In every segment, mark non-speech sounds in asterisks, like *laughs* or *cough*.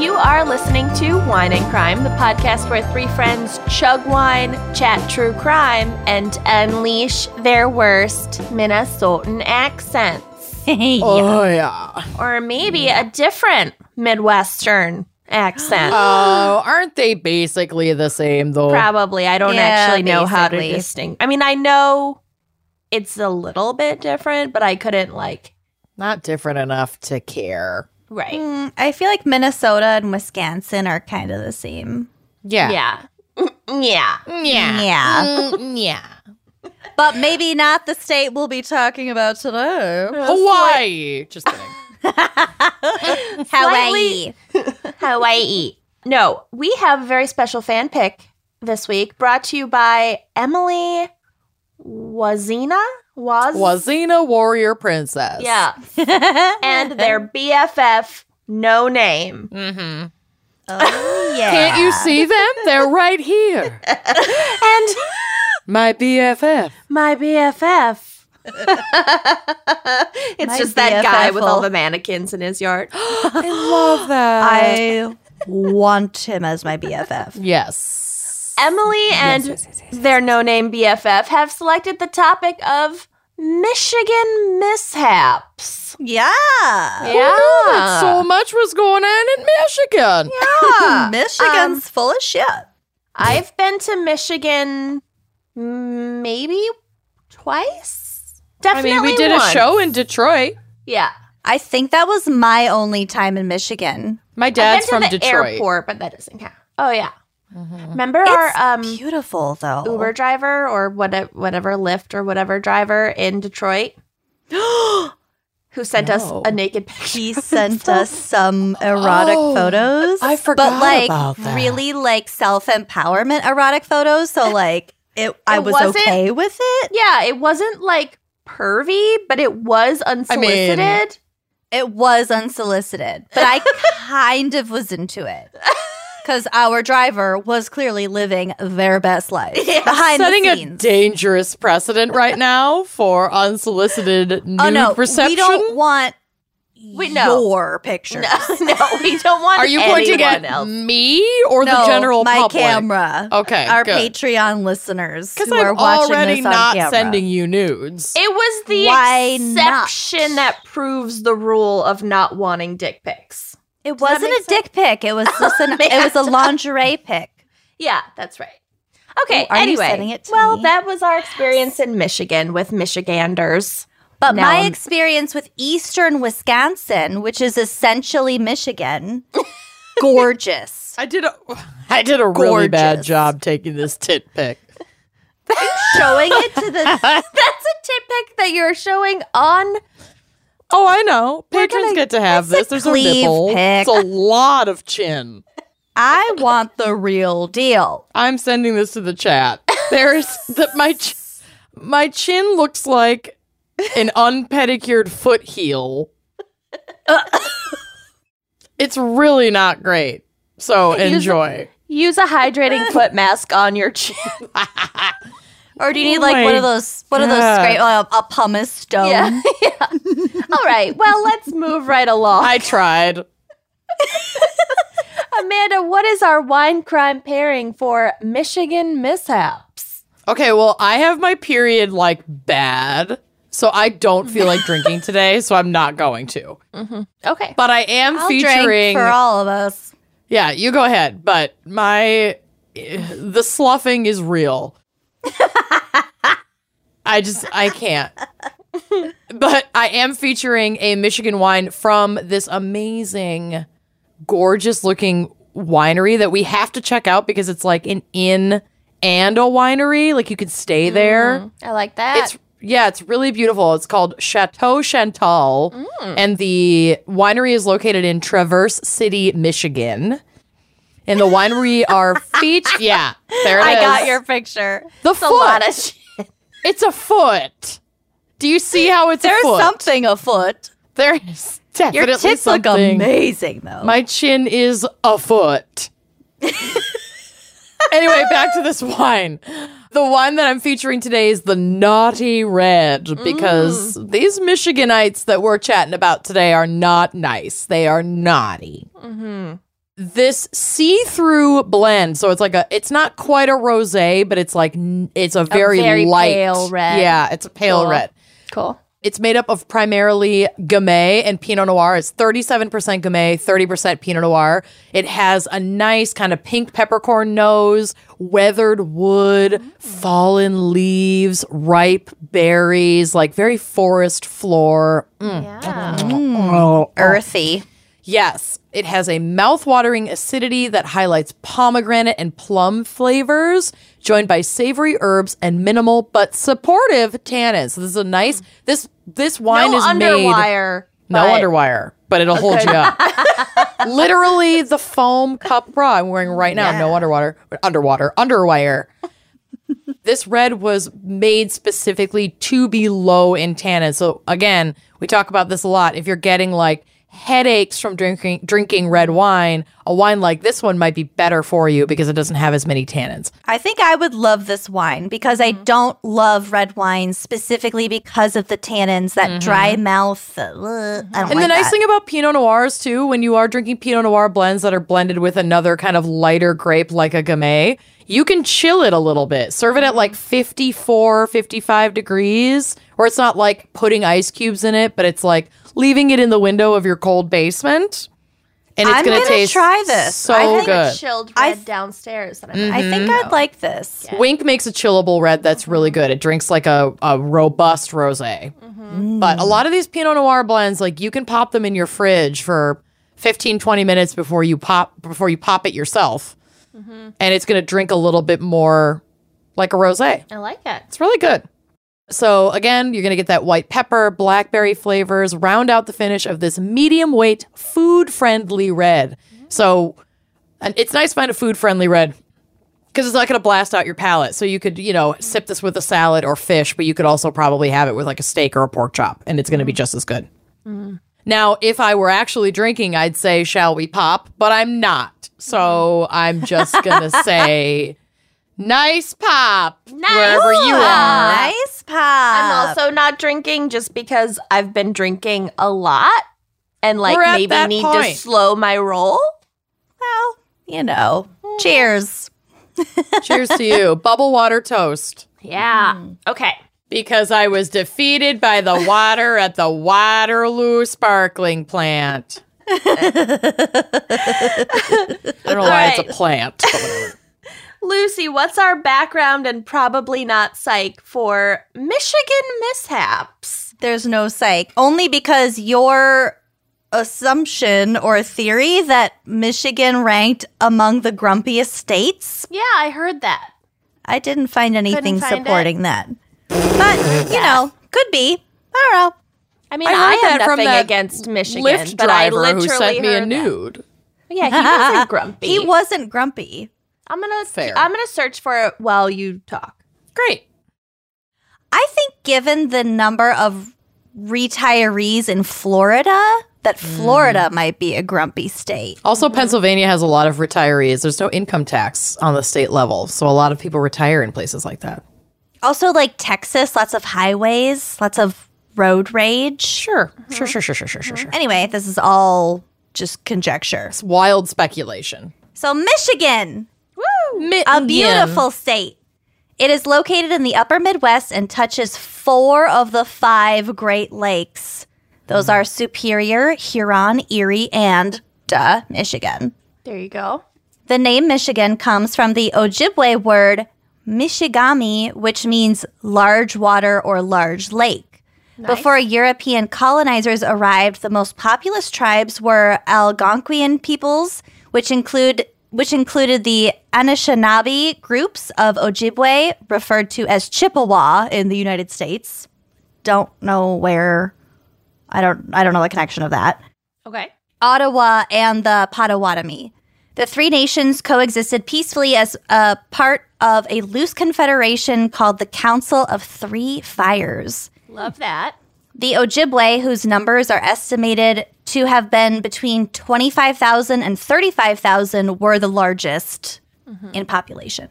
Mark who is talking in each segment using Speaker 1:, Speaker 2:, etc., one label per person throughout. Speaker 1: You are listening to Wine and Crime, the podcast where three friends chug wine, chat true crime, and unleash their worst Minnesotan
Speaker 2: *laughs*
Speaker 1: accents.
Speaker 3: Oh yeah.
Speaker 1: Or maybe a different Midwestern
Speaker 3: *gasps*
Speaker 1: accent.
Speaker 3: Oh, aren't they basically the same though?
Speaker 1: Probably. I don't
Speaker 2: Yeah,
Speaker 1: actually know how to
Speaker 2: basically.
Speaker 1: distinguish. I mean, I know it's a little bit different, but I couldn't, like,
Speaker 3: Not different enough to care.
Speaker 1: right.
Speaker 2: Mm, I feel like Minnesota and Wisconsin are kind of the same.
Speaker 3: Yeah.
Speaker 1: Yeah. *laughs* Yeah.
Speaker 2: Yeah.
Speaker 3: Mm,
Speaker 2: But maybe not the state we'll be talking about today.
Speaker 3: Hawaii. Just kidding.
Speaker 2: Hawaii.
Speaker 1: Hawaii. No, we have a very special fan pick this week brought to you by Emily Wazina. Was?
Speaker 3: Wazina warrior princess. *laughs*
Speaker 1: Yeah.
Speaker 2: *laughs*
Speaker 1: and their BFF, no name.
Speaker 3: Mm-hmm.
Speaker 2: Oh, yeah.
Speaker 3: Can't you see them? They're right here.
Speaker 1: And
Speaker 3: My BFF.
Speaker 1: my
Speaker 3: *laughs*
Speaker 1: BFF. it's
Speaker 2: My
Speaker 1: just that guy with all
Speaker 2: BFF-al.
Speaker 1: the mannequins in
Speaker 3: *gasps*
Speaker 1: his yard.
Speaker 3: I love that.
Speaker 2: *laughs* I want him as my BFF.
Speaker 3: yes.
Speaker 1: Emily and their no name BFF have selected the topic of Michigan mishaps.
Speaker 2: Yeah.
Speaker 3: Yeah. So much was going on in Michigan.
Speaker 2: *laughs* Michigan's
Speaker 1: Um,
Speaker 2: full of shit.
Speaker 1: I've been to Michigan mm, maybe twice.
Speaker 3: I
Speaker 1: Definitely.
Speaker 3: mean, we did
Speaker 1: once.
Speaker 3: a show in Detroit.
Speaker 1: Yeah,
Speaker 2: I think that was my only time in Michigan.
Speaker 3: My
Speaker 1: I've
Speaker 3: dad's
Speaker 1: been
Speaker 3: from
Speaker 1: to the
Speaker 3: Detroit. Mm-hmm.
Speaker 1: airport, but that doesn't count. Oh yeah. Remember our um,
Speaker 2: Beautiful though.
Speaker 1: Uber driver or whatever, whatever Lyft or whatever driver in
Speaker 3: *gasps*
Speaker 1: Detroit who sent
Speaker 3: No.
Speaker 1: us a naked picture.
Speaker 2: he
Speaker 3: *laughs*
Speaker 2: sent us some erotic
Speaker 3: Oh,
Speaker 2: photos.
Speaker 3: I forgot
Speaker 2: but like
Speaker 3: about that.
Speaker 2: really like self empowerment erotic photos. So like it, I
Speaker 1: It
Speaker 2: was
Speaker 1: wasn't-
Speaker 2: okay with it.
Speaker 1: Yeah, it wasn't like pervy, but it was unsolicited. *laughs*
Speaker 2: It was unsolicited, but
Speaker 3: *laughs*
Speaker 2: I kind of was into it because our driver was clearly living their best life behind
Speaker 3: setting
Speaker 2: the
Speaker 3: a
Speaker 2: scenes.
Speaker 3: dangerous precedent *laughs* right now for unsolicited nude
Speaker 2: oh no,
Speaker 3: reception.
Speaker 2: we don't want
Speaker 1: Wait, no.
Speaker 2: your pictures.
Speaker 3: *laughs*
Speaker 1: no, we don't want.
Speaker 3: Are you pointing at
Speaker 1: anyone else.
Speaker 3: me or
Speaker 2: No,
Speaker 3: the general
Speaker 2: my
Speaker 3: public?
Speaker 2: camera.
Speaker 3: Okay,
Speaker 2: our
Speaker 3: good.
Speaker 2: Patreon listeners
Speaker 3: Because
Speaker 2: who
Speaker 3: I'm
Speaker 2: are watching
Speaker 3: already
Speaker 2: this on
Speaker 3: not
Speaker 2: camera.
Speaker 3: sending you nudes.
Speaker 1: It was the
Speaker 2: Why not?
Speaker 1: exception that proves the rule of not wanting dick pics.
Speaker 2: It
Speaker 1: that
Speaker 2: wasn't
Speaker 1: make
Speaker 2: a dick pic.
Speaker 3: *laughs*
Speaker 2: It was
Speaker 3: Oh,
Speaker 2: just an. it was a lingerie pic.
Speaker 1: Yeah, that's right. Okay,
Speaker 2: Ooh, are you
Speaker 1: anyway.
Speaker 2: sending it to
Speaker 1: well,
Speaker 2: me?
Speaker 1: that was our experience in Michigan with Michiganders.
Speaker 2: But
Speaker 1: No.
Speaker 2: my experience with Eastern Wisconsin, which is essentially Michigan, *laughs* gorgeous.
Speaker 3: I did a, *laughs* I did a really bad
Speaker 2: Gorgeous.
Speaker 3: job taking this tit pic.
Speaker 2: Showing it to
Speaker 3: *laughs*
Speaker 2: the
Speaker 1: *laughs* That's a tit pic that you're showing on.
Speaker 3: Oh, I know. Patrons
Speaker 2: gonna-
Speaker 3: get to have
Speaker 2: it's a
Speaker 3: this. There's a
Speaker 2: cleave
Speaker 3: nipple.
Speaker 2: pic.
Speaker 3: It's a lot of chin.
Speaker 2: I want the real deal.
Speaker 3: I'm sending this to the chat.
Speaker 2: *laughs*
Speaker 3: There's that my ch- my chin looks like an unpedicured foot heel. it's really not great. So enjoy.
Speaker 1: Use a *laughs* hydrating foot mask on your chin.
Speaker 2: Or do you need
Speaker 3: Oh
Speaker 2: like one
Speaker 3: my
Speaker 2: of those one of those
Speaker 3: God.
Speaker 2: scrape uh, a pumice stone?
Speaker 1: *laughs* *laughs* Yeah. yeah. All right. Well, let's move right *laughs* along.
Speaker 3: I tried.
Speaker 1: Amanda, what is our wine crime pairing for Michigan mishaps?
Speaker 3: Okay, well, I have my period like bad. So I don't feel like drinking today, so I'm not going to.
Speaker 1: Okay.
Speaker 3: But I am
Speaker 2: I'll
Speaker 3: featuring
Speaker 2: drink for all of us.
Speaker 3: Yeah, you go ahead, but my the sloughing is real. I just I can't. But I am featuring a Michigan wine from this amazing gorgeous looking winery that we have to check out because it's like an inn and a winery, like you could stay there.
Speaker 1: I like that.
Speaker 3: It's yeah, it's really beautiful. It's called Chateau Chantal,
Speaker 2: Mm.
Speaker 3: and the winery is located in Traverse City, Michigan. And the
Speaker 2: *laughs*
Speaker 3: winery are featured. Yeah, there it is.
Speaker 2: I got your picture.
Speaker 3: the
Speaker 1: a
Speaker 3: foot.
Speaker 1: lot of shit.
Speaker 3: It's a foot. Do you see how it's
Speaker 2: There's
Speaker 3: a foot?
Speaker 2: something afoot.
Speaker 3: There's
Speaker 2: Your
Speaker 3: definitely
Speaker 2: tits look
Speaker 3: something.
Speaker 2: amazing though.
Speaker 3: My chin is a
Speaker 1: *laughs*
Speaker 3: foot. anyway, back to this wine. The wine that I'm featuring today is the Naughty Red
Speaker 1: Mm.
Speaker 3: because these Michiganites that we're chatting about today are not nice. They are naughty.
Speaker 1: Mm-hmm.
Speaker 3: This see-through blend, so it's like a, it's not quite a rosé, but it's like n- it's a very,
Speaker 1: very
Speaker 3: light
Speaker 1: pale red.
Speaker 3: Yeah, it's a pale
Speaker 1: Cool.
Speaker 3: red.
Speaker 1: Cool.
Speaker 3: It's made up of primarily Gamay and Pinot Noir. It's 37% Gamay, 30% Pinot Noir. It has a nice kind of pink peppercorn nose, weathered wood, fallen leaves, ripe berries, like very forest floor. Mm.
Speaker 1: Yeah.
Speaker 2: Earthy.
Speaker 3: Yes, it has a mouthwatering acidity that highlights pomegranate and plum flavors, joined by savory herbs and minimal but supportive tannins. So this is a nice this this wine
Speaker 1: No
Speaker 3: is made
Speaker 1: underwire.
Speaker 3: no
Speaker 1: but-
Speaker 3: underwire, but it'll hold you up. Literally the foam cup bra I'm wearing right now. No underwater, underwater, underwire. this red was made specifically to be low in tannin. So again, we talk about this a lot. If you're getting like headaches from drinking drinking red wine, a wine like this one might be better for you because it doesn't have as many tannins.
Speaker 2: I think I would love this wine because I don't love red wines specifically because of the tannins, that dry mouth. uh, ugh, I
Speaker 3: And
Speaker 2: don't like
Speaker 3: the nice
Speaker 2: that.
Speaker 3: thing about Pinot Noirs too, when you are drinking Pinot Noir blends that are blended with another kind of lighter grape like a Gamay, you can chill it a little bit. Serve it at like 54, 55 degrees, or it's not like putting ice cubes in it, but it's like leaving it in the window of your cold basement. And it's
Speaker 2: I'm
Speaker 3: gonna,
Speaker 2: gonna
Speaker 3: taste
Speaker 2: try this.
Speaker 3: so
Speaker 2: I
Speaker 1: I
Speaker 3: Oh, good. Mm-hmm.
Speaker 1: have a chilled
Speaker 2: I
Speaker 1: red
Speaker 2: th-
Speaker 1: downstairs. That I'm
Speaker 2: I think I'd like this.
Speaker 3: Wink makes a chillable red that's really good. It drinks like a, a robust rose. But a lot of these Pinot Noir blends, like you can pop them in your fridge for 15, 20 minutes before you pop before you pop it yourself. And it's gonna drink a little bit more like a rose.
Speaker 1: I like it.
Speaker 3: It's really good. So again, you're gonna get that white pepper, blackberry flavors, round out the finish of this medium weight, food friendly red. So and it's nice to find a food friendly red because it's not gonna blast out your palate. So you could, you know, sip this with a salad or fish, but you could also probably have it with like a steak or a pork chop, and it's gonna be just as good. Now, if I were actually drinking, I'd say, shall we pop? But I'm not. So I'm just gonna say nice pop
Speaker 1: Nice
Speaker 3: wherever you are.
Speaker 2: Nice pop.
Speaker 1: I'm also not drinking just because I've been drinking a lot and like
Speaker 3: We're at
Speaker 1: maybe
Speaker 3: that
Speaker 1: need to
Speaker 3: point.
Speaker 1: slow my roll.
Speaker 2: well, you know, cheers.
Speaker 3: Cheers to
Speaker 1: *laughs*
Speaker 3: you. Bubble water toast.
Speaker 1: Yeah. Okay.
Speaker 3: Because I was defeated by the water at the Waterloo sparkling plant. I don't know why it's
Speaker 1: All
Speaker 3: a
Speaker 1: right.
Speaker 3: plant. but whatever.
Speaker 1: Lucy, what's our background and probably not psych for Michigan mishaps?
Speaker 2: There's no psych. Only because your assumption or theory that Michigan ranked among the grumpiest states,
Speaker 1: Yeah, I heard that.
Speaker 2: I didn't find anything
Speaker 1: find it.
Speaker 2: supporting that. But, you know, could be. I don't know.
Speaker 1: I mean, I,
Speaker 3: I heard
Speaker 1: have
Speaker 3: that from
Speaker 1: nothing
Speaker 3: that
Speaker 1: against Michigan,
Speaker 3: Lyft
Speaker 1: but I
Speaker 3: driver who
Speaker 1: literally
Speaker 3: sent me
Speaker 1: heard
Speaker 3: a
Speaker 1: that.
Speaker 3: nude.
Speaker 1: Yeah, *laughs* he
Speaker 3: *laughs*
Speaker 1: wasn't grumpy.
Speaker 2: He wasn't grumpy.
Speaker 1: I'm gonna.
Speaker 3: Fair.
Speaker 1: I'm gonna search for it while you talk.
Speaker 3: Great.
Speaker 2: I think, given the number of retirees in Florida, that Florida might be a grumpy state.
Speaker 3: Also, Pennsylvania has a lot of retirees. There's no income tax on the state level. So a lot of people retire in places like that.
Speaker 2: Also, like Texas, lots of highways, lots of road rage.
Speaker 3: Sure. Uh-huh. Sure, sure, sure, sure, sure,
Speaker 1: Uh-huh.
Speaker 3: sure, sure.
Speaker 2: Anyway, this is all just conjecture.
Speaker 3: It's wild speculation.
Speaker 2: So, Michigan, a
Speaker 3: Mittendam.
Speaker 2: beautiful state. It is located in the upper Midwest and touches four of the five Great Lakes. Those are Superior, Huron, Erie, and, duh, Michigan.
Speaker 1: There you go.
Speaker 2: The name Michigan comes from the Ojibwe word Michigami, which means large water or large lake. Before European colonizers arrived, the most populous tribes were Algonquian peoples, which include which included the Anishinaabe groups of Ojibwe, referred to as Chippewa in the United States. Don't know where I don't I don't know the connection of that.
Speaker 1: Okay.
Speaker 2: Ottawa and the Potawatomi. The three nations coexisted peacefully as a part of a loose confederation called the Council of Three Fires.
Speaker 1: Love that.
Speaker 2: The Ojibwe, whose numbers are estimated to have been between 25,000 and 35,000, were the largest in population.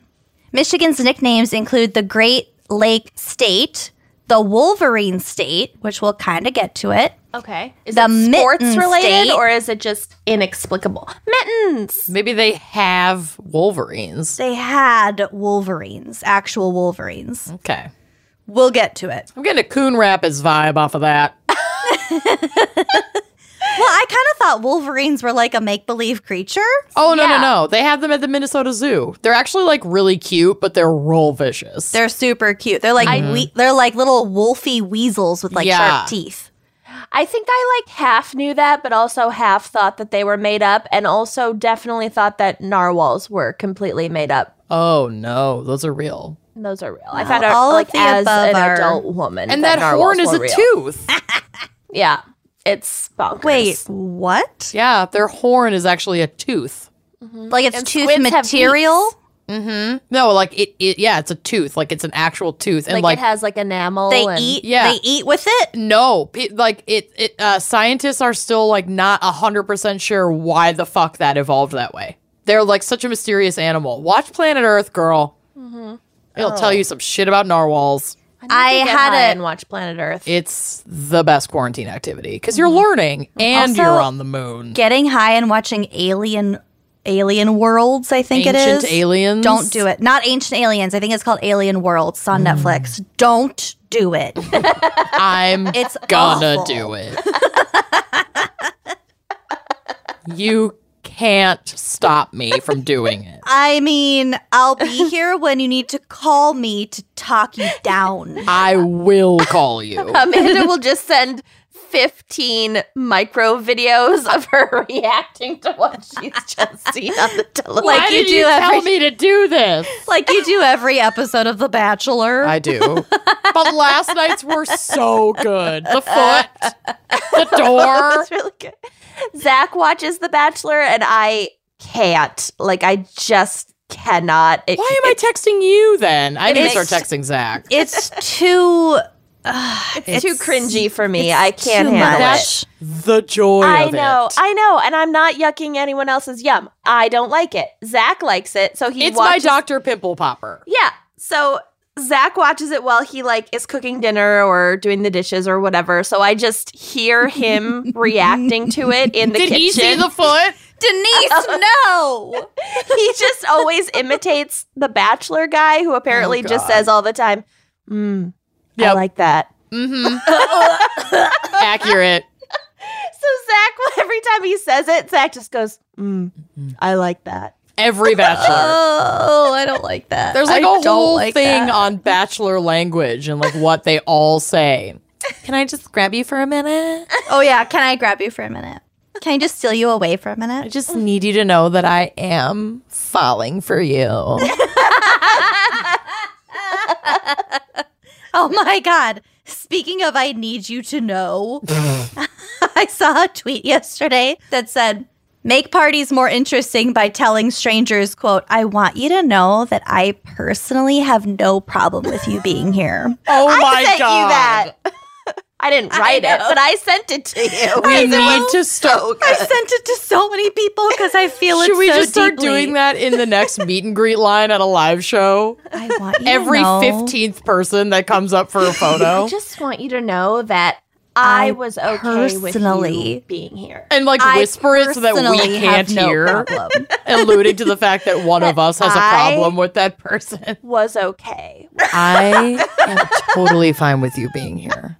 Speaker 2: Michigan's nicknames include the Great Lake State, the Wolverine State, which we'll kind of get to it,
Speaker 1: Okay. Is
Speaker 2: The
Speaker 1: it sports
Speaker 2: mitten
Speaker 1: related
Speaker 2: state.
Speaker 1: or is it just inexplicable? Mittens.
Speaker 3: Maybe they have Wolverines.
Speaker 2: They had Wolverines, actual Wolverines.
Speaker 3: Okay.
Speaker 2: We'll get to it.
Speaker 3: I'm getting a Coon Rapids vibe off of that.
Speaker 2: Well, I kind of thought Wolverines were like a make believe creature.
Speaker 3: Oh, no,
Speaker 1: Yeah.
Speaker 3: no, no. They have them at the Minnesota Zoo. They're actually like really cute, but they're real vicious.
Speaker 2: They're super cute. They're like we- they're like little wolfy weasels with like
Speaker 3: Yeah.
Speaker 2: sharp teeth.
Speaker 1: I think I like half knew that, but also half thought that they were made up, and also definitely thought that narwhals were completely made up.
Speaker 3: oh, no. Those are real.
Speaker 1: And Those are real. I found out
Speaker 2: all of
Speaker 1: like
Speaker 2: the
Speaker 1: as
Speaker 2: above
Speaker 1: an
Speaker 2: are-
Speaker 1: adult woman,
Speaker 3: And that,
Speaker 1: narwhals
Speaker 3: horn is
Speaker 1: were
Speaker 3: a
Speaker 1: real.
Speaker 3: tooth. *laughs*
Speaker 1: Yeah, it's bonkers.
Speaker 2: Wait, what?
Speaker 3: yeah, their horn is actually a tooth.
Speaker 2: Mm-hmm. Like it's tooth
Speaker 1: squids have
Speaker 2: material?
Speaker 3: No, like it, it yeah, it's a tooth. Like it's an actual tooth. And
Speaker 1: like,
Speaker 3: like,
Speaker 1: it has like enamel.
Speaker 2: They
Speaker 1: Oh, and-
Speaker 2: eat
Speaker 3: yeah.
Speaker 2: they eat with it?
Speaker 3: no, it, like it, it uh, scientists are still like not 100% sure why the fuck that evolved that way. They're like such a mysterious animal. Watch Planet Earth, girl.
Speaker 1: Mm-hmm.
Speaker 3: It'll tell
Speaker 1: Oh.
Speaker 3: you some shit about narwhals.
Speaker 2: I
Speaker 1: I
Speaker 2: had
Speaker 1: had
Speaker 2: a-
Speaker 1: it and watch Planet Earth.
Speaker 3: It's the best quarantine activity because you're learning and
Speaker 2: Also,
Speaker 3: you're on the moon.
Speaker 2: Getting high and watching alien alien worlds, I think it is.
Speaker 3: Ancient aliens.
Speaker 2: Don't do it. Not ancient aliens. I think it's called Alien Worlds It's on Netflix. Don't do it.
Speaker 3: I'm
Speaker 2: *laughs* It's
Speaker 3: gonna
Speaker 2: awful.
Speaker 3: do it. *laughs* you can't stop me from doing it.
Speaker 2: *laughs* I mean, I'll be here when you need to call me to talk you down.
Speaker 3: I will call
Speaker 2: *laughs*
Speaker 3: you. *laughs*
Speaker 1: Amanda will just send 15 micro videos of her *laughs* reacting to what she's just seen on the
Speaker 3: *laughs*
Speaker 1: television.
Speaker 2: Like
Speaker 3: Why
Speaker 2: you
Speaker 3: did
Speaker 2: do
Speaker 3: you tell
Speaker 2: every-
Speaker 3: me to do this?
Speaker 2: like you do every episode of The Bachelor.
Speaker 3: I do. *laughs* But last night's were so good. The foot, the door.
Speaker 2: *laughs*
Speaker 1: That's really good. Zach watches The Bachelor and I can't. Like, I just cannot. It,
Speaker 3: Why am I texting you then? I need to
Speaker 2: makes-
Speaker 3: start texting Zach.
Speaker 2: it's too
Speaker 1: it's, too cringy for me. I can't
Speaker 2: too
Speaker 1: handle it.
Speaker 2: much.
Speaker 3: The joy
Speaker 1: I
Speaker 3: of
Speaker 1: know,
Speaker 3: it.
Speaker 1: I know, and I'm not yucking anyone else's yum. I don't like it. Zach likes it, so he
Speaker 3: it's
Speaker 1: watches
Speaker 3: my Dr. Pimple Popper.
Speaker 1: Yeah. So Zach watches it while he like is cooking dinner or doing the dishes or whatever. So I just
Speaker 3: *laughs*
Speaker 1: hear him reacting to it in the
Speaker 3: Did
Speaker 1: kitchen.
Speaker 3: he see the foot?
Speaker 2: Denise,
Speaker 3: *laughs*
Speaker 2: no.
Speaker 1: *laughs* He just always imitates the bachelor guy who apparently just says all the time, mm, I
Speaker 3: Oh, Yep. Mm-hmm.
Speaker 1: like that.
Speaker 3: Accurate.
Speaker 1: So Zach, *laughs* every time he says it, Zach just goes, mm, I like that.
Speaker 3: Every bachelor.
Speaker 2: Oh, I don't like that.
Speaker 3: There's like
Speaker 2: I
Speaker 3: a
Speaker 2: don't
Speaker 3: whole
Speaker 2: like
Speaker 3: thing
Speaker 2: that.
Speaker 3: on bachelor language and like what they all say. Can I just grab you for a minute?
Speaker 2: Oh yeah, can I grab you for a minute? Can I just steal you away for a
Speaker 3: I *laughs*
Speaker 2: minute?
Speaker 3: just need you to know that I am falling for you.
Speaker 2: Oh my god. Speaking of I need you to know. *laughs* I saw a tweet yesterday that said Make parties more interesting by telling strangers, quote, I want you to know that I personally have no problem with you being here.
Speaker 3: *laughs* Oh
Speaker 1: I sent you that. I didn't write it, but I sent it to
Speaker 3: *laughs*
Speaker 1: you.
Speaker 3: We need to start.
Speaker 2: *laughs* I sent it to so many people because I feel it
Speaker 3: Should we
Speaker 2: so
Speaker 3: just start
Speaker 2: deeply.
Speaker 3: doing that in the next meet and greet line at a live show?
Speaker 2: I want you
Speaker 3: Every
Speaker 2: to know.
Speaker 3: 15th person that comes up for a photo.
Speaker 1: I *laughs* just want you to know that I,
Speaker 2: I
Speaker 1: was okay with you
Speaker 2: personally-
Speaker 1: being here.
Speaker 3: and like
Speaker 2: I
Speaker 3: whisper it so that we
Speaker 2: personally have
Speaker 3: can't
Speaker 2: no
Speaker 3: hear, *laughs*
Speaker 2: problem.
Speaker 3: alluding to the fact that one of us has a
Speaker 1: I-
Speaker 3: problem with that person.
Speaker 1: Was okay.
Speaker 3: *laughs* I am totally fine with you being here.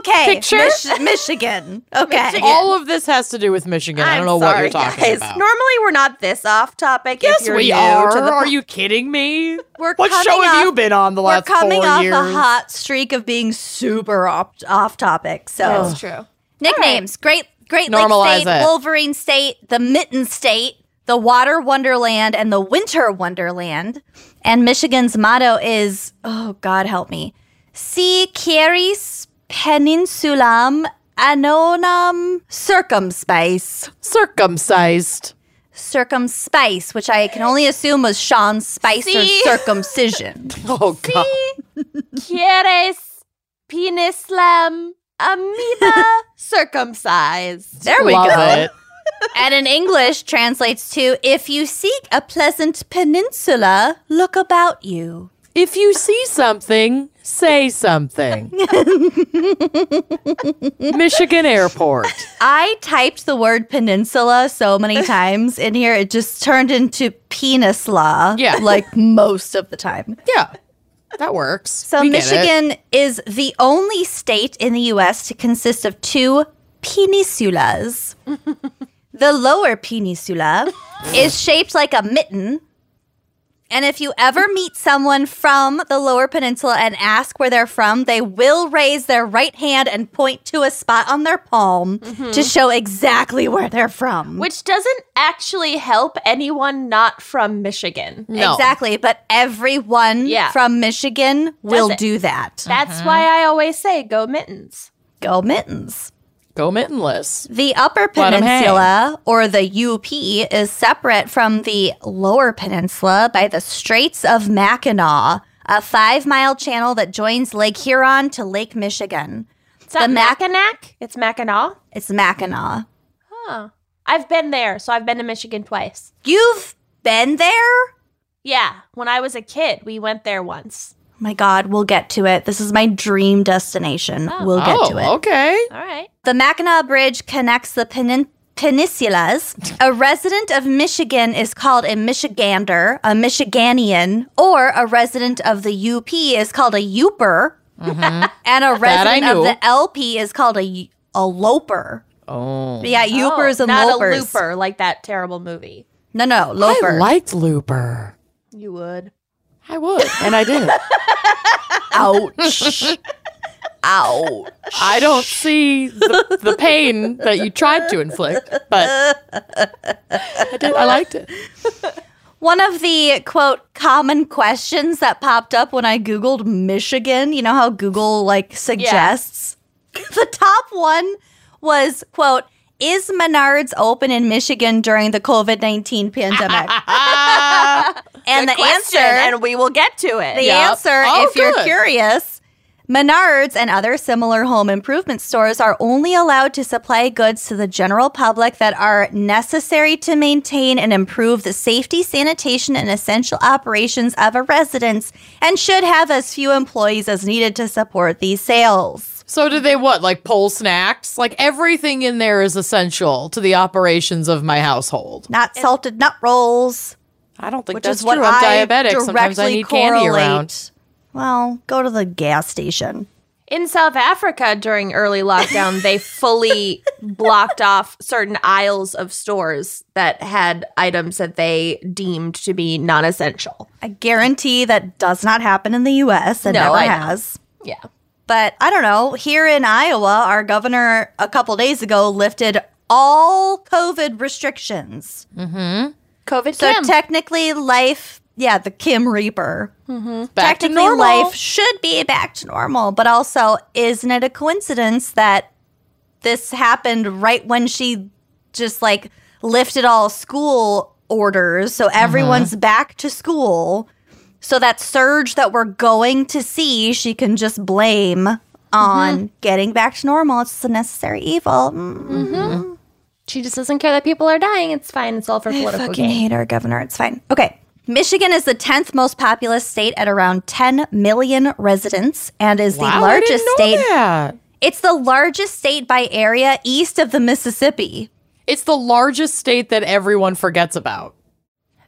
Speaker 2: Okay.
Speaker 3: Picture? *laughs*
Speaker 2: Mich- Michigan. Okay.
Speaker 3: All of this has to do with Michigan. I
Speaker 1: I'm
Speaker 3: don't know what you're
Speaker 1: sorry,
Speaker 3: talking
Speaker 1: guys.
Speaker 3: about.
Speaker 1: Normally we're not this off topic. if
Speaker 3: yes,
Speaker 1: you're
Speaker 3: we
Speaker 1: new
Speaker 3: are.
Speaker 1: *laughs* To the
Speaker 3: are you kidding me?
Speaker 2: We're
Speaker 3: What show
Speaker 2: coming
Speaker 3: have you
Speaker 2: off-
Speaker 3: been on the
Speaker 2: We're
Speaker 3: last
Speaker 2: coming
Speaker 3: four
Speaker 2: off
Speaker 3: years?
Speaker 2: a hot streak of being super off, off topic. So
Speaker 1: That's true.
Speaker 2: nicknames: Great Great
Speaker 3: Normalize
Speaker 2: Lake State,
Speaker 3: it.
Speaker 2: Wolverine State, the Mitten State, the Water Wonderland, and the Winter Wonderland. And Michigan's motto is, "Oh God, help me." Si quieres peninsulam anonam circumspice.
Speaker 3: Circumcised.
Speaker 2: circumspice, which I can only assume was Sean Spicer's
Speaker 3: *laughs*
Speaker 1: See?
Speaker 2: circumcision.
Speaker 3: Oh god.
Speaker 1: Quieres penis lam *laughs* amoeba circumcised.
Speaker 2: There we
Speaker 3: Love
Speaker 2: go.
Speaker 3: it.
Speaker 2: And in English translates to if you seek a pleasant peninsula, look about you.
Speaker 3: If you see something, say *laughs* something. Michigan Airport.
Speaker 2: I typed the word peninsula so many times in here, it just turned into penis law.
Speaker 3: Yeah.
Speaker 2: Like most of the time.
Speaker 3: Yeah. That works.
Speaker 2: So
Speaker 3: We get it.
Speaker 2: Michigan is the only state in the U.S. to consist of two peninsulas. *laughs* the lower peninsula is shaped like a mitten. And if you ever meet someone from the lower peninsula and ask where they're from, they will raise their right hand and point to a spot on their palm to show exactly where they're from.
Speaker 1: Which doesn't actually help anyone not from Michigan.
Speaker 3: No.
Speaker 2: Exactly, but everyone
Speaker 1: Yeah.
Speaker 2: from Michigan will
Speaker 1: it.
Speaker 2: do that.
Speaker 1: That's why I always say go mittens.
Speaker 2: Go mittens.
Speaker 3: Go mittenless.
Speaker 2: The Upper
Speaker 3: 'em hang.
Speaker 2: Peninsula, or the UP, is separate from the Lower Peninsula by the Straits of Mackinac, a five mile channel that joins Lake Huron to Lake Michigan.
Speaker 1: It's not
Speaker 2: The Mac-
Speaker 1: Mackinac. It's Mackinac.
Speaker 2: It's Mackinac.
Speaker 1: Huh. I've been there, so I've been to Michigan twice.
Speaker 2: You've been there? Oh
Speaker 1: Yeah, when I was a kid, we went there once.
Speaker 2: my God, we'll get to it. This is my dream destination. We'll get to it.
Speaker 3: Oh, okay.
Speaker 1: All right.
Speaker 2: The Mackinac Bridge connects the penin- peninsulas. A resident of Michigan is called a Michigander, a Michiganian, or a resident of the UP is called a Uper, and a resident
Speaker 3: Mm-hmm. I
Speaker 2: of the
Speaker 3: knew.
Speaker 2: LP is called a, y- a Loper.
Speaker 3: Oh.
Speaker 2: Yeah, Upers
Speaker 1: Oh,
Speaker 2: and
Speaker 1: not
Speaker 2: Lopers.
Speaker 1: a looper like that terrible movie.
Speaker 2: No, no, Loper.
Speaker 3: I liked Looper.
Speaker 1: You would.
Speaker 3: I would. *laughs* And I did.
Speaker 2: Ouch.
Speaker 3: *laughs*
Speaker 2: Ouch.
Speaker 3: I don't see the, the pain that you tried to inflict, but I did. I liked it.
Speaker 2: One of the quote common questions that popped up when I Googled Michigan, you know how Google like suggests? *laughs* the top one was quote, is Menards open in Michigan during the COVID 19 pandemic?
Speaker 3: Ah.
Speaker 2: and the answer,
Speaker 1: Question, and we will get to it.
Speaker 2: the
Speaker 3: Yep.
Speaker 2: answer,
Speaker 3: Oh,
Speaker 2: if you're
Speaker 3: good.
Speaker 2: curious, Menards and other similar home improvement stores are only allowed to supply goods to the general public that are necessary to maintain and improve the safety, sanitation, and essential operations of a residence and should have as few employees as needed to support these sales.
Speaker 3: So did they what? Like pull snacks? Like everything in there is essential to the operations of my household.
Speaker 2: Not salted nut rolls,
Speaker 3: I don't think
Speaker 2: which
Speaker 3: that's
Speaker 2: is what
Speaker 3: true. I'm
Speaker 2: I
Speaker 3: diabetic.
Speaker 2: directly
Speaker 3: Sometimes I need
Speaker 2: correlate.
Speaker 3: candy around.
Speaker 2: Well, go to the gas station.
Speaker 1: In South Africa during early lockdown, they fully blocked off certain aisles of stores that had items that they deemed to be non essential.
Speaker 2: I guarantee that does not happen in the U.S. and
Speaker 1: No,
Speaker 2: never
Speaker 1: I know.
Speaker 2: has.
Speaker 1: Yeah.
Speaker 2: But I don't know. Here in Iowa, our governor a couple days ago lifted all COVID restrictions.
Speaker 1: COVID
Speaker 2: So
Speaker 1: Kim.
Speaker 2: technically, life, yeah, the Kim Reaper.
Speaker 3: Back to
Speaker 2: technically,
Speaker 3: normal.
Speaker 2: life should be back to normal. But also, isn't it a coincidence that this happened right when she just like lifted all school orders? So
Speaker 3: Mm-hmm.
Speaker 2: everyone's back to school. So that surge that we're going to see, she can just blame
Speaker 3: Mm-hmm.
Speaker 2: on getting back to normal. It's a necessary evil. Mm,
Speaker 1: she just doesn't care that people are dying. It's fine. It's all for
Speaker 2: I
Speaker 1: political
Speaker 2: fucking
Speaker 1: gain.
Speaker 2: hate our governor. It's fine. Okay. Michigan is the 10th most populous state at around 10 million residents and is
Speaker 3: Wow, I
Speaker 2: the
Speaker 3: didn't
Speaker 2: largest
Speaker 3: know
Speaker 2: state.
Speaker 3: that.
Speaker 2: It's the largest state by area east of the Mississippi.
Speaker 3: It's the largest state that everyone forgets about.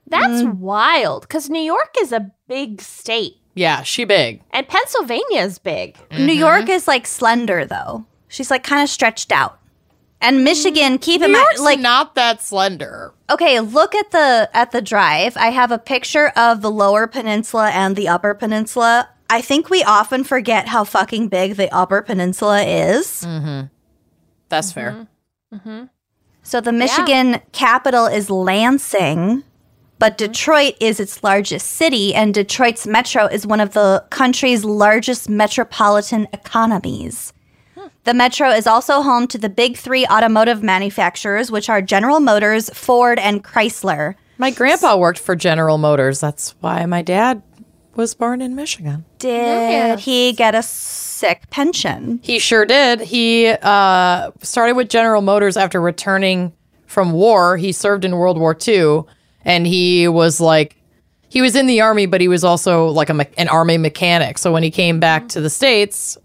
Speaker 1: That's wild because New York is a big state
Speaker 3: Yeah, she big.
Speaker 1: and Pennsylvania is big.
Speaker 2: New
Speaker 3: Mm-hmm.
Speaker 2: York is like slender though. She's like kind of stretched out. And Michigan, keep in
Speaker 3: Mm. New
Speaker 2: mind
Speaker 3: York's
Speaker 2: like
Speaker 3: not that slender.
Speaker 2: Okay, look at the at the drive. I have a picture of the lower peninsula and the upper peninsula. I think we often forget how fucking big the upper peninsula is.
Speaker 3: That's fair.
Speaker 2: So the Michigan capital is Lansing, but
Speaker 3: Mm-hmm.
Speaker 2: Detroit is its largest city and Detroit's metro is one of the country's largest metropolitan economies. The metro is also home to the big three automotive manufacturers, which are General Motors, Ford, and Chrysler.
Speaker 3: My grandpa worked for General Motors. That's why my dad was born in Michigan.
Speaker 2: Did he get a sick pension?
Speaker 3: He sure did. He uh, started with General Motors after returning from war. He served in World War II, and he was like, he was in the army, but he was also like a, me- an army mechanic. So when he came back to the states,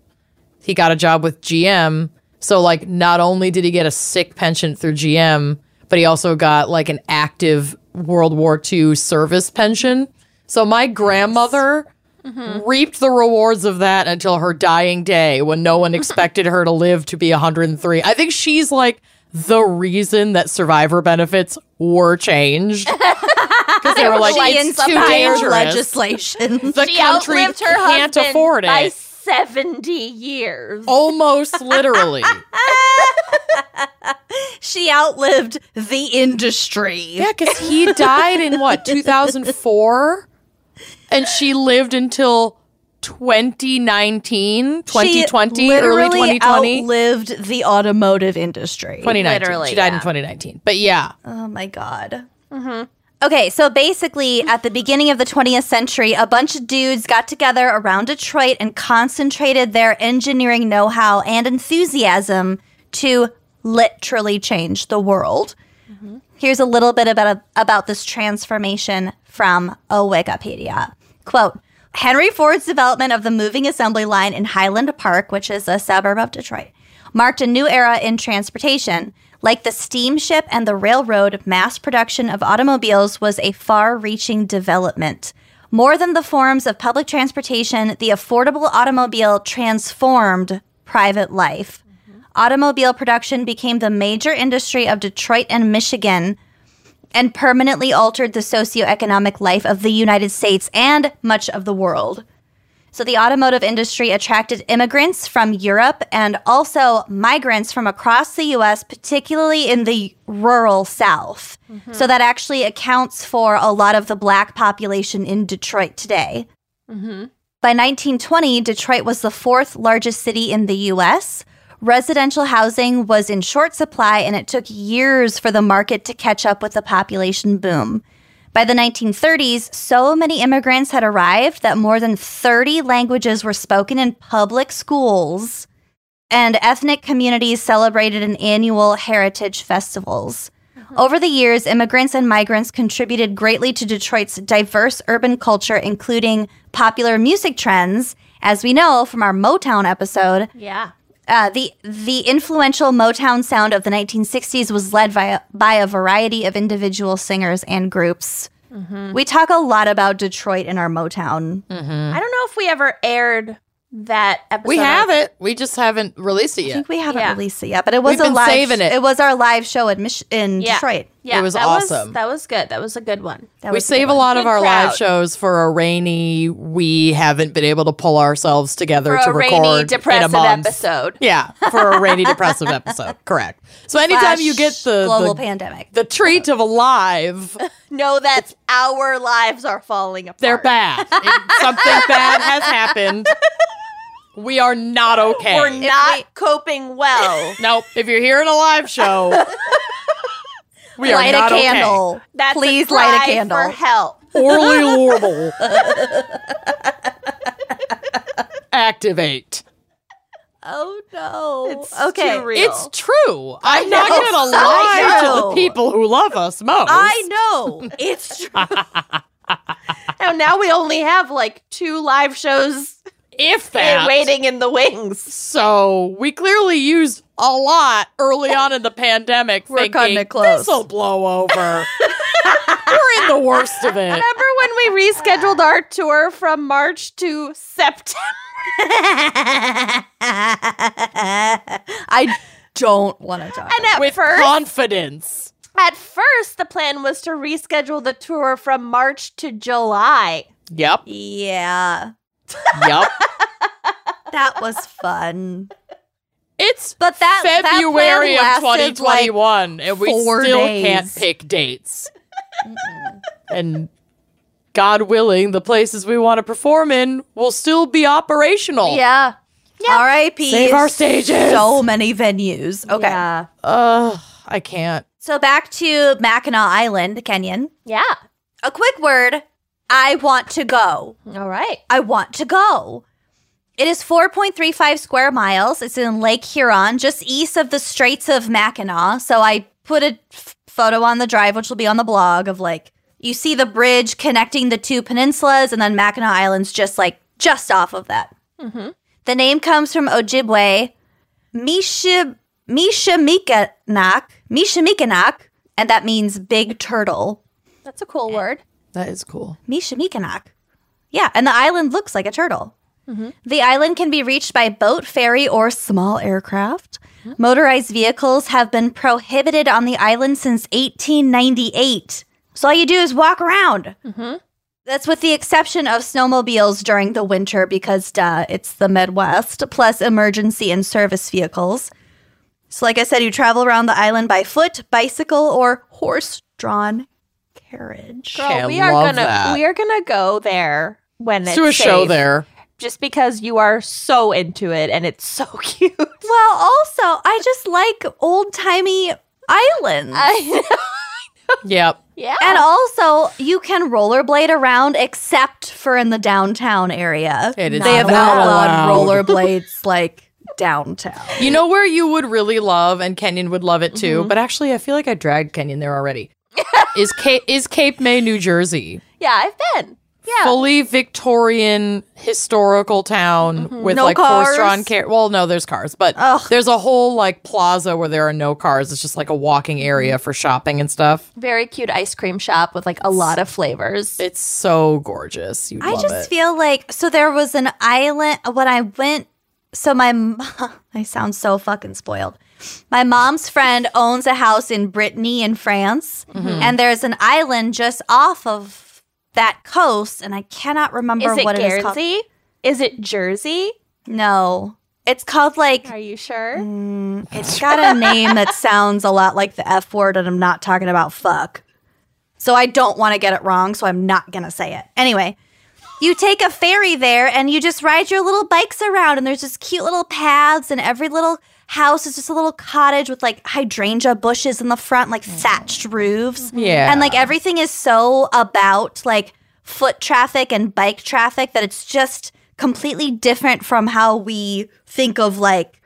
Speaker 3: he got a job with GM. So like, not only did he get a sick pension through GM, but he also got like an active World War II service pension. So my grandmother
Speaker 1: Mm-hmm.
Speaker 3: reaped the rewards of that until her dying day when no
Speaker 1: *laughs*
Speaker 3: one expected her to live to be 103. I think she's like the reason that survivor benefits were
Speaker 1: *laughs*
Speaker 3: changed. Because they were like,
Speaker 2: She
Speaker 3: it's too
Speaker 2: inspired
Speaker 3: dangerous.
Speaker 2: legislation.
Speaker 3: *laughs* the country
Speaker 1: She outlived her
Speaker 3: can't
Speaker 1: husband
Speaker 3: afford it.
Speaker 1: by 70 years.
Speaker 3: Almost
Speaker 1: *laughs*
Speaker 3: literally.
Speaker 2: she outlived the industry.
Speaker 3: yeah, because he died in what, 2004? And she lived until 2019, 2020,
Speaker 2: she
Speaker 3: early
Speaker 2: literally
Speaker 3: 2020.
Speaker 2: outlived the automotive industry.
Speaker 3: 2019.
Speaker 1: Literally,
Speaker 3: she died
Speaker 1: yeah.
Speaker 3: in 2019. But yeah.
Speaker 2: Oh my god. Mm-hmm. Okay, so basically, at the beginning of the 20th century, a bunch of dudes got together around Detroit and concentrated their engineering know how and enthusiasm to literally change the world. Here's a little bit about, about this transformation from a Wikipedia. Quote Henry Ford's development of the moving assembly line in Highland Park, which is a suburb of Detroit, marked a new era in transportation. Like the steamship and the railroad, mass production of automobiles was a far reaching development. More than the forms of public transportation, the affordable automobile transformed private life. Automobile production became the major industry of Detroit and Michigan and permanently altered the socioeconomic life of the United States and much of the world. So, the automotive industry attracted immigrants from Europe and also migrants from across the US, particularly in the rural South. So, that actually accounts for a lot of the black population in Detroit today. By 1920, Detroit was the fourth largest city in the US. Residential housing was in short supply, and it took years for the market to catch up with the population boom. By the 1930s, so many immigrants had arrived that more than 30 languages were spoken in public schools, and ethnic communities celebrated an annual heritage festivals.
Speaker 3: Mm-hmm.
Speaker 2: Over the years, immigrants and migrants contributed greatly to Detroit's diverse urban culture, including popular music trends, as we know from our Motown episode.
Speaker 1: yeah.
Speaker 2: Uh, the the influential Motown sound of the 1960s was led by a, by a variety of individual singers and groups.
Speaker 3: Mm-hmm.
Speaker 2: We talk a lot about Detroit in our Motown.
Speaker 3: Mm.
Speaker 1: I don't know if we ever aired that episode.
Speaker 3: Mm-hmm. We
Speaker 1: on-
Speaker 3: have it. We just haven't released it
Speaker 2: I
Speaker 3: yet.
Speaker 2: think we haven't
Speaker 1: Yeah.
Speaker 2: released it yet, but it was
Speaker 3: We've
Speaker 2: a
Speaker 3: been
Speaker 2: live.
Speaker 3: saving it.
Speaker 2: it was our live show in Mich- in
Speaker 1: Yeah.
Speaker 2: Detroit.
Speaker 1: Yeah,
Speaker 3: It was
Speaker 1: that
Speaker 3: awesome.
Speaker 1: that was good. That was a good one.
Speaker 2: That
Speaker 3: We
Speaker 2: was a
Speaker 3: save
Speaker 2: good
Speaker 3: a
Speaker 2: one.
Speaker 3: lot of
Speaker 1: Good
Speaker 3: our live
Speaker 1: crowd.
Speaker 3: shows for a rainy. We haven't been able to pull ourselves together
Speaker 1: For
Speaker 3: to
Speaker 1: a
Speaker 3: record
Speaker 1: rainy,
Speaker 3: in a
Speaker 1: depressive
Speaker 3: month.
Speaker 1: episode.
Speaker 3: Yeah, for a rainy, depressive episode. Correct. So anytime you get the
Speaker 2: global
Speaker 3: the,
Speaker 2: pandemic.
Speaker 3: the treat of alive,
Speaker 1: No, that's our lives are falling apart.
Speaker 3: they're
Speaker 2: *laughs*
Speaker 3: bad. It- something bad has happened. We are not okay.
Speaker 1: We're not coping
Speaker 3: *laughs*
Speaker 1: well.
Speaker 3: Nope. If you're here in a live show, we are
Speaker 2: light
Speaker 3: not
Speaker 2: a
Speaker 3: okay.
Speaker 2: candle.
Speaker 1: That's
Speaker 2: Please
Speaker 1: a
Speaker 2: light
Speaker 1: cry
Speaker 2: a candle.
Speaker 1: for help.
Speaker 3: Orally
Speaker 2: *laughs*
Speaker 3: horrible. Activate.
Speaker 1: Oh no.
Speaker 2: It's okay.
Speaker 1: too real.
Speaker 3: It's true. I'm not going to lie
Speaker 2: *laughs* I
Speaker 3: to
Speaker 2: know.
Speaker 3: the people who love us most.
Speaker 1: I know.
Speaker 3: *laughs*
Speaker 1: It's true. and now we only have like two live shows
Speaker 3: if that.
Speaker 1: *laughs* waiting in the wings.
Speaker 3: So we clearly used a lot early on in the pandemic.
Speaker 2: We're
Speaker 3: thinking,
Speaker 2: kinda close.
Speaker 3: This'll blow over. We're in the worst of it.
Speaker 1: Remember when we rescheduled our tour from March to September?
Speaker 2: *laughs* I don't want to talk.
Speaker 1: And at
Speaker 3: With
Speaker 1: first,
Speaker 3: confidence.
Speaker 1: at first, the plan was to reschedule the tour from March to July.
Speaker 3: Yep.
Speaker 2: yeah, *laughs*
Speaker 3: Yep.
Speaker 2: that was fun.
Speaker 3: It's
Speaker 2: But that
Speaker 3: February
Speaker 2: that
Speaker 3: of
Speaker 2: plan lasted, like,
Speaker 3: 2021, and we
Speaker 2: four
Speaker 3: still can't
Speaker 2: days.
Speaker 3: pick dates. and God willing, the places we want to perform in will still be operational.
Speaker 2: Yeah. R.I.P.
Speaker 3: Save our stages.
Speaker 2: So many venues. Okay.
Speaker 1: Yeah.
Speaker 3: Ugh, I can't.
Speaker 2: So back to Mackinac Island, Kenyon.
Speaker 1: Yeah.
Speaker 2: A quick word. I want to go.
Speaker 1: All right.
Speaker 2: I want to go. It is 4.35 square miles. It's in Lake Huron, just east of the Straits of Mackinac. So I put a f- photo on the drive, which will be on the blog, of like, you see the bridge connecting the two peninsulas, and then Mackinac Island's just like just off of that. The name comes from Ojibwe, Mishib- Mishimikanak, Mishimikanak, and that means big turtle.
Speaker 1: That's a cool word.
Speaker 3: That is cool.
Speaker 2: Mishimikanak. Yeah, and the island looks like a turtle. The island can be reached by boat, ferry, or small aircraft. Motorized vehicles have been prohibited on the island since 1898. So all you do is walk around. That's with the exception of snowmobiles during the winter because, duh, it's the Midwest, plus emergency and service vehicles. So, like I said, you travel around the island by foot, bicycle, or horse drawn carriage.
Speaker 1: Girl,
Speaker 3: Okay, I
Speaker 1: we are
Speaker 3: love
Speaker 1: gonna
Speaker 3: that.
Speaker 1: we are gonna go there when it's
Speaker 3: Let's do a show
Speaker 1: safe,
Speaker 3: there.
Speaker 1: Just because you are so into it and it's so *laughs* cute.
Speaker 2: Well, also, I just like old timey islands.
Speaker 3: Yep.
Speaker 1: yeah.
Speaker 2: and also, you can rollerblade around except for in the downtown area.
Speaker 3: It is
Speaker 2: they have
Speaker 3: not
Speaker 2: outlawed
Speaker 3: allowed.
Speaker 2: rollerblades like downtown.
Speaker 3: You know where you would really love, and Kenyon would love it too. But actually, I feel like I dragged Kenyon there *laughs* already. is Cape is Cape May, New Jersey,
Speaker 1: yeah, I've been. Yeah.
Speaker 3: fully Victorian historical town with
Speaker 2: No
Speaker 3: like
Speaker 2: cars?
Speaker 3: horse-drawn car. Well, no, there's cars, but there's a whole like plaza where there are no cars. It's just like a walking area for shopping and stuff.
Speaker 1: Very cute ice cream shop with like a lot of flavors.
Speaker 3: It's so gorgeous. You
Speaker 2: I
Speaker 3: love
Speaker 2: just
Speaker 3: it.
Speaker 2: feel like so there was an island when I went. So my m- *laughs* I sound so fucking spoiled. My mom's friend owns a house in Brittany in France,
Speaker 3: Mm-hmm.
Speaker 2: and there's an island just off of that coast, and I cannot remember
Speaker 1: Is it
Speaker 2: what it is called.
Speaker 1: Guernsey? Is it Jersey?
Speaker 2: No, it's called like
Speaker 1: Are you sure?
Speaker 2: it's got a name that sounds a lot like the F word, and I'm not talking about fuck. So I don't want to get it wrong, so I'm not going to say it. Anyway, you take a ferry there and you just ride your little bikes around, and there's just cute little paths, and every little house is just a little cottage with like hydrangea bushes in the front, like thatched roofs.
Speaker 3: Yeah.
Speaker 2: And like everything is so about like foot traffic and bike traffic that it's just completely different from how we think of like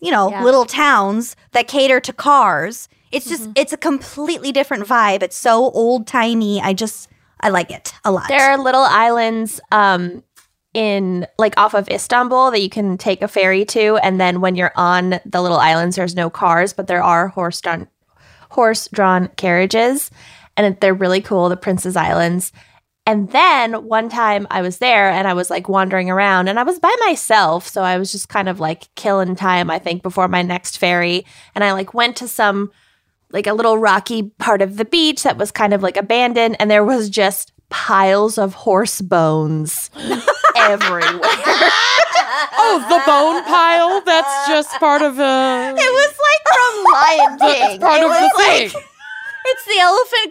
Speaker 2: you know,
Speaker 1: Yeah.
Speaker 2: little towns that cater to cars. It's just, it's a completely different vibe. It's so old timey. I just, I like it a lot.
Speaker 1: There are little islands um in like off of Istanbul that you can take a ferry to and then when you're on the little islands there's no cars but there are horse-drawn horse-drawn carriages and they're really cool the Prince's Islands. And then one time I was there and I was like wandering around and I was by myself so I was just kind of like killing time I think before my next ferry and I like went to some like a little rocky part of the beach that was kind of like abandoned and there was just piles of horse
Speaker 2: *laughs*
Speaker 1: bones everywhere.
Speaker 3: oh, the *laughs* bone pile. That's just part of a.
Speaker 2: it was *laughs* like from Lion
Speaker 3: That's
Speaker 2: King.
Speaker 3: part
Speaker 2: It
Speaker 3: of the
Speaker 2: was
Speaker 3: thing.
Speaker 2: like- it's the elephant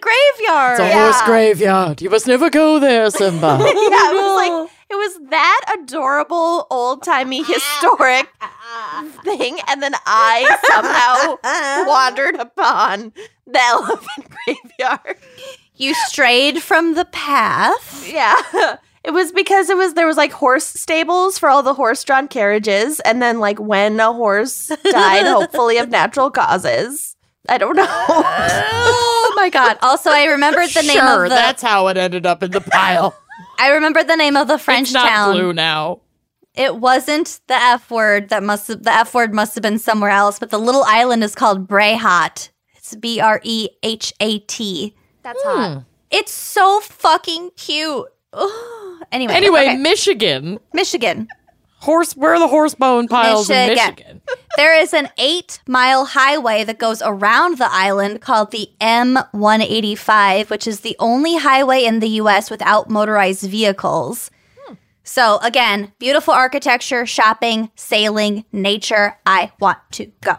Speaker 3: It's
Speaker 2: graveyard.
Speaker 3: a horse graveyard. You must never go there, *laughs* Simba.
Speaker 1: yeah, it
Speaker 2: Oh,
Speaker 1: was like it was that adorable
Speaker 2: *laughs*
Speaker 1: old-timey historic thing and then I
Speaker 2: *laughs*
Speaker 1: somehow wandered upon the elephant graveyard.
Speaker 2: You strayed from the path.
Speaker 1: Yeah. *laughs* It was because it was there was like horse stables for all the horse-drawn carriages and then like when a horse *laughs* died hopefully of natural causes. I don't *laughs* know.
Speaker 2: oh my God. Also, I remembered the name
Speaker 3: sure,
Speaker 2: of the,
Speaker 3: that's how it ended up in the pile.
Speaker 2: I remembered the name of the *laughs* French
Speaker 3: it's not
Speaker 2: town.
Speaker 3: blue now.
Speaker 2: It wasn't the F word that must have, the F word must have been somewhere else, but the little island is called Brehat. It's B R E H A T.
Speaker 1: That's hot.
Speaker 2: It's so fucking cute. Ugh. anyway,
Speaker 3: Anyway,
Speaker 2: okay.
Speaker 3: Michigan.
Speaker 2: Michigan.
Speaker 3: Horse where are the horse bone piles in
Speaker 2: Michigan.
Speaker 3: Michigan?
Speaker 2: There is an eight mile highway that goes around the island called the M185, which is the only highway in the US without motorized vehicles. So, again, beautiful architecture, shopping, sailing, nature. I want to go.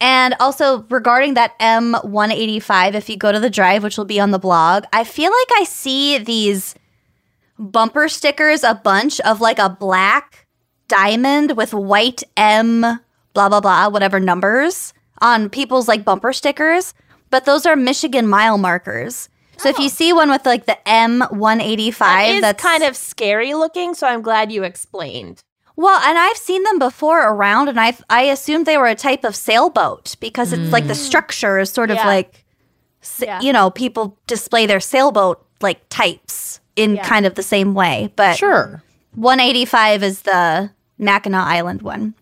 Speaker 2: And also, regarding that M185, if you go to the drive, which will be on the blog, I feel like I see these bumper stickers a bunch of like a black diamond with white M, blah, blah, blah, whatever numbers on people's like bumper stickers. But those are Michigan mile markers. So if you see one with like the M185,
Speaker 1: It's
Speaker 2: that's
Speaker 1: kind of scary looking, so I'm glad you explained.
Speaker 2: Well, and I've seen them before around, and I I assumed they were a type of sailboat because it's like the structure is sort of
Speaker 1: Mm. Yeah.
Speaker 2: like, s-
Speaker 1: Yeah.
Speaker 2: you know, people display their sailboat like types in
Speaker 1: Yeah.
Speaker 2: kind of the same way. But
Speaker 3: Sure.
Speaker 2: 185 is the Mackinac Island one.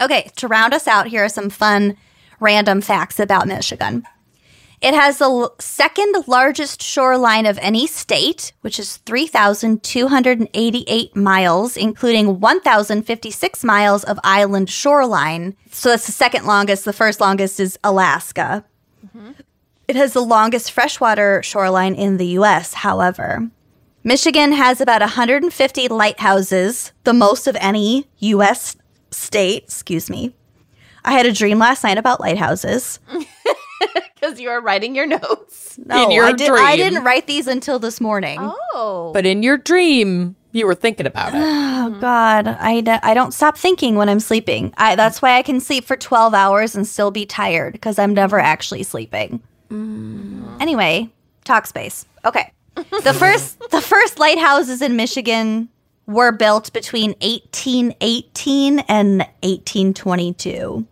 Speaker 2: Okay, to round us out, here are some fun random facts about Michigan. It has the l- second largest shoreline of any state, which is 3,288 miles, including 1,056 miles of island shoreline. So that's the second longest. The first longest is Alaska. It has the longest freshwater shoreline in the U.S., however. Michigan has about 150 lighthouses, the most of any U.S. state. Excuse me. I had a dream last night about lighthouses.
Speaker 1: Because you are writing your *laughs* notes.
Speaker 2: No,
Speaker 3: In your
Speaker 2: I, did, I
Speaker 3: dream.
Speaker 2: didn't write these until this morning. Oh,
Speaker 1: Oh.
Speaker 3: But in your dream, you were thinking about
Speaker 2: *sighs*
Speaker 3: it.
Speaker 2: Mm-hmm. God, I, d- I don't stop thinking when I'm sleeping. I, that's why I can sleep for 12 hours and still be tired because I'm never actually sleeping.
Speaker 1: Mm.
Speaker 2: Anyway, talk space. Okay. The
Speaker 1: *laughs*
Speaker 2: first the first lighthouses in Michigan were built between 1818 and 1822.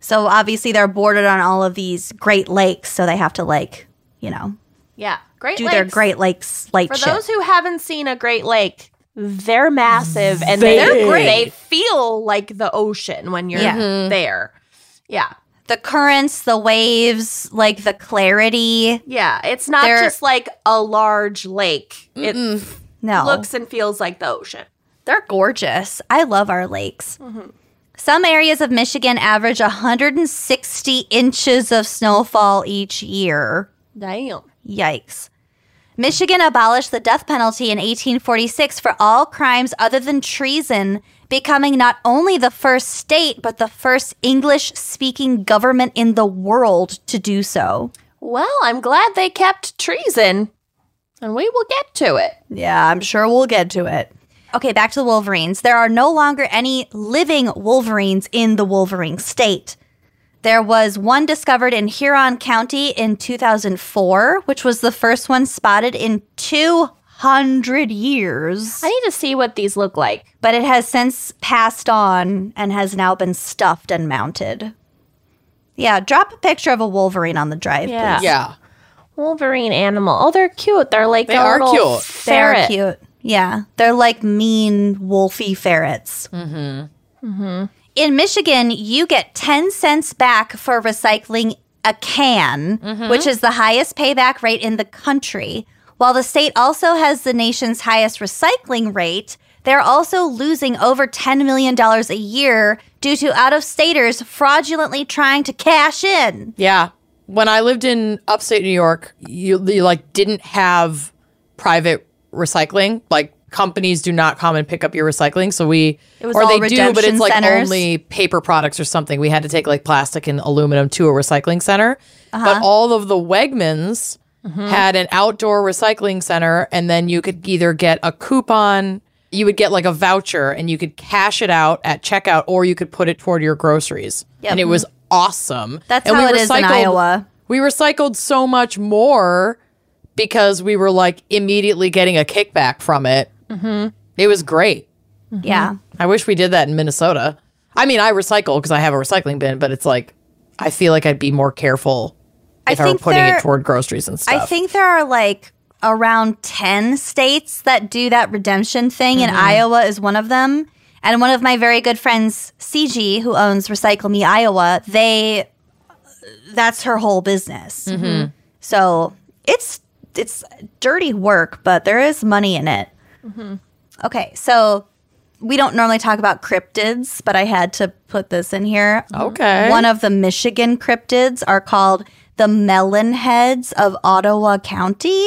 Speaker 2: So obviously they're bordered on all of these Great Lakes, so they have to like, you know,
Speaker 1: yeah. Great
Speaker 2: do
Speaker 1: Lakes.
Speaker 2: their Great Lakes light
Speaker 1: For
Speaker 2: shit.
Speaker 1: those who haven't seen a Great Lake, they're massive and
Speaker 3: They-
Speaker 1: they,
Speaker 3: They're great.
Speaker 1: they feel like the ocean when you're
Speaker 2: Yeah.
Speaker 1: there. Yeah.
Speaker 2: the currents, the waves, like the clarity.
Speaker 1: Yeah. It's not
Speaker 2: They're-
Speaker 1: just like a large lake. It
Speaker 2: No.
Speaker 1: looks and feels like the ocean.
Speaker 2: They're gorgeous. I love our lakes. Mm-hmm. Some areas of Michigan average 160 inches of snowfall each year.
Speaker 1: Damn.
Speaker 2: Yikes. Michigan abolished the death penalty in 1846 for all crimes other than treason, becoming not only the first state, but the first English speaking government in the world to do so.
Speaker 1: Well, I'm glad they kept treason. And we will get to it.
Speaker 2: Yeah, I'm sure we'll get to it. Okay, back to the Wolverines. There are no longer any living Wolverines in the Wolverine state. There was one discovered in Huron County in 2004, which was the first one spotted in 200 years.
Speaker 1: I need to see what these look like.
Speaker 2: But it has since passed on and has now been stuffed and mounted. Yeah, drop a picture of a Wolverine on the drive,
Speaker 1: Yeah.
Speaker 2: please.
Speaker 3: Yeah.
Speaker 1: Wolverine animal. Oh, they're cute. They're like
Speaker 3: They
Speaker 1: a
Speaker 3: are
Speaker 1: little
Speaker 3: cute.
Speaker 1: ferret.
Speaker 2: They're cute. Yeah. They're like mean, wolfy ferrets. Mm hmm. Mm hmm. In Michigan, you get 10 cents back for recycling a can, which is the highest payback rate in the country. While the state also has the nation's highest recycling rate, they're also losing over $10 million a year due to out of staters fraudulently trying to cash in.
Speaker 3: Yeah. When I lived in upstate New York, you, you like didn't have private recycling. Like companies do not come and pick up your recycling. So we, it
Speaker 2: was
Speaker 3: or
Speaker 2: all
Speaker 3: they do, but
Speaker 2: redemption
Speaker 3: it's like
Speaker 2: centers.
Speaker 3: only paper products or something. We had to take like plastic and aluminum to a recycling center.
Speaker 2: Uh-huh.
Speaker 3: But all of the Wegmans had an outdoor recycling center, and then you could either get a coupon. You would get like a voucher and you could cash it out at checkout or you could put it toward your groceries.
Speaker 2: Yep.
Speaker 3: And it was awesome.
Speaker 2: That's
Speaker 3: And
Speaker 2: how it is in Iowa.
Speaker 3: We recycled so much more because we were like immediately getting a kickback from it. Mm-hmm. It was great.
Speaker 2: Yeah.
Speaker 3: I wish we did that in Minnesota. I mean, I recycle because I have a recycling bin, but it's like I feel like I'd be more careful
Speaker 2: I
Speaker 3: if I, were
Speaker 2: think
Speaker 3: putting
Speaker 2: there-
Speaker 3: it toward groceries and stuff.
Speaker 2: I think there are like around 10 states that do that redemption thing, and Iowa is one of them. And one of my very good friends, CG, who owns Recycle Me Iowa, they that's her whole business. So it's it's dirty work, but there is money in it. Okay, so we don't normally talk about cryptids, but I had to put this in here.
Speaker 3: Okay.
Speaker 2: One of the Michigan cryptids are called the melon heads of Ottawa County.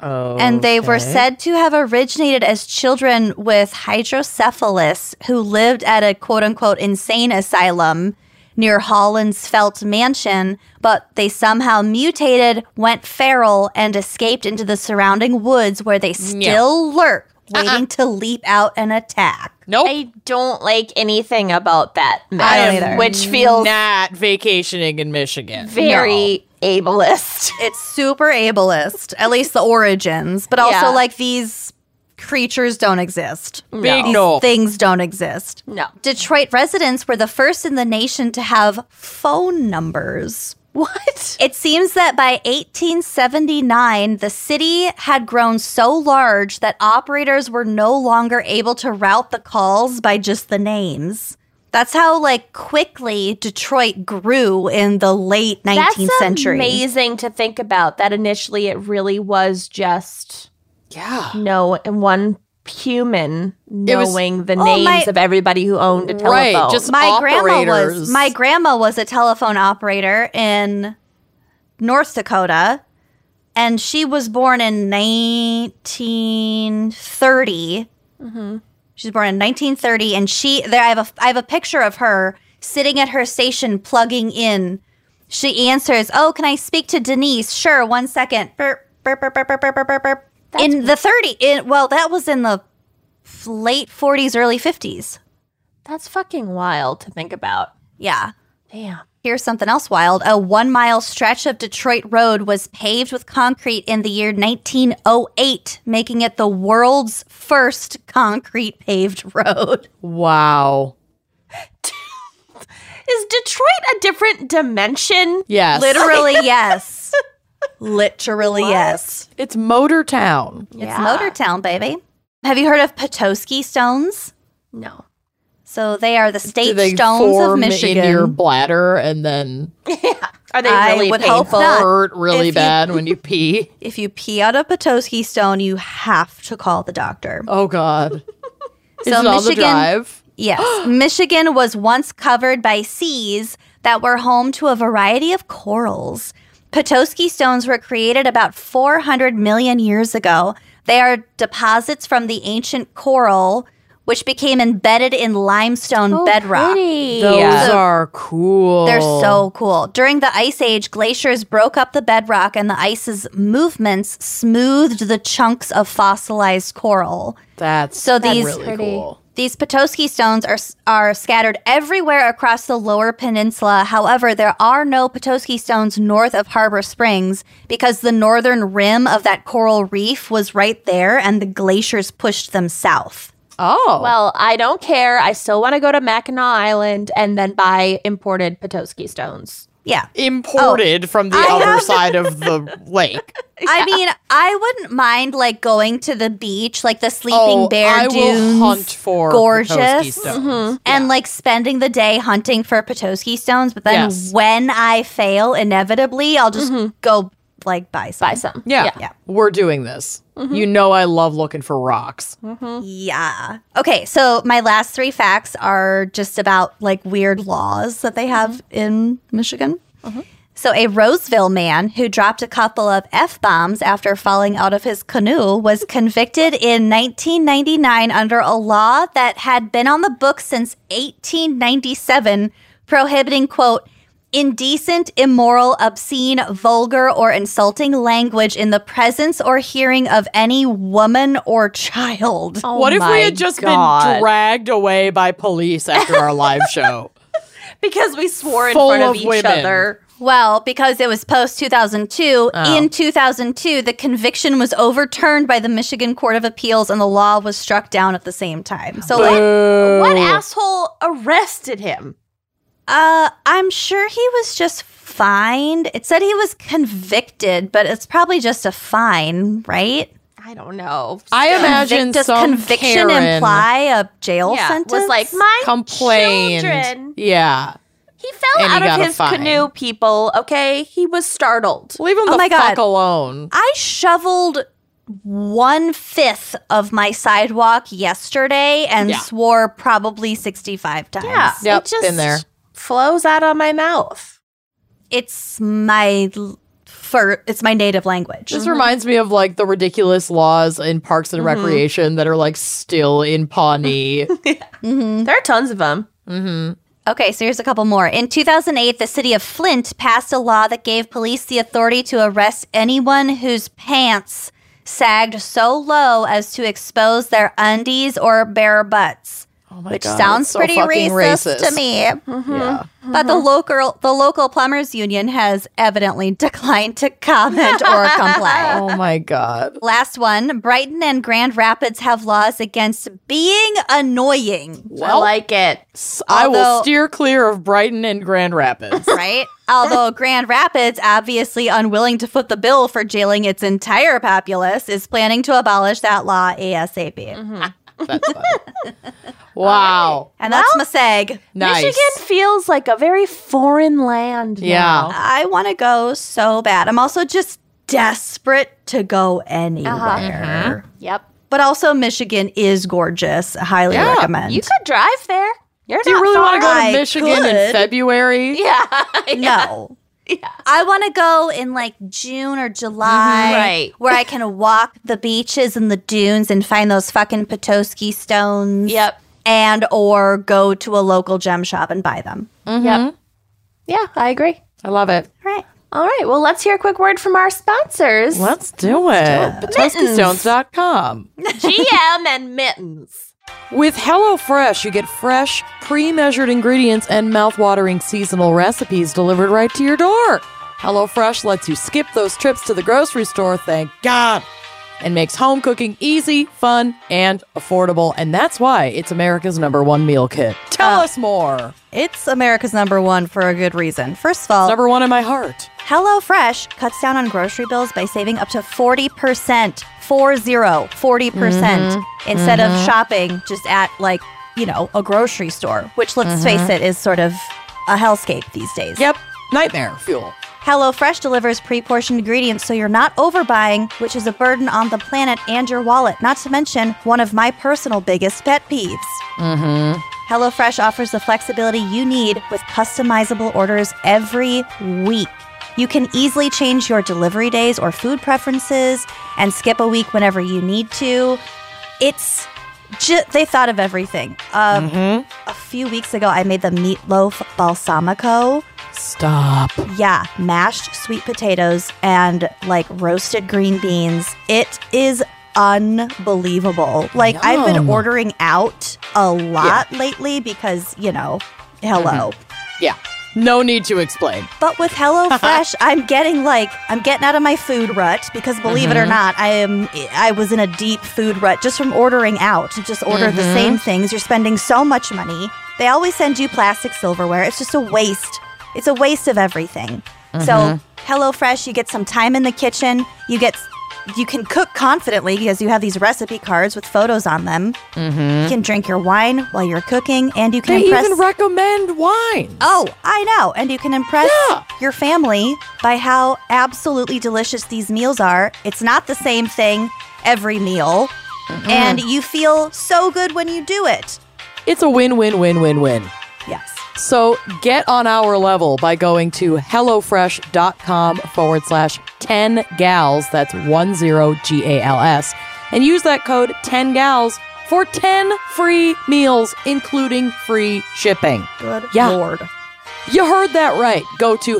Speaker 2: And they were said to have originated as children with hydrocephalus who lived at a quote unquote insane asylum near Holland's Felt Mansion, but they somehow mutated, went feral, and escaped into the surrounding woods where they still lurk waiting to leap out and attack.
Speaker 3: Nope.
Speaker 1: I don't like anything about that.
Speaker 2: I don't
Speaker 1: myth,
Speaker 2: either.
Speaker 1: Which feels
Speaker 3: not vacationing in Michigan.
Speaker 1: very ableist. *laughs*
Speaker 2: It's super ableist, at least the origins, but also
Speaker 1: Yeah.
Speaker 2: like these creatures don't exist.
Speaker 3: Big
Speaker 2: These
Speaker 3: no.
Speaker 2: things don't exist.
Speaker 1: No.
Speaker 2: Detroit residents were the first in the nation to have phone numbers.
Speaker 1: What?
Speaker 2: It seems that by 1879, the city had grown so large that operators were no longer able to route the calls by just the names. That's how like quickly Detroit grew in the late 19th
Speaker 1: That's
Speaker 2: century.
Speaker 1: amazing to think about that initially it really was just
Speaker 3: Yeah.
Speaker 1: no and one human
Speaker 3: was-
Speaker 1: knowing the
Speaker 2: Oh,
Speaker 1: names
Speaker 2: my-
Speaker 1: of everybody who owned a telephone.
Speaker 3: Right, just-
Speaker 2: my grandma
Speaker 3: operators.
Speaker 2: was my grandma was a telephone operator in North Dakota and she was born in 1930 she was born in 1930 and she there I have a I have a picture of her sitting at her station plugging in she answers oh can I speak to Denise sure one second Burp, burp, burp, burp, burp, burp, burp, burp, burp. in the 30 in well that was in the late 40s early 50s
Speaker 1: That's fucking wild to think about.
Speaker 2: yeah
Speaker 1: Damn.
Speaker 2: Here's something else wild. A one mile stretch of Detroit road was paved with concrete in the year 1908, making it the world's first concrete paved *laughs* road.
Speaker 3: Wow.
Speaker 1: Is Detroit a different dimension?
Speaker 3: Yes. *laughs*
Speaker 2: Literally, yes. Literally, yes.
Speaker 3: It's Motor Town.
Speaker 2: It's Motortown, baby. Have you heard of Petoskey stones?
Speaker 1: No.
Speaker 2: So they are the
Speaker 3: Do
Speaker 2: state
Speaker 3: they
Speaker 2: stones of
Speaker 3: form in your
Speaker 2: Michigan.
Speaker 3: bladder and then
Speaker 1: Are they
Speaker 2: I
Speaker 1: really
Speaker 2: would hope
Speaker 1: painful?
Speaker 2: not.
Speaker 3: hurt really
Speaker 2: If you-
Speaker 3: bad when you pee?
Speaker 2: If you pee out a Petoskey stone, you have to call the doctor.
Speaker 3: Oh God. Is
Speaker 2: So
Speaker 3: it on the
Speaker 2: Michigan-
Speaker 3: drive?
Speaker 2: Yes. Michigan was once covered by seas that were home to a variety of corals. Petoskey stones were created about 400 million years ago. They are deposits from the ancient coral, which became embedded in limestone bedrock.
Speaker 3: Those
Speaker 1: Yeah.
Speaker 3: are cool.
Speaker 2: They're so cool. During the Ice Age, glaciers broke up the bedrock and the ice's movements smoothed the chunks of fossilized coral.
Speaker 3: That's
Speaker 2: So these
Speaker 3: really cool.
Speaker 2: these Petoskey stones are are scattered everywhere across the lower peninsula. However, there are no Petoskey stones north of Harbor Springs because the northern rim of that coral reef was right there and the glaciers pushed them south.
Speaker 3: Oh.
Speaker 1: Well, I don't care. I still want to go to Mackinac Island and then buy imported Petoskey stones.
Speaker 2: Yeah.
Speaker 3: imported
Speaker 1: oh.
Speaker 3: from the other side of
Speaker 1: *laughs*
Speaker 3: the lake.
Speaker 2: I mean, I wouldn't mind like going to the beach, like the Sleeping
Speaker 3: Oh,
Speaker 2: Bear
Speaker 3: I
Speaker 2: Dunes,
Speaker 3: will hunt for Petoskey
Speaker 2: gorgeous, Mm-hmm.
Speaker 3: stones.
Speaker 2: and like spending the day hunting for Petoskey stones. But then
Speaker 3: Yes. Mm-hmm.
Speaker 2: when I fail, inevitably, I'll just go like buy some.
Speaker 1: Buy some.
Speaker 3: Yeah.
Speaker 2: Yeah. Mm-hmm.
Speaker 3: We're doing this. You know I love looking for rocks.
Speaker 2: Oh Yeah. Okay. So my last three facts are just about like weird laws that they have in Michigan. So a Roseville man who dropped a couple of f bombs after falling out of his canoe was convicted in 1999 under a law that had been on the books since 1897, prohibiting quote. Indecent, immoral, obscene, vulgar, or insulting language in the presence or hearing of any woman or child.
Speaker 3: what if
Speaker 1: my
Speaker 3: we had just
Speaker 1: God.
Speaker 3: been dragged away by police after our
Speaker 2: *laughs*
Speaker 3: live show?
Speaker 1: because we swore in
Speaker 3: Full
Speaker 1: front of,
Speaker 3: of
Speaker 1: each
Speaker 3: women.
Speaker 1: other.
Speaker 2: Well, because it was post 2002,
Speaker 1: Oh.
Speaker 2: in 2002, the conviction was overturned by the Michigan Court of Appeals and the law was struck down at the same time. So, like,
Speaker 1: What asshole arrested him?
Speaker 2: uh, I'm sure he was just fined. It said he was convicted, but it's probably just a fine, right?
Speaker 1: I don't know.
Speaker 3: I imagine
Speaker 2: Convic- does
Speaker 3: some
Speaker 2: conviction
Speaker 3: Karen
Speaker 2: imply a jail
Speaker 1: yeah,
Speaker 2: sentence?
Speaker 1: was like my
Speaker 3: complained.
Speaker 1: children.
Speaker 3: Yeah.
Speaker 1: He fell
Speaker 3: And he
Speaker 1: out
Speaker 3: got a
Speaker 1: of his
Speaker 3: fine.
Speaker 1: canoe, people. Okay, he was startled.
Speaker 3: Leave them
Speaker 2: Oh
Speaker 3: the
Speaker 2: my God.
Speaker 3: fuck alone.
Speaker 2: I shoveled one fifth of my sidewalk yesterday and
Speaker 3: Yeah.
Speaker 2: swore probably 65 times.
Speaker 1: Yeah,
Speaker 3: Yep,
Speaker 1: it just
Speaker 3: been there.
Speaker 1: flows out of my mouth.
Speaker 2: it's my l- fir- it's my native language.
Speaker 3: This reminds me of like the ridiculous laws in parks and recreation that are like still in Pawnee. Mm.
Speaker 1: There are tons of them.
Speaker 2: Okay, so here's a couple more. In 2008, the city of Flint passed a law that gave police the authority to arrest anyone whose pants sagged so low as to expose their undies or bare butts,
Speaker 3: Oh my
Speaker 2: which
Speaker 3: God,
Speaker 2: sounds
Speaker 3: it's so
Speaker 2: pretty
Speaker 3: fucking
Speaker 2: racist,
Speaker 3: racist. Mm-hmm.
Speaker 2: to me.
Speaker 3: *laughs* Yeah.
Speaker 2: But the local the local plumbers union has evidently *laughs* declined to
Speaker 3: *laughs*
Speaker 2: comment or comply.
Speaker 3: Oh my god.
Speaker 2: Last one, Brighton and Grand Rapids have laws against being annoying,
Speaker 1: I like it.
Speaker 3: S- I will
Speaker 2: Although-
Speaker 3: steer clear of Brighton and Grand *laughs* Rapids.
Speaker 2: right? Although Grand Rapids, obviously unwilling to foot the bill for jailing its entire populace, is planning to abolish that law ASAP.
Speaker 1: Mm-hmm.
Speaker 3: That's fun. Wow.
Speaker 2: And that's my seg.
Speaker 3: Nice.
Speaker 1: Michigan feels like a very foreign land. now.
Speaker 3: Yeah.
Speaker 2: I want to go so bad. I'm also just desperate to go
Speaker 1: Uh-huh.
Speaker 2: anywhere.
Speaker 1: Yep.
Speaker 2: But also, Michigan is gorgeous. I highly
Speaker 3: Yeah,
Speaker 2: recommend.
Speaker 1: You could drive there. You're
Speaker 3: Do you
Speaker 1: not
Speaker 3: really
Speaker 1: far.
Speaker 3: want to go
Speaker 2: I
Speaker 3: to Michigan
Speaker 2: could.
Speaker 3: in February?
Speaker 1: *laughs* Yeah.
Speaker 2: *laughs* No. I want to go in like June or July,
Speaker 1: Mhm, right.
Speaker 2: Where I can walk the beaches and the dunes and find those fucking Petoskey stones.
Speaker 1: Yep.
Speaker 2: And or go to a local gem shop and buy them.
Speaker 1: Yep. Yeah, I agree.
Speaker 3: Mm-hmm. I love it.
Speaker 2: All right.
Speaker 1: All right. Well, let's hear a quick word from our sponsors *laughs*
Speaker 3: Let's do it. PetoskeyStones.com.
Speaker 1: GM and Mittens.
Speaker 3: With HelloFresh, you get fresh, pre measured ingredients and mouth-watering seasonal recipes delivered right to your door. HelloFresh lets you skip those trips to the grocery store, thank God, and makes home cooking easy, fun, and affordable. And that's why it's America's number one meal kit. Tell us more.
Speaker 2: It's America's number one for a good reason. First of all,
Speaker 3: Number one in my heart.
Speaker 2: HelloFresh cuts down on grocery bills by saving up to 40%, 40, 40% percent instead of shopping just at like, you know, a grocery store, which let's face it is sort of a hellscape these days.
Speaker 3: Yep, nightmare fuel.
Speaker 2: HelloFresh delivers pre-portioned ingredients so you're not overbuying, which is a burden on the planet and your wallet, not to mention one of my personal biggest pet peeves. Mm-hmm. HelloFresh offers the flexibility you need with customizable orders every week. You can easily change your delivery days or food preferences and skip a week whenever you need to. It's ju- they thought of everything. Um, A few weeks ago, I made the meatloaf balsamico.
Speaker 3: Stop.
Speaker 2: Yeah, mashed sweet potatoes and like roasted green beans. It is unbelievable. Like I've been
Speaker 3: Yum.
Speaker 2: ordering out a lot lately because, you know, hello.
Speaker 3: Yeah, no need to explain.
Speaker 2: But
Speaker 3: *laughs*
Speaker 2: with HelloFresh, I'm getting like I'm getting out of my food rut because believe
Speaker 3: Mm-hmm.
Speaker 2: it or not, I am I was in a deep food rut just from ordering out. You just order
Speaker 3: Mm-hmm.
Speaker 2: the same things. You're spending so much money. They always send you plastic silverware. It's just a waste. It's a waste of everything.
Speaker 3: Mm-hmm.
Speaker 2: So HelloFresh, you get some time in the kitchen. You get you can cook confidently because you have these recipe cards with photos on them. You can drink your wine while you're cooking, and you can
Speaker 3: Mm-hmm. They
Speaker 2: impress.
Speaker 3: even recommend wine.
Speaker 2: Oh, I know. And you can impress
Speaker 3: Yeah.
Speaker 2: your family by how absolutely delicious these meals are. It's not the same thing every meal. And you feel so good when you do it.
Speaker 3: It's a win, win, win, win, win.
Speaker 2: Yes.
Speaker 3: So get on our level by going to HelloFresh.com forward slash 10 gals. That's 10 G A L S. And use that code 10 gals for 10 free meals, including free shipping.
Speaker 2: Good
Speaker 3: Yeah.
Speaker 2: lord.
Speaker 3: You heard that right. Go to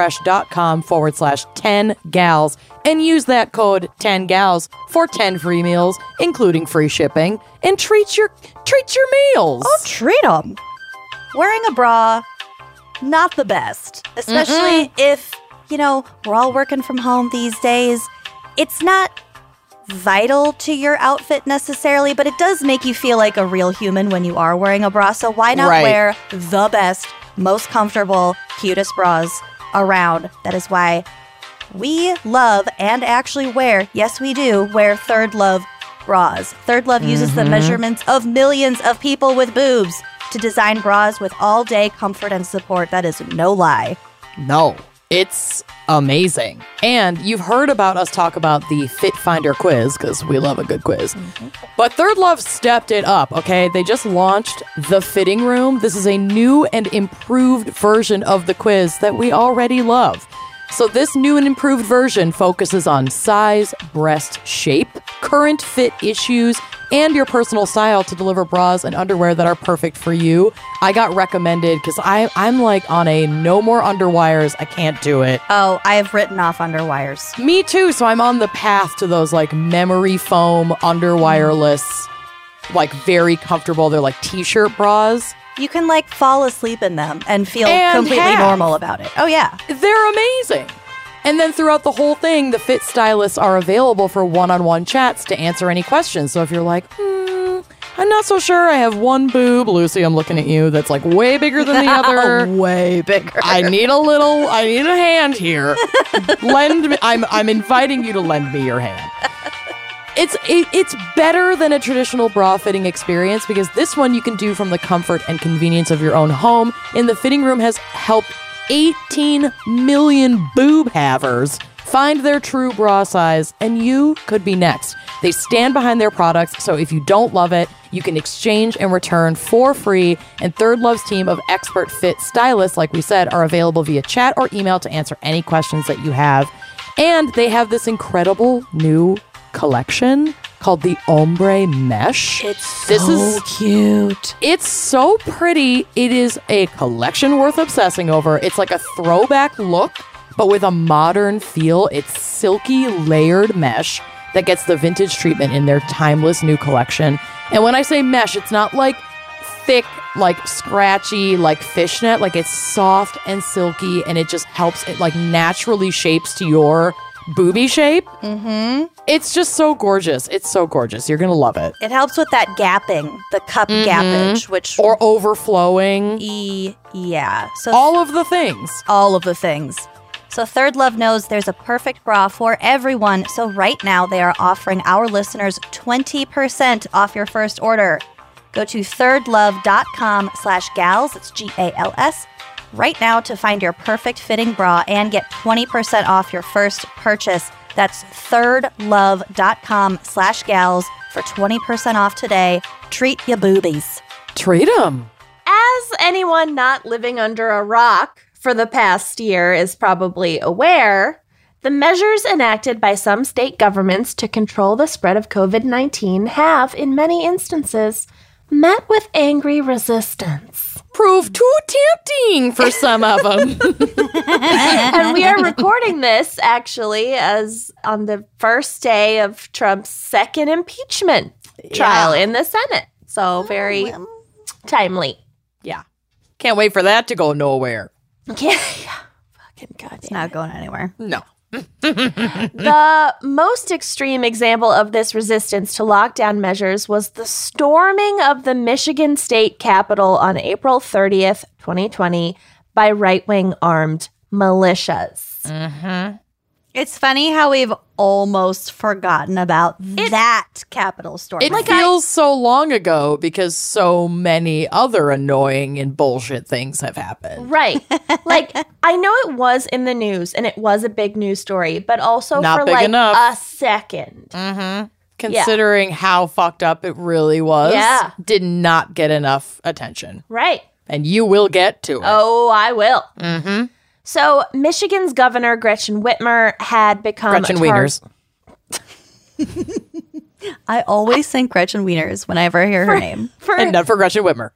Speaker 3: HelloFresh.com forward slash 10 gals and use that code 10 gals for 10 free meals, including free shipping, and treat your treat your meals.
Speaker 2: Oh, Treat 'em. Wearing a bra, not the best, especially if, you know, we're all working from home these days. It's not vital to your outfit necessarily, but it does make you feel like a real human when you are wearing a bra. So why not
Speaker 3: Right.
Speaker 2: wear the best, most comfortable, cutest bras around? That is why we love and actually wear, yes, we do, wear Third Love bras. Third Love uses the measurements of millions of people with boobs to design bras with all day comfort and support. That is no lie.
Speaker 3: No, it's amazing. And you've heard about us talk about the Fit Finder quiz because we love a good quiz. But Third Love stepped it up, okay? They just launched The Fitting Room. This is a new and improved version of the quiz that we already love. So, this new and improved version focuses on size, breast shape, current fit issues, and your personal style to deliver bras and underwear that are perfect for you. I got recommended because I I'm like on a no more underwires. I can't do it.
Speaker 2: Oh, I have written off underwires.
Speaker 3: Me too. So I'm on the path to those like memory foam underwireless, like very comfortable. They're like t-shirt bras.
Speaker 2: You can like fall asleep in them and feel
Speaker 3: And
Speaker 2: completely
Speaker 3: have.
Speaker 2: normal about it. Oh, yeah.
Speaker 3: They're amazing. And then throughout the whole thing, the fit stylists are available for one on one chats to answer any questions. So if you're like, hmm, I'm not so sure, I have one boob, Lucy, I'm looking at you, that's like way bigger than the other.
Speaker 2: Way bigger.
Speaker 3: I need a little, I need a hand here. lend me, I'm, I'm inviting you to lend me your hand. It's it, it's better than a traditional bra fitting experience because this one you can do from the comfort and convenience of your own home. And the fitting room has helped 18 million boob havers find their true bra size, and you could be next. They stand behind their products, so if you don't love it, you can exchange and return for free. And Third Love's team of expert fit stylists, like we said, are available via chat or email to answer any questions that you have. And they have this incredible new collection called the Ombre Mesh.
Speaker 2: It's
Speaker 3: this
Speaker 1: Oh.
Speaker 3: is
Speaker 2: cute.
Speaker 3: it's so pretty. It is a collection worth obsessing over. It's like a throwback look, but with a modern feel. It's silky layered mesh that gets the vintage treatment in their timeless new collection. And when I say mesh, it's not like thick, like scratchy, like fishnet. Like it's soft and silky, and it just helps. It like naturally shapes to your booby shape. Mm-hmm. It's just so gorgeous. It's so gorgeous. You're gonna love it.
Speaker 2: It helps with that gapping, the cup gappage, which
Speaker 3: Or overflowing.
Speaker 2: e yeah. So
Speaker 3: all of the things.
Speaker 2: all of the things. So, Third Love knows there's a perfect bra for everyone. So, right now they are offering our listeners 20% off your first order. Go to thirdlove.com slash gals, it's G A L S, right now to find your perfect fitting bra and get 20% off your first purchase. That's thirdlove.com slash gals for 20% off today. Treat your boobies.
Speaker 3: Treat them.
Speaker 1: As anyone not living under a rock for the past year is probably aware, the measures enacted by some state governments to control the spread of COVID 19 have, in many instances, met with angry *laughs* resistance.
Speaker 3: Prove too tempting for some of them. *laughs*
Speaker 1: and we are recording this actually as on the first day of Trump's second impeachment trial in the Senate. So, very timely.
Speaker 3: yeah. Can't wait for that to go nowhere.
Speaker 1: *laughs* Yeah. Fucking goddamn.
Speaker 2: Not going anywhere.
Speaker 3: No.
Speaker 1: The most extreme example of this resistance to lockdown measures was the storming of the Michigan state capitol on April 30th, 2020, by right wing armed
Speaker 3: Mm.
Speaker 1: militias.
Speaker 2: It's funny how we've almost forgotten about that capital storm.
Speaker 3: It
Speaker 2: Like,
Speaker 3: feels so long ago because so many other annoying and bullshit things have happened. *laughs*
Speaker 1: Right. like, I know it was in the news and it was a big news story, but also
Speaker 3: Not
Speaker 1: for
Speaker 3: big
Speaker 1: like
Speaker 3: enough. Mm.
Speaker 1: a second.
Speaker 3: Considering how fucked up it really was,
Speaker 1: Yeah.
Speaker 3: did not get enough attention.
Speaker 1: Right.
Speaker 3: And you will get to it.
Speaker 1: Oh, I will. Mm-hmm. So, Michigan's governor, Gretchen Whitmer, had become a
Speaker 3: Gretchen
Speaker 1: tar-
Speaker 3: Wieners.
Speaker 2: I always think Gretchen Wieners whenever I hear her name.
Speaker 1: For
Speaker 3: And not for Gretchen *laughs* Whitmer.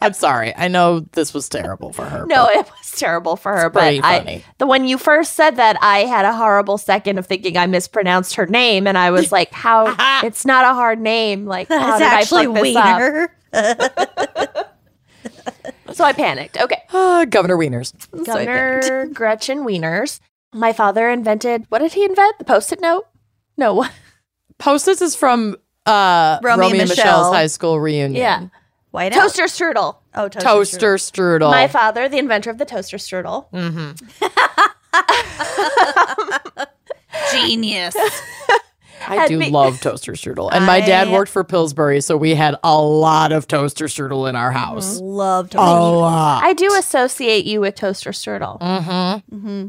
Speaker 3: I'm sorry. I know this was terrible for her.
Speaker 1: No, *laughs* it was terrible for her.
Speaker 3: pretty
Speaker 1: But I,
Speaker 3: funny.
Speaker 1: the when you first said that, I had a horrible second of thinking I mispronounced her name, and I was like, *laughs* "How? it's not a hard name. Like, how
Speaker 2: That's
Speaker 1: did
Speaker 2: actually
Speaker 1: I fuck this up?"
Speaker 2: Wiener.
Speaker 1: So I panicked. Okay,
Speaker 3: Uh, Governor Wieners.
Speaker 1: *laughs* Governor Gretchen Wieners. My father invented. What did he invent? The post-it note? No. *laughs*
Speaker 3: Post-its is from uh,
Speaker 2: Romy
Speaker 3: Romeo,
Speaker 2: and
Speaker 3: and
Speaker 2: Michelle.
Speaker 3: Michelle's high school reunion.
Speaker 1: Yeah.
Speaker 2: White House?
Speaker 1: Toaster strudel.
Speaker 2: Oh, toaster.
Speaker 3: Toaster strudel.
Speaker 1: My father, the inventor of the toaster strudel.
Speaker 2: *laughs* Genius.
Speaker 3: I do
Speaker 1: me-
Speaker 3: love toaster strudel. And my dad
Speaker 2: I-
Speaker 3: worked for Pillsbury, so we had a lot of toaster strudel in our house.
Speaker 2: Love toaster.
Speaker 3: A lot.
Speaker 1: I do associate you with toaster strudel. Mm-hmm.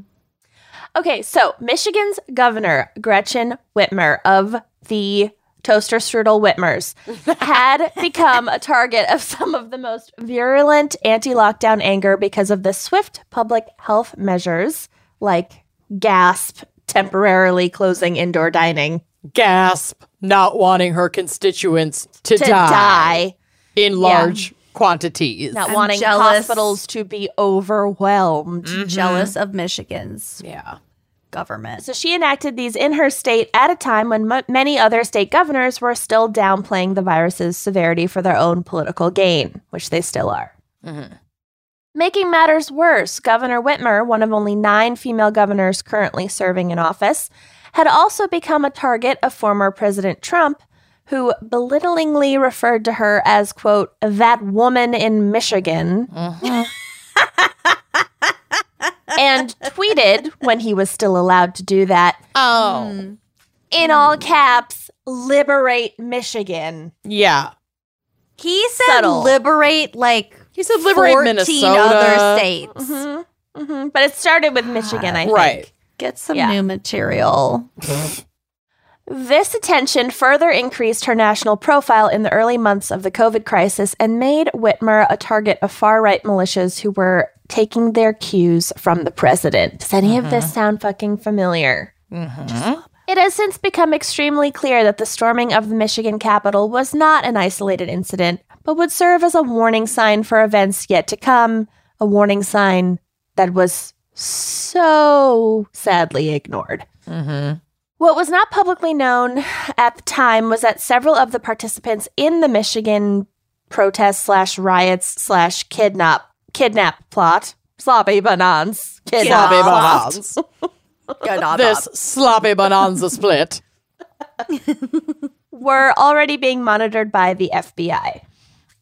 Speaker 1: Okay, so Michigan's governor, Gretchen Whitmer of the Toaster Strudel *laughs* Whitmers, had become a target of some of the most virulent anti lockdown anger because of the swift public health measures like GASP temporarily closing indoor dining.
Speaker 3: gasp, not wanting her constituents to,
Speaker 1: to
Speaker 3: die,
Speaker 1: die,
Speaker 3: in large quantities.
Speaker 1: not wanting
Speaker 2: jealous.
Speaker 1: hospitals to be overwhelmed.
Speaker 2: Jealous of Michigan's
Speaker 3: Yeah.
Speaker 2: government.
Speaker 1: So she enacted these in her state at a time when m- many other state governors were still downplaying the virus's severity for their own political gain, which they still are. Making matters worse, Governor Whitmer, one of only nine female governors currently serving in office, had also become a target of former President Trump, who belittlingly referred to her as, quote, that woman in Michigan, and tweeted, when he was still allowed to do that,
Speaker 3: Oh,
Speaker 1: in all caps, liberate Michigan.
Speaker 3: yeah.
Speaker 2: He said
Speaker 1: Subtle.
Speaker 2: liberate like
Speaker 3: He said liberate
Speaker 2: 14
Speaker 3: Minnesota.
Speaker 2: other states.
Speaker 1: hmm But it started with Michigan, I think.
Speaker 3: Right.
Speaker 2: Get some
Speaker 1: Yeah.
Speaker 2: new material.
Speaker 1: This attention further increased her national profile in the early months of the COVID crisis and made Whitmer a target of far right militias who were taking their cues from the president. Does any of this sound fucking familiar? It has since become extremely clear that the storming of the Michigan Capitol was not an isolated incident, but would serve as a warning sign for events yet to come, a warning sign that was so sadly ignored. What was not publicly known at the time was that several of the participants in the Michigan protest slash riots slash kidnap kidnap plot sloppy bananas kidnap
Speaker 3: Sloppy
Speaker 1: plot.
Speaker 3: bonanza. This sloppy bonanza split.
Speaker 1: were already being monitored by the FBI.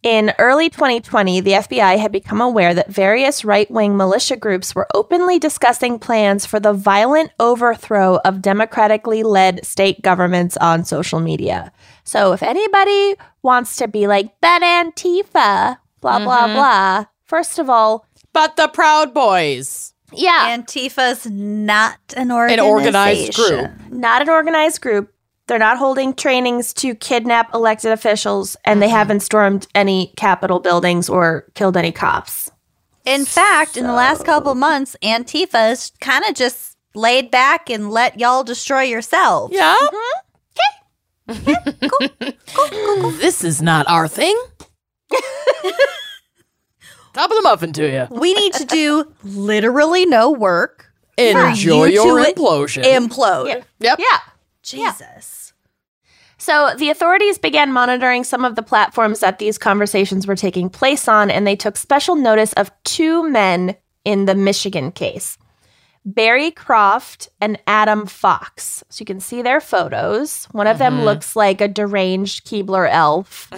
Speaker 1: In early 2020, the FBI had become aware that various right wing militia groups were openly discussing plans for the violent overthrow of democratically led state governments on social media. So, if anybody wants to be like that Antifa, blah, blah, blah, first of all,
Speaker 3: But the Proud Boys.
Speaker 1: yeah,
Speaker 2: Antifa's not an organization.
Speaker 3: organized group.
Speaker 1: not an organized group. They're not holding trainings to kidnap elected officials, and they haven't stormed any Capitol buildings or killed any cops.
Speaker 2: In fact, in the last couple months, Antifa's kind of just laid back and let y'all destroy yourselves.
Speaker 3: Yeah.
Speaker 2: Mm-hmm.
Speaker 3: Mm-hmm. This is not our
Speaker 2: *laughs*
Speaker 3: thing. Top of the muffin to you.
Speaker 2: We need
Speaker 3: *laughs*
Speaker 2: to do literally no work.
Speaker 3: Enjoy
Speaker 2: you
Speaker 3: your
Speaker 2: two
Speaker 3: implosion.
Speaker 2: Implode.
Speaker 1: Yeah.
Speaker 3: yep.
Speaker 1: Yeah.
Speaker 2: Jesus.
Speaker 1: So the authorities began monitoring some of the platforms that these conversations were taking place on, and they took special notice of two men in the Michigan case Barry Croft and Adam Fox. So you can see their photos. One of them looks like a deranged Keebler elf,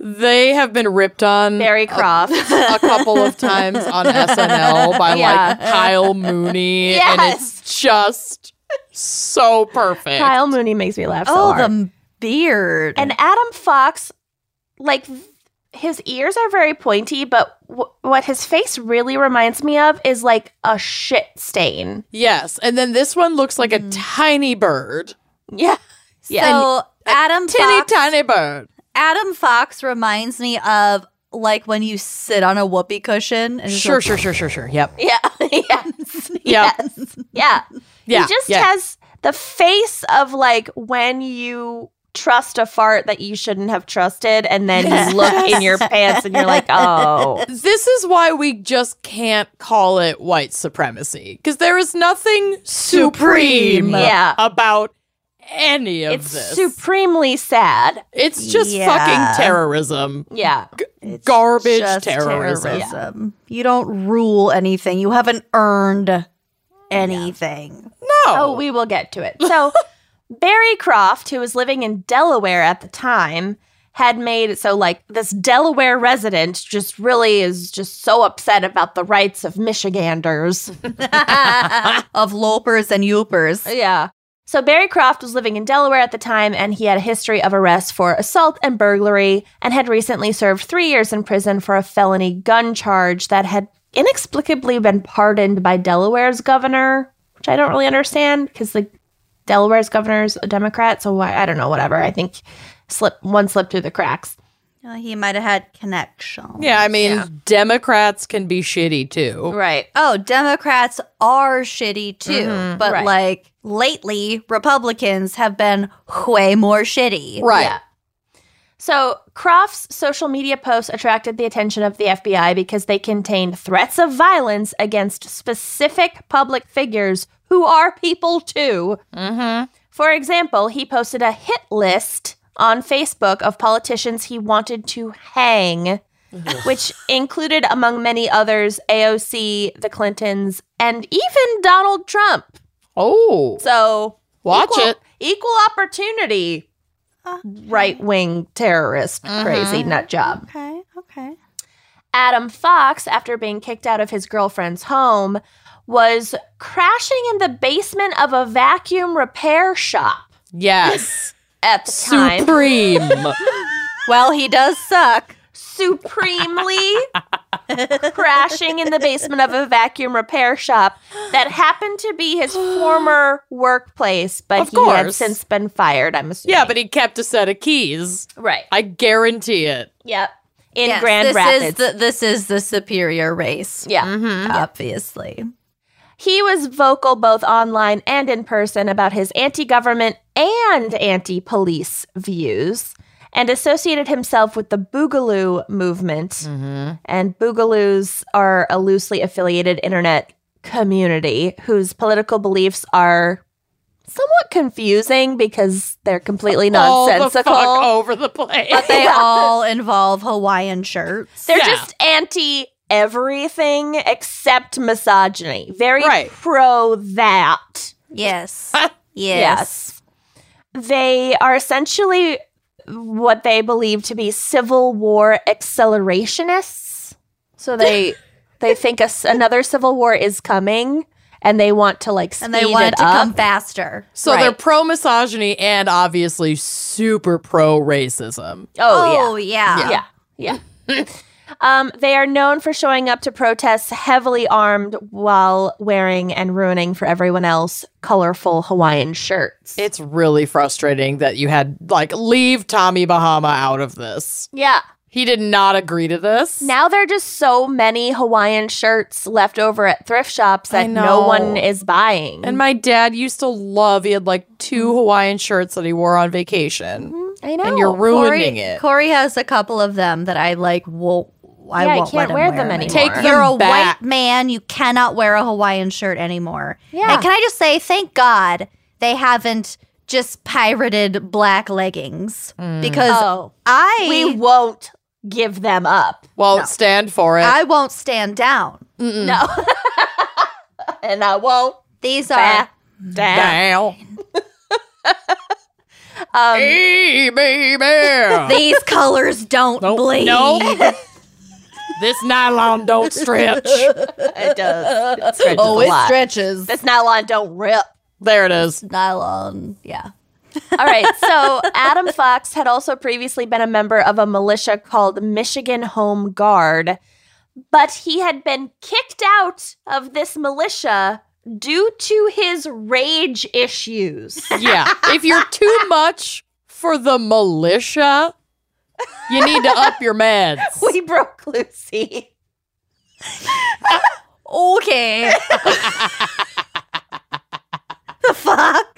Speaker 3: They have been ripped on
Speaker 1: *laughs* Barry Croft.
Speaker 3: a couple of times on SNL by
Speaker 1: Yeah.
Speaker 3: like Kyle Mooney. And it's just so perfect.
Speaker 1: Kyle Mooney makes me laugh. so
Speaker 2: Oh,
Speaker 1: hard.
Speaker 2: the m- beard.
Speaker 1: And Adam Fox, like th- his ears are very pointy, but w- what his face really reminds me of is like a shit stain.
Speaker 3: Yes. And then this one looks like
Speaker 1: Mm-hmm.
Speaker 3: a tiny bird.
Speaker 1: *laughs* Yeah. Yeah.
Speaker 2: so Adam
Speaker 3: Tiny,
Speaker 2: Fox,
Speaker 3: tiny bird.
Speaker 2: uh, Adam Fox reminds me of like when you sit on a whoopee cushion and just *laughs*
Speaker 3: Sure,
Speaker 2: like-
Speaker 3: sure, sure, sure, sure. Yep.
Speaker 1: yeah. *laughs* yeah.
Speaker 3: *laughs* Yep.
Speaker 1: Yeah.
Speaker 3: Yeah.
Speaker 1: He just
Speaker 3: yeah.
Speaker 1: has the face of like when you trust a fart that you shouldn't have trusted and then you look in *laughs* your pants and you're like, "Oh."
Speaker 3: this is why we just can't call it white supremacy because there is nothing supreme,
Speaker 1: Yeah.
Speaker 3: about any of
Speaker 1: It's
Speaker 3: this.
Speaker 1: supremely sad.
Speaker 3: it's just
Speaker 2: Yeah.
Speaker 3: fucking terrorism,
Speaker 1: Yeah.
Speaker 3: garbage
Speaker 2: just
Speaker 3: terrorism.
Speaker 2: terrorism. You don't rule anything. You haven't earned anything.
Speaker 1: Oh, we will get to it. So, Barry Croft, who was living in Delaware at the time, had made so like this Delaware resident just really is just so upset about the rights of Michiganders.
Speaker 2: of lopers and youpers.
Speaker 1: Uh, yeah. So Barry Croft was living in Delaware at the time and he had a history of arrests for assault and burglary and had recently served 3 years in prison for a felony gun charge that had inexplicably been pardoned by Delaware's governor, which I don't really understand cuz the Delaware's governor's a Democrat, so why I don't know whatever. I think slip one slipped through the cracks.
Speaker 2: Well, he might have had connections.
Speaker 3: Yeah, I mean, Democrats can be shitty too.
Speaker 1: Right.
Speaker 2: Oh, Democrats are shitty too, but
Speaker 1: right.
Speaker 2: like lately, Republicans have been way more shitty.
Speaker 3: Right.
Speaker 1: Yeah. So, Croft's social media posts attracted the attention of the FBI because they contained threats of violence against specific public figures who are people too. Mm-hmm. For example, he posted a hit list on Facebook of politicians he wanted to hang, which included, among many others, AOC, the Clintons, and even Donald Trump.
Speaker 3: Oh,
Speaker 1: So,
Speaker 3: watch
Speaker 1: equal,
Speaker 3: it.
Speaker 1: Equal opportunity.
Speaker 2: Uh,
Speaker 1: Right wing terrorist,
Speaker 2: Mm-hmm.
Speaker 1: crazy nut job.
Speaker 2: Okay. Okay.
Speaker 1: Adam Fox, after being kicked out of his girlfriend's home, was crashing in the basement of a vacuum repair shop
Speaker 3: Yes.
Speaker 1: at the *laughs* time.
Speaker 3: Supreme.
Speaker 2: Well, he does suck.
Speaker 1: supremely *laughs* crashing in the basement of a vacuum repair shop that happened to be
Speaker 2: *gasps*
Speaker 1: his former workplace, but
Speaker 3: Of
Speaker 1: he had
Speaker 3: course.
Speaker 1: since been fired, I'm assuming.
Speaker 3: yeah, but he kept a set of keys.
Speaker 1: Right.
Speaker 3: I guarantee it.
Speaker 1: Yep. In
Speaker 2: Yes,
Speaker 1: Grand
Speaker 2: this
Speaker 1: Rapids. Mm-hmm.
Speaker 2: Is the, Mm-hmm. this is the superior race,
Speaker 1: yeah. *laughs*
Speaker 2: obviously.
Speaker 1: He was vocal both online and in person about his anti government and anti police views and associated himself with the Boogaloo movement.
Speaker 3: Mm.
Speaker 1: And Boogaloos are a loosely affiliated internet community whose political beliefs are somewhat confusing because they're completely
Speaker 3: All the
Speaker 1: nonsensical.
Speaker 3: fuck over the place.
Speaker 2: But they all involve Hawaiian shirts.
Speaker 1: They're
Speaker 3: Yeah.
Speaker 1: just anti everything except misogyny. Very
Speaker 3: Right.
Speaker 1: pro that. *laughs*
Speaker 2: Yes. yes.
Speaker 1: They are essentially what they believe to be Civil War accelerationists. So
Speaker 2: *laughs*
Speaker 1: they they think a s another Civil War is coming, and they want to like speed
Speaker 2: And they want
Speaker 1: it
Speaker 2: it to
Speaker 1: up.
Speaker 2: come faster.
Speaker 3: *laughs* so they're
Speaker 1: right.
Speaker 3: pro misogyny and obviously super pro racism.
Speaker 1: oh yeah,
Speaker 2: yeah.
Speaker 1: yeah, yeah. *laughs* um, they are known for showing up to protests heavily armed while wearing and ruining for everyone else colorful Hawaiian shirts.
Speaker 3: It's really frustrating that you had, like, leave Tommy Bahama out of this.
Speaker 1: yeah.
Speaker 3: He did not agree to this.
Speaker 1: Now there are just so many Hawaiian shirts left over at thrift shops
Speaker 3: I
Speaker 1: that no
Speaker 3: know.
Speaker 1: one is buying.
Speaker 3: And my dad used to love, he had like
Speaker 2: Mm.
Speaker 3: two Hawaiian shirts that he wore on vacation.
Speaker 1: I know.
Speaker 3: And you're ruining
Speaker 2: Oh, Corey,
Speaker 3: it.
Speaker 2: Corey has a couple of them that I like. Won't I
Speaker 1: Yeah, I
Speaker 2: won't
Speaker 1: can't
Speaker 2: let him
Speaker 1: wear
Speaker 2: wear
Speaker 1: them anymore.
Speaker 3: Take them
Speaker 2: You're a
Speaker 3: back.
Speaker 2: white man. You cannot wear a Hawaiian shirt anymore.
Speaker 1: Yeah.
Speaker 2: And can I just say, thank God they haven't just pirated black leggings
Speaker 3: Mm.
Speaker 2: because
Speaker 1: Oh.
Speaker 2: I
Speaker 1: we won't give them up.
Speaker 3: Well, stand for it.
Speaker 2: I won't stand down.
Speaker 1: No. *laughs* and I won't.
Speaker 2: These are
Speaker 1: Back Damn.
Speaker 3: *laughs* Damn.
Speaker 1: Um,
Speaker 3: Hey,
Speaker 2: *laughs*
Speaker 3: baby.
Speaker 2: these colors don't
Speaker 3: Nope.
Speaker 2: bleed. *laughs*
Speaker 3: Nope. this nylon don't stretch.
Speaker 1: it does. It stretches
Speaker 2: *laughs* Oh,
Speaker 1: a
Speaker 2: it
Speaker 1: lot.
Speaker 2: stretches.
Speaker 1: This nylon don't rip.
Speaker 3: There it is.
Speaker 2: Nylon. Yeah.
Speaker 1: All right. So Adam Fox had also previously been a member of a militia called Michigan Home Guard, but he had been kicked out of this militia due to his rage issues.
Speaker 3: Yeah. If you're too much for the militia, you need to up your
Speaker 2: *laughs*
Speaker 3: meds.
Speaker 1: *laughs* we broke Lucy. *laughs*
Speaker 2: Okay. the fuck?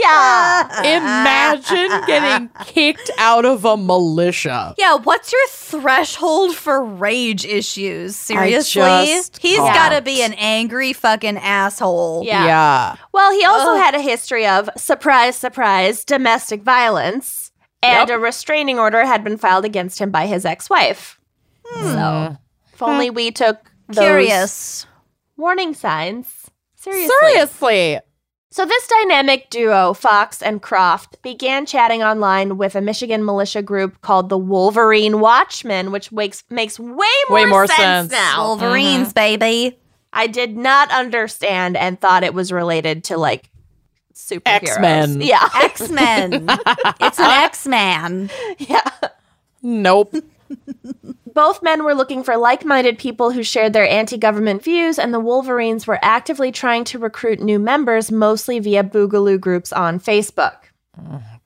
Speaker 1: Yeah. *laughs*
Speaker 3: Imagine getting kicked out of a militia.
Speaker 2: *laughs* Yeah, what's your threshold for rage issues? Seriously?
Speaker 3: just
Speaker 2: He's
Speaker 3: can't.
Speaker 2: got to be an angry fucking asshole.
Speaker 1: Yeah.
Speaker 3: yeah.
Speaker 1: Well, he also
Speaker 2: Ugh.
Speaker 1: had a history of surprise, surprise, domestic violence, and a restraining order had been filed against him by his ex-wife. Hmm. So, if only we took those
Speaker 2: Curious.
Speaker 1: warning signs seriously.
Speaker 3: Seriously.
Speaker 1: So this dynamic duo, Fox and Croft, began chatting online with a Michigan militia group called the Wolverine Watchmen, which makes makes way more,
Speaker 3: Way more
Speaker 1: sense,
Speaker 3: sense.
Speaker 1: now.
Speaker 2: Wolverines,
Speaker 1: Mm-hmm. *laughs*
Speaker 2: baby.
Speaker 1: I did not understand and thought it was related to like superheroes.
Speaker 3: X-Men.
Speaker 1: Yeah. *laughs*
Speaker 2: X Men. it's an X Man.
Speaker 1: yeah.
Speaker 3: Nope.
Speaker 1: Both men were looking for like minded people who shared their anti government views, and the Wolverines were actively trying to recruit new members, mostly via Boogaloo groups on Facebook.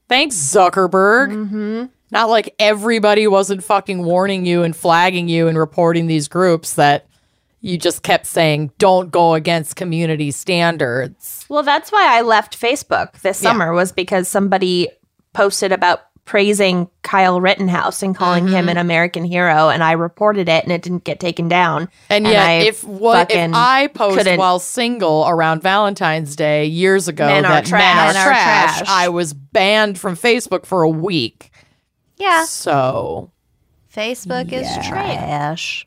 Speaker 3: Thanks, Zuckerberg.
Speaker 1: Mm-hmm.
Speaker 3: Not like everybody wasn't fucking warning you and flagging you and reporting these groups that you just kept saying don't go against community standards.
Speaker 1: Well, that's why I left Facebook this summer was because somebody posted about praising Kyle Rittenhouse and calling him an American hero, and I reported it, and it didn't get taken down.
Speaker 3: And yet,
Speaker 1: I
Speaker 3: if what if
Speaker 1: fucking
Speaker 3: I post
Speaker 1: couldn't-
Speaker 3: while single around Valentine's Day years ago
Speaker 1: Men are
Speaker 3: that
Speaker 1: trash.
Speaker 3: men
Speaker 1: Men
Speaker 3: are
Speaker 1: are
Speaker 3: trash,
Speaker 1: trash.
Speaker 3: I was banned from Facebook for a week.
Speaker 1: Ah.
Speaker 2: Yeah.
Speaker 3: So
Speaker 4: Facebook is trash.
Speaker 2: Trash.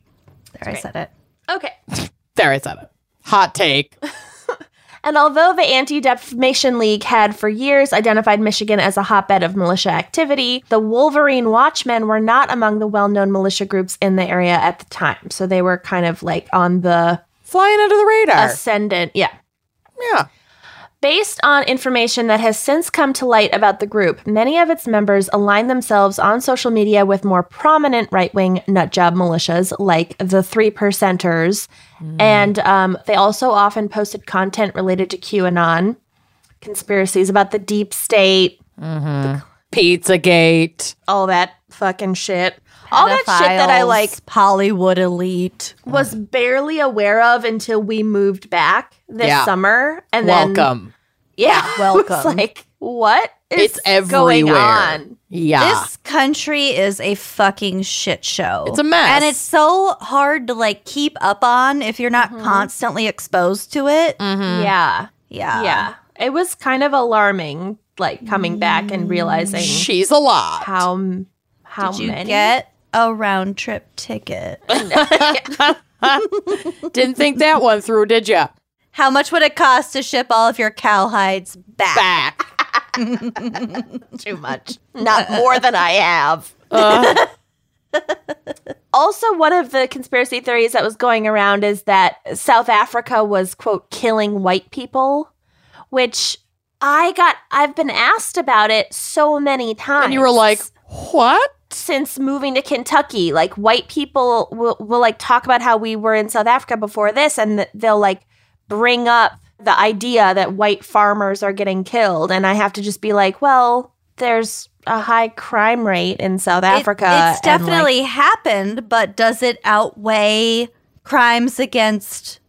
Speaker 2: There, I said it.
Speaker 1: okay.
Speaker 3: there, I said it. Hot take.
Speaker 1: And although the Anti Defamation League had for years identified Michigan as a hotbed of militia activity, the Wolverine Watchmen were not among the well known militia groups in the area at the time. So they were kind of like on the
Speaker 3: Flying under the radar.
Speaker 1: ascendant. Yeah.
Speaker 3: yeah.
Speaker 1: Based on information that has since come to light about the group, many of its members align themselves on social media with more prominent right wing nutjob militias like the Three Percenters. And um, they also often posted content related to QAnon, conspiracies about the deep state,
Speaker 3: Pizzagate.
Speaker 1: all that fucking shit. All that shit that I
Speaker 2: Pedophiles,
Speaker 1: like
Speaker 2: Hollywood elite.
Speaker 1: was barely aware of until we moved back this
Speaker 3: Yeah.
Speaker 1: summer. And then,
Speaker 3: Welcome.
Speaker 1: yeah, *laughs* I was
Speaker 2: Welcome.
Speaker 1: like, what is
Speaker 3: It's everywhere.
Speaker 1: going on?
Speaker 3: Yeah.
Speaker 2: This country is a fucking shit show.
Speaker 3: It's a mess.
Speaker 2: And it's so hard to like keep up on if you're
Speaker 1: Mm-hmm.
Speaker 2: not constantly exposed to it.
Speaker 1: Yeah.
Speaker 2: Yeah.
Speaker 1: Mm-hmm. yeah. It was kind of alarming, like coming back and realizing
Speaker 3: She's a lot.
Speaker 1: how m- how
Speaker 2: Did you
Speaker 1: many. *laughs*
Speaker 2: get a round trip ticket? *laughs*
Speaker 3: Didn't think that one through, did you?
Speaker 2: How much would it cost to ship all of your cowhides
Speaker 1: Ah.
Speaker 2: back?
Speaker 1: *laughs*
Speaker 3: Back.
Speaker 1: too much. Not more than I have. also, one of the conspiracy theories that was going around is that South Africa was, quote, killing white people, which I got, I've been asked about it so many times.
Speaker 3: And you were like, what?
Speaker 1: since moving to Kentucky, like white people will, will like talk about how we were in South Africa before this, and th- they'll like bring up the idea that white farmers are getting killed, and I have to just be like, well, there's a high crime rate in South
Speaker 2: It-
Speaker 1: Africa.
Speaker 2: it's
Speaker 1: and, like,
Speaker 2: definitely happened, but does it outweigh crimes against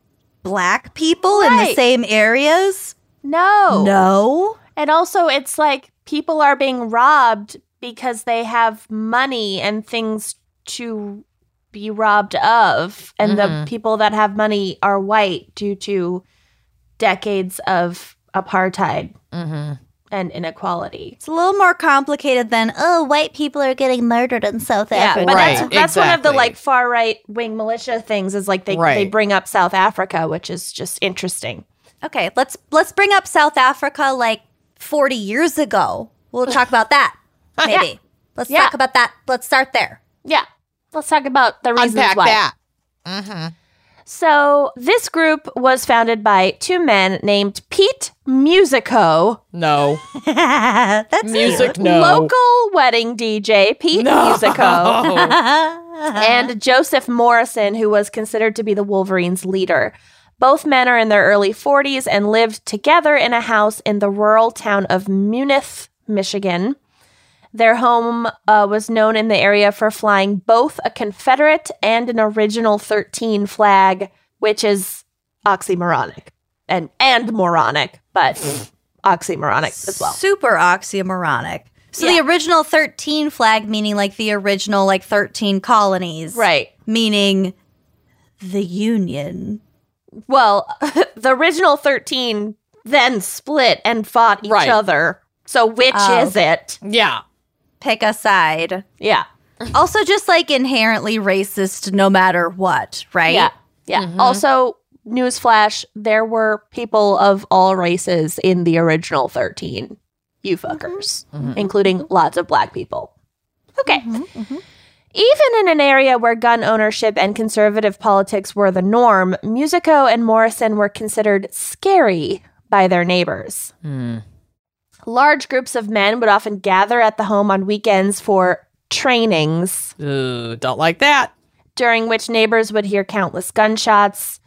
Speaker 2: black people in the
Speaker 1: Right.
Speaker 2: same areas?
Speaker 1: no,
Speaker 2: No.
Speaker 1: and also it's like people are being robbed because they have money and things to be robbed of and
Speaker 3: Mm-hmm.
Speaker 1: the people that have money are white due to decades of apartheid
Speaker 3: Mm-hmm.
Speaker 1: and inequality
Speaker 2: It's a little more complicated than, oh, white people are getting murdered in South Africa.
Speaker 1: but that's,
Speaker 3: Right,
Speaker 1: that's one of the
Speaker 3: exactly.
Speaker 1: like far right wing militia things is like they, they
Speaker 3: Right.
Speaker 1: bring up south africa which is just interesting
Speaker 2: Okay, let's let's bring up South Africa like 40 years ago. We'll *laughs* talk about that. Maybe. Let's
Speaker 1: Yeah.
Speaker 2: talk about that. Let's start there.
Speaker 1: yeah let's talk about the reasons
Speaker 3: Unpack
Speaker 1: why
Speaker 3: that.
Speaker 1: So, this group was founded by two men named Pete Musico, *laughs*
Speaker 3: No.
Speaker 2: that's
Speaker 3: Music, no.
Speaker 1: local wedding DJ
Speaker 3: *laughs*
Speaker 1: Pete Musico,
Speaker 3: Oh.
Speaker 1: and Joseph Morrison, who was considered to be the Wolverines' leader. Both men are in their early 40s and lived together in a house in the rural town of Munith, Michigan. Their home uh, was known in the area for flying both a Confederate and an original 13 flag, which is oxymoronic and and moronic, but oxymoronic as well.
Speaker 2: super oxymoronic. So
Speaker 1: Yeah.
Speaker 2: the original 13 flag meaning like the original like 13 colonies.
Speaker 1: Right.
Speaker 2: Meaning the Union.
Speaker 1: Well, *laughs* the original 13 then split and fought each
Speaker 3: Right.
Speaker 1: other. So which
Speaker 2: Oh.
Speaker 1: is it?
Speaker 3: yeah.
Speaker 2: Pick a *laughs* side.
Speaker 1: Yeah.
Speaker 2: also just like inherently racist no matter what, right?
Speaker 1: Yeah. Yeah. Also, newsflash, there were people of all races in the original 13. You fuckers, including lots of black people. Okay. Even in an area where gun ownership and conservative politics were the norm, Musico and Morrison were considered scary by their neighbors. Large groups of men would often gather at the home on weekends for trainings
Speaker 3: Ooh, don't like that.
Speaker 1: during which neighbors would hear countless gunshots.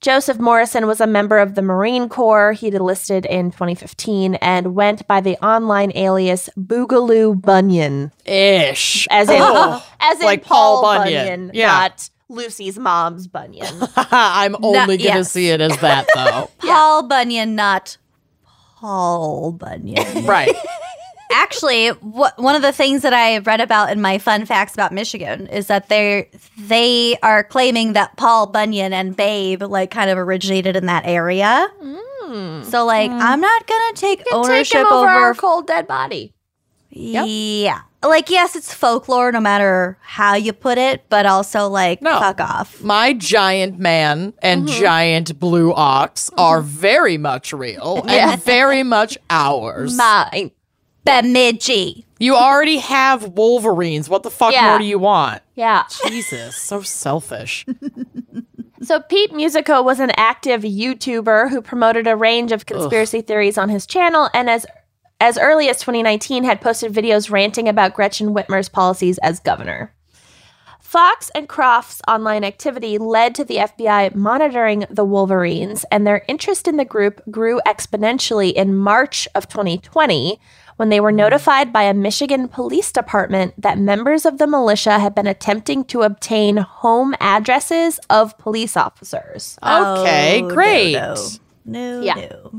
Speaker 1: Joseph Morrison was a member of the Marine Corps. He enlisted in 2015 and went by the online alias Boogaloo Bunyan,
Speaker 3: Ish.
Speaker 1: as in,
Speaker 3: Oh,
Speaker 1: *laughs* as in
Speaker 3: like
Speaker 1: Paul,
Speaker 3: Paul
Speaker 1: Bunyan,
Speaker 3: Bunyan. Yeah.
Speaker 1: not Lucy's mom's *laughs* Bunyan.
Speaker 3: *laughs* I'm only going to
Speaker 2: yes.
Speaker 3: see it as that,
Speaker 1: *laughs*
Speaker 3: though.
Speaker 2: Paul Bunyan, not
Speaker 3: *laughs*
Speaker 2: Paul Bunyan.
Speaker 3: right.
Speaker 2: Actually, wha- one of the things that I read about in my fun facts about Michigan is that they they are claiming that Paul Bunyan and Babe like kind of originated in that area. So like, I'm not gonna take ownership over.
Speaker 1: cold dead body.
Speaker 2: Yeah, like yes, it's folklore, no matter how you put it, but also like,
Speaker 3: No.
Speaker 2: fuck off.
Speaker 3: My giant man and giant blue ox are very much real and very much ours.
Speaker 1: Mine.
Speaker 2: Bemidji.
Speaker 3: you already have Wolverines. What the fuck
Speaker 1: Yeah.
Speaker 3: more do you want?
Speaker 1: Yeah.
Speaker 3: Jesus, so selfish.
Speaker 1: So Pete Musico was an active YouTuber who promoted a range of conspiracy theories on his channel and as as early as 2019 had posted videos ranting about Gretchen Whitmer's policies as governor. Fox and Croft's online activity led to the FBI monitoring the Wolverines, and their interest in the group grew exponentially in March of 2020 when they were notified by a Michigan police department that members of the militia had been attempting to obtain home addresses of police officers.
Speaker 3: Okay,
Speaker 2: Oh, no,
Speaker 3: great.
Speaker 2: No, no,
Speaker 1: Yeah.
Speaker 2: no.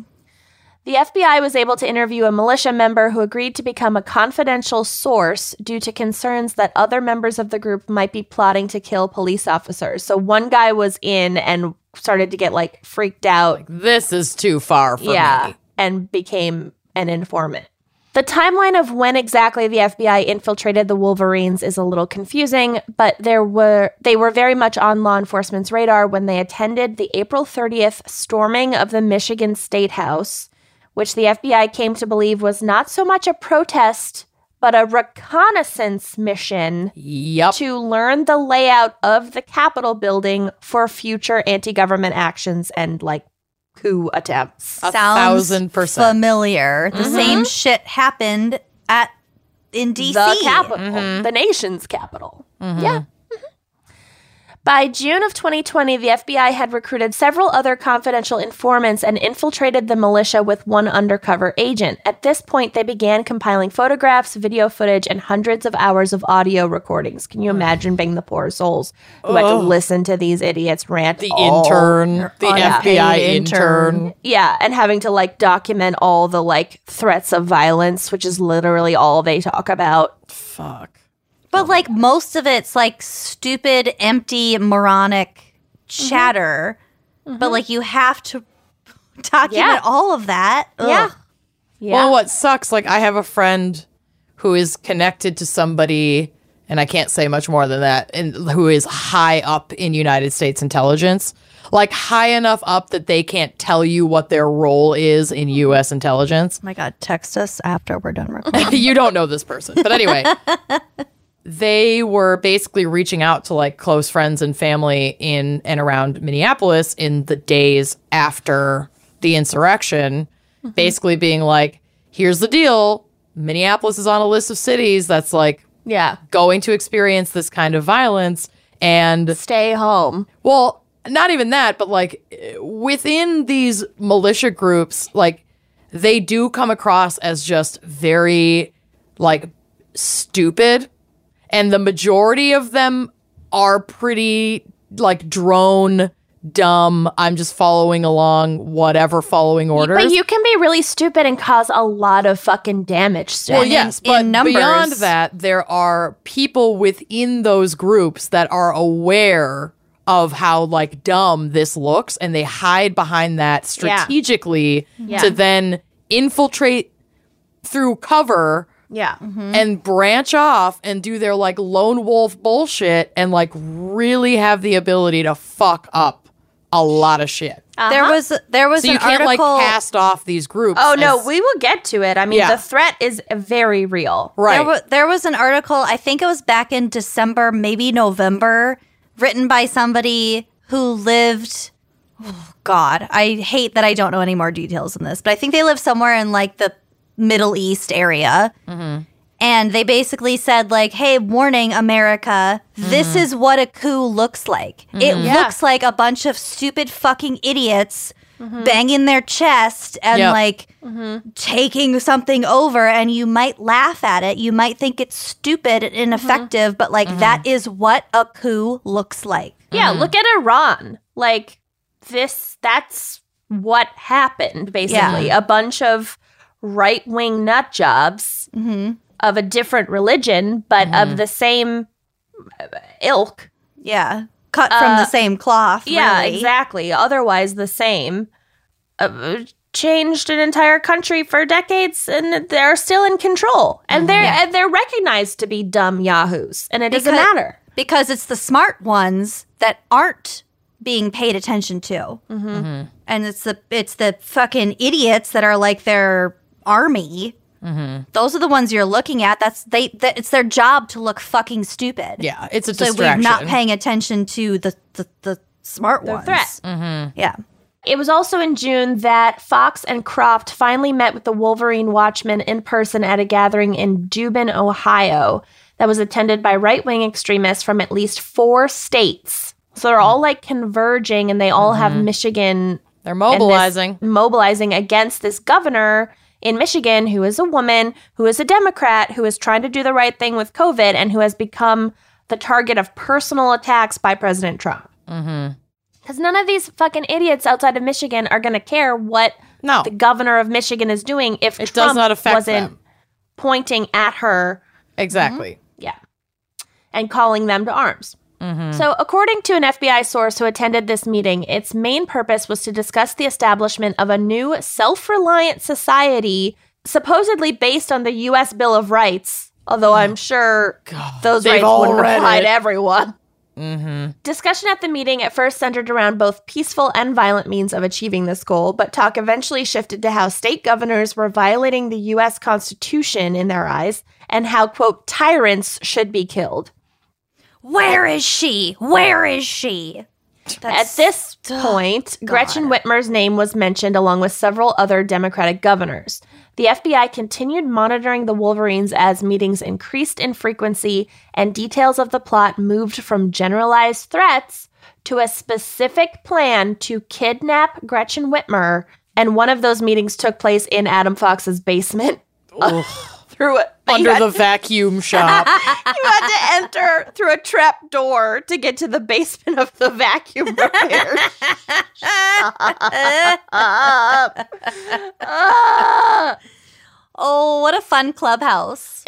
Speaker 1: The FBI was able to interview a militia member who agreed to become a confidential source due to concerns that other members of the group might be plotting to kill police officers. So one guy was in and started to get like freaked out.
Speaker 3: This is too far for
Speaker 1: yeah.
Speaker 3: me.
Speaker 1: And became an informant. The timeline of when exactly the FBI infiltrated the Wolverines is a little confusing, but there were they were very much on law enforcement's radar when they attended the April 30th storming of the Michigan State House, which the FBI came to believe was not so much a protest but a reconnaissance mission
Speaker 3: Yep.
Speaker 1: to learn the layout of the Capitol building for future anti-government actions and like coup attempts.
Speaker 3: A
Speaker 2: Sounds
Speaker 3: thousand percent. Mm-hmm.
Speaker 2: familiar. The same shit happened at in DC.
Speaker 1: The capital,
Speaker 3: Mm-hmm.
Speaker 1: the nation's capital. Yeah. Mhm. By June of 2020, the FBI had recruited several other confidential informants and infiltrated the militia with one undercover agent. At this point, they began compiling photographs, video footage, and hundreds of hours of audio recordings. Can you imagine being the poor souls who had to listen to these idiots rant?
Speaker 3: Oh. The
Speaker 1: all-
Speaker 3: intern, the FBI
Speaker 2: unpaid
Speaker 3: intern.
Speaker 2: intern.
Speaker 1: yeah, and having to like document all the like threats of violence, which is literally all they talk about.
Speaker 3: Fuck.
Speaker 2: But like most of it's like stupid, empty, moronic
Speaker 3: Mm-hmm.
Speaker 2: chatter. But like you have to *laughs* document
Speaker 1: Yeah.
Speaker 2: all of that. Ugh.
Speaker 1: Yeah. Yeah.
Speaker 3: Well, what sucks, like I have a friend who is connected to somebody, and I can't say much more than that, and who is high up in United States intelligence, like high enough up that they can't tell you what their role is in U.S. intelligence.
Speaker 2: Oh my god, text us after we're done
Speaker 3: *laughs*
Speaker 2: recording.
Speaker 3: you don't know this person, but anyway. They were basically reaching out to like close friends and family in and around Minneapolis in the days after the insurrection, basically being like, here's the deal. Minneapolis is on a list of cities that's like
Speaker 1: yeah.
Speaker 3: going to experience this kind of violence. And
Speaker 1: Stay home.
Speaker 3: well, not even that, but like eh, within these militia groups, like they do come across as just very like stupid. And the majority of them are pretty like drone, dumb. I'm just following along, whatever following orders.
Speaker 1: But you can be really stupid and cause a lot of fucking damage. Still.
Speaker 3: Well, yes, but
Speaker 2: in numbers.
Speaker 3: beyond that, there are people within those groups that are aware of how like dumb this looks, and they hide behind that strategically to then infiltrate through cover
Speaker 1: yeah.
Speaker 2: Mm-hmm.
Speaker 3: and branch off and do their like lone wolf bullshit and like really have the ability to fuck up a lot of shit.
Speaker 2: There was there was
Speaker 3: Uh-huh. So
Speaker 2: an
Speaker 3: you can't
Speaker 2: article
Speaker 3: like cast off these groups.
Speaker 1: Oh no,
Speaker 3: as-
Speaker 1: we will get to it. I mean,
Speaker 3: Yeah.
Speaker 1: the threat is very real.
Speaker 3: right.
Speaker 2: There, wa- there was an article, I think it was back in December, maybe November, written by somebody who lived. Oh, God, I hate that I don't know any more details in this, but I think they live somewhere in like the Middle East area. And they basically said, like, hey, warning, America, this
Speaker 1: Mm-hmm.
Speaker 2: is what a coup looks like. It looks like a bunch of stupid fucking idiots
Speaker 1: Mm-hmm.
Speaker 2: banging their chest and
Speaker 3: Yep.
Speaker 2: like taking something over. And you might laugh at it. You might think it's stupid
Speaker 1: Mm-hmm.
Speaker 2: and ineffective, but like, that is what a coup looks like.
Speaker 1: Yeah,
Speaker 3: mm-hmm.
Speaker 1: look at Iran. Like this that's what happened basically. A bunch of right-wing nut jobs
Speaker 2: hmm
Speaker 1: of a different religion but of the same uh, ilk.
Speaker 2: Yeah. Cut from the
Speaker 1: Uh,
Speaker 2: same cloth.
Speaker 1: Yeah,
Speaker 2: really.
Speaker 1: exactly. Otherwise the same. Uh, changed an entire country for decades and they're still in control. And they're and they're recognized to be dumb yahoos and it doesn't
Speaker 2: Because-
Speaker 1: matter.
Speaker 2: because it's the smart ones that aren't being paid attention to
Speaker 3: Mm-hmm.
Speaker 2: and it's the it's the fucking idiots that are like their army
Speaker 3: Mm-hmm.
Speaker 2: those are the ones you're looking at that's they that, it's their job to look fucking stupid
Speaker 3: Yeah, it's a
Speaker 2: so we're
Speaker 3: distraction.
Speaker 2: not paying attention to the the, the smart ones
Speaker 1: threat.
Speaker 3: Mm-hmm.
Speaker 2: yeah
Speaker 1: It was also in June that Fox and Croft finally met with the Wolverine Watchmen in person at a gathering in Dubin, Ohio, that was attended by right wing extremists from at least four states. So they're all like converging and they all have Michigan
Speaker 3: They're
Speaker 1: and this-
Speaker 3: mobilizing.
Speaker 1: mobilizing against this governor in Michigan who is a woman, who is a Democrat, who is trying to do the right thing with COVID, and who has become the target of personal attacks by President Trump.
Speaker 3: Mm-hmm.
Speaker 1: Because none of these fucking idiots outside of Michigan are going to care what
Speaker 3: no,
Speaker 1: the governor of Michigan is doing if
Speaker 3: It does
Speaker 1: Trump
Speaker 3: not affect
Speaker 1: wasn't
Speaker 3: them.
Speaker 1: pointing at her
Speaker 3: exactly.
Speaker 2: mm-hmm.
Speaker 1: yeah. And calling them to arms. So, according to an FBI source who attended this meeting, its main purpose was to discuss the establishment of a new self reliant society, supposedly based on the U.S. Bill of Rights, although I'm sure those
Speaker 3: they've
Speaker 1: rights
Speaker 3: all
Speaker 1: wouldn't
Speaker 3: read
Speaker 1: apply
Speaker 3: it.
Speaker 1: to everyone. Discussion at the meeting at first centered around both peaceful and violent means of achieving this goal, but talk eventually shifted to how state governors were violating the U.S. Constitution in their eyes and how, quote, tyrants should be killed.
Speaker 2: where is she where is she
Speaker 1: At this point, Gretchen Whitmer's name was mentioned along with several other Democratic governors. The FBI continued monitoring the Wolverines as meetings increased in frequency and details of the plot moved from generalized threats to a specific plan to kidnap Gretchen Whitmer. And one of those meetings took place in Adam Fox's basement. *laughs* through it
Speaker 3: Under
Speaker 2: *laughs*
Speaker 3: the vacuum shop.
Speaker 1: you had to enter through a trap door to get to the basement of the vacuum repair. shop. Ah.
Speaker 2: oh what a fun
Speaker 1: *laughs*
Speaker 2: clubhouse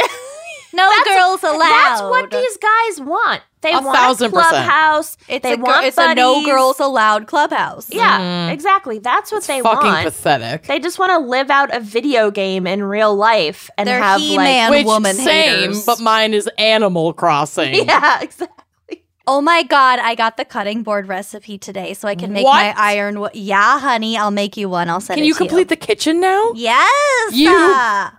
Speaker 2: no girls allowed
Speaker 1: That's what these guys want. They
Speaker 3: A
Speaker 1: want
Speaker 3: thousand
Speaker 1: a
Speaker 3: percent.
Speaker 1: clubhouse.
Speaker 2: It's
Speaker 1: they
Speaker 2: a gir-
Speaker 1: want
Speaker 2: it's a no
Speaker 1: buddies.
Speaker 2: girls allowed clubhouse.
Speaker 1: Yeah, exactly. That's what they
Speaker 3: Fucking
Speaker 1: want.
Speaker 3: pathetic.
Speaker 1: They just want to live out a video game in real life and
Speaker 2: They're
Speaker 1: have
Speaker 2: He-Man.
Speaker 1: like
Speaker 3: Which
Speaker 2: woman
Speaker 3: same,
Speaker 2: haters.
Speaker 3: but mine is Animal Crossing.
Speaker 1: *laughs* yeah, exactly.
Speaker 2: Oh my god, I got the cutting board recipe today, so I can make
Speaker 3: What?
Speaker 2: my iron. Wo- yeah, honey, I'll make you one. I'll send
Speaker 3: Can
Speaker 2: it
Speaker 3: you
Speaker 2: to
Speaker 3: complete the kitchen now?
Speaker 2: you. Yes,
Speaker 3: You
Speaker 2: ah.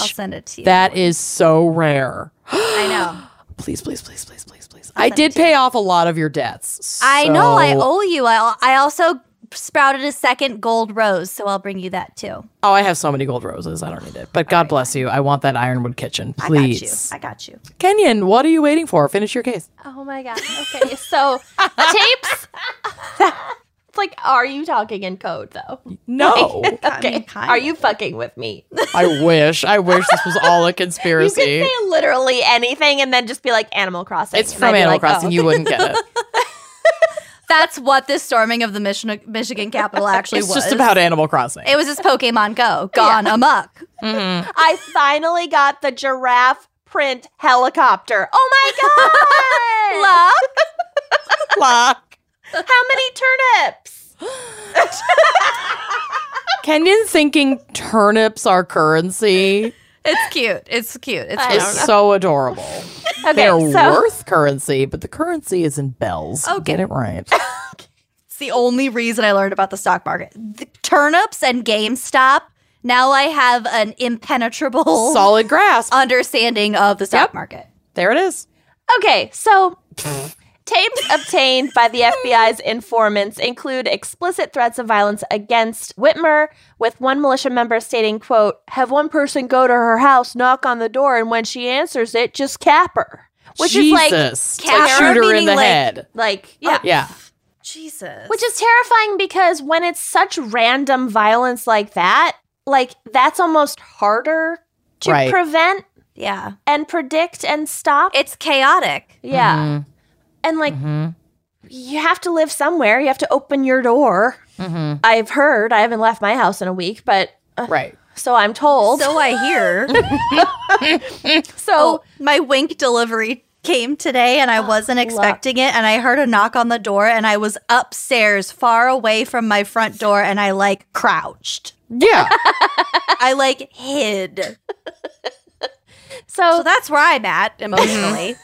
Speaker 2: I'll send it to you.
Speaker 3: That is so rare. *gasps*
Speaker 2: I know.
Speaker 3: Please, please, please, please, please, please. I did pay off a lot of your debts.
Speaker 2: I know. I
Speaker 3: so-
Speaker 2: owe you. I I also sprouted a second gold rose, so I'll bring you that too.
Speaker 3: Oh, I have so many gold roses. I don't need it. But God bless you. I want that ironwood kitchen, please.
Speaker 2: I got you. I got you.
Speaker 3: Kenyon, what are you waiting for? Finish your
Speaker 2: *laughs*
Speaker 3: case.
Speaker 1: Oh my god. Okay, so *laughs* tapes. it's like, are you talking in code though?
Speaker 3: No.
Speaker 1: Okay.
Speaker 2: kind
Speaker 1: Are
Speaker 2: of.
Speaker 1: you fucking with me? *laughs*
Speaker 3: I wish. I wish this was all
Speaker 2: *laughs*
Speaker 3: a
Speaker 1: You could
Speaker 3: conspiracy.
Speaker 1: say literally anything and then just be like Animal Crossing.
Speaker 3: It's
Speaker 1: And I'd
Speaker 3: from
Speaker 1: be
Speaker 3: Animal
Speaker 1: like,
Speaker 3: Crossing.
Speaker 1: oh.
Speaker 3: You wouldn't get it.
Speaker 2: That's what this storming of the Michigan Michigan Capitol
Speaker 3: *laughs*
Speaker 2: actually
Speaker 3: It's
Speaker 2: was.
Speaker 3: just about Animal Crossing.
Speaker 2: It was just
Speaker 3: *laughs*
Speaker 2: Pokemon Go gone amok.
Speaker 1: I finally got the giraffe print helicopter. Oh
Speaker 3: *laughs*
Speaker 1: my god!
Speaker 2: Love.
Speaker 3: Clock.
Speaker 1: How many turnips?
Speaker 3: Kenyon thinking turnips are currency
Speaker 2: It's cute. It's cute. It's
Speaker 1: I
Speaker 2: cute.
Speaker 3: is
Speaker 1: don't know.
Speaker 3: so adorable.
Speaker 1: Okay,
Speaker 3: They are
Speaker 1: so
Speaker 3: worth currency, but the currency is in bells. Oh, Get it right.
Speaker 2: It's the only reason I learned about the stock market. The turnips and GameStop. Now I have an
Speaker 1: Oh.
Speaker 2: impenetrable
Speaker 3: Solid
Speaker 1: Uh,
Speaker 3: grasp.
Speaker 2: understanding of the stock market.
Speaker 3: There it is.
Speaker 1: okay, so Tapes obtained by the FBI's informants include explicit threats of violence against Whitmer, with one militia member stating, quote, have one person go to her house, knock on the door, and when she answers it, just cap her. Which
Speaker 3: Jesus.
Speaker 1: is like, cap
Speaker 3: Like, shoot her in
Speaker 2: meaning,
Speaker 3: the
Speaker 2: like-
Speaker 3: head.
Speaker 1: Like, yeah.
Speaker 3: Yeah.
Speaker 4: Jesus.
Speaker 1: Which is terrifying because when it's such random violence like that, like that's almost harder to
Speaker 3: Right.
Speaker 1: prevent
Speaker 2: Yeah.
Speaker 1: and predict and stop.
Speaker 2: It's chaotic.
Speaker 1: yeah. And like you have to live somewhere. You have to open your door. I've heard, I haven't left my house in a week, but
Speaker 3: Right.
Speaker 1: so I'm told. So,
Speaker 2: So I hear. Oh, my wink delivery came today and I wasn't expecting it. And I heard a knock on the door and I was upstairs far away from my front door and I like crouched.
Speaker 1: *laughs*
Speaker 3: Yeah.
Speaker 2: I like hid. So
Speaker 1: so
Speaker 2: that's where I'm at emotionally.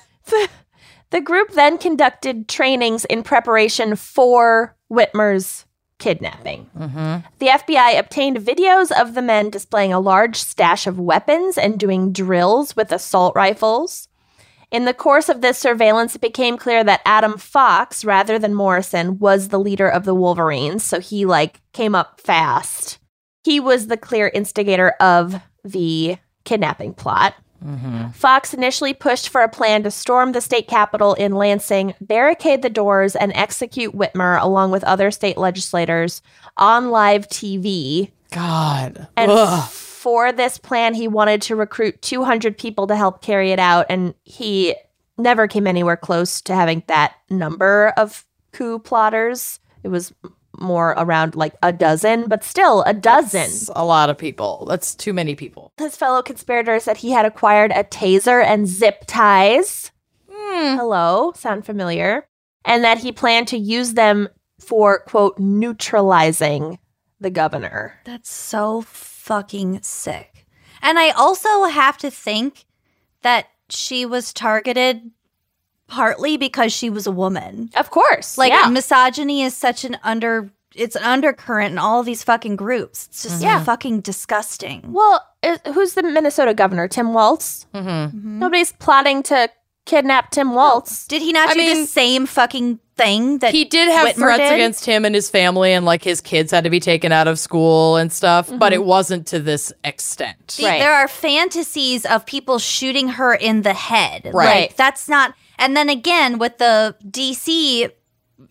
Speaker 1: the group then conducted trainings in preparation for Whitmer's kidnapping. The FBI obtained videos of the men displaying a large stash of weapons and doing drills with assault rifles. In the course of this surveillance, it became clear that Adam Fox, rather than Morrison, was the leader of the Wolverines. So he like came up fast. He was the clear instigator of the kidnapping plot. Fox initially pushed for a plan to storm the state capitol in Lansing, barricade the doors, and execute Whitmer along with other state legislators on live TV.
Speaker 3: God.
Speaker 1: And
Speaker 3: Ugh.
Speaker 1: for this plan, he wanted to recruit 200 people to help carry it out, and he never came anywhere close to having that number of coup plotters. It was more around like a dozen, but still a dozen.
Speaker 3: That's a lot of people. That's too many people.
Speaker 1: His fellow conspirators said he had acquired a taser and zip ties. Hmm. Hello, sound familiar? And that he planned to use them for, quote, neutralizing the governor.
Speaker 2: That's so fucking sick. And I also have to think that she was targeted partly because she was a woman.
Speaker 1: Of course.
Speaker 2: Like
Speaker 1: yeah.
Speaker 2: misogyny is such an under it's an undercurrent in all these fucking groups. It's just
Speaker 1: Yeah.
Speaker 2: fucking disgusting.
Speaker 1: well, i- who's the Minnesota governor? Tim Walz?
Speaker 3: Mm-hmm.
Speaker 1: Nobody's plotting to kidnap Tim Walz.
Speaker 2: Did he not
Speaker 3: I
Speaker 2: do
Speaker 3: mean-
Speaker 2: the same fucking thing that
Speaker 3: He did have
Speaker 2: Whitmer
Speaker 3: threats
Speaker 2: did?
Speaker 3: against him and his family, and like his kids had to be taken out of school and stuff, but
Speaker 1: Mm-hmm.
Speaker 3: it wasn't to this extent.
Speaker 2: See,
Speaker 1: Right.
Speaker 2: there are fantasies of people shooting her in the head.
Speaker 3: Right.
Speaker 2: Like, that's not. And then again, with the DC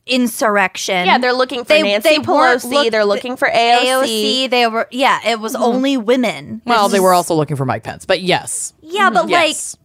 Speaker 2: insurrection.
Speaker 1: Yeah, they're looking for
Speaker 2: They-
Speaker 1: Nancy
Speaker 2: they weren't
Speaker 1: Pelosi.
Speaker 2: look-
Speaker 1: they're looking for AOC.
Speaker 2: AOC. They were. Yeah, it was only women.
Speaker 3: Mm-hmm. Well, they were also looking for Mike Pence, but yes.
Speaker 2: Yeah, but
Speaker 3: yes.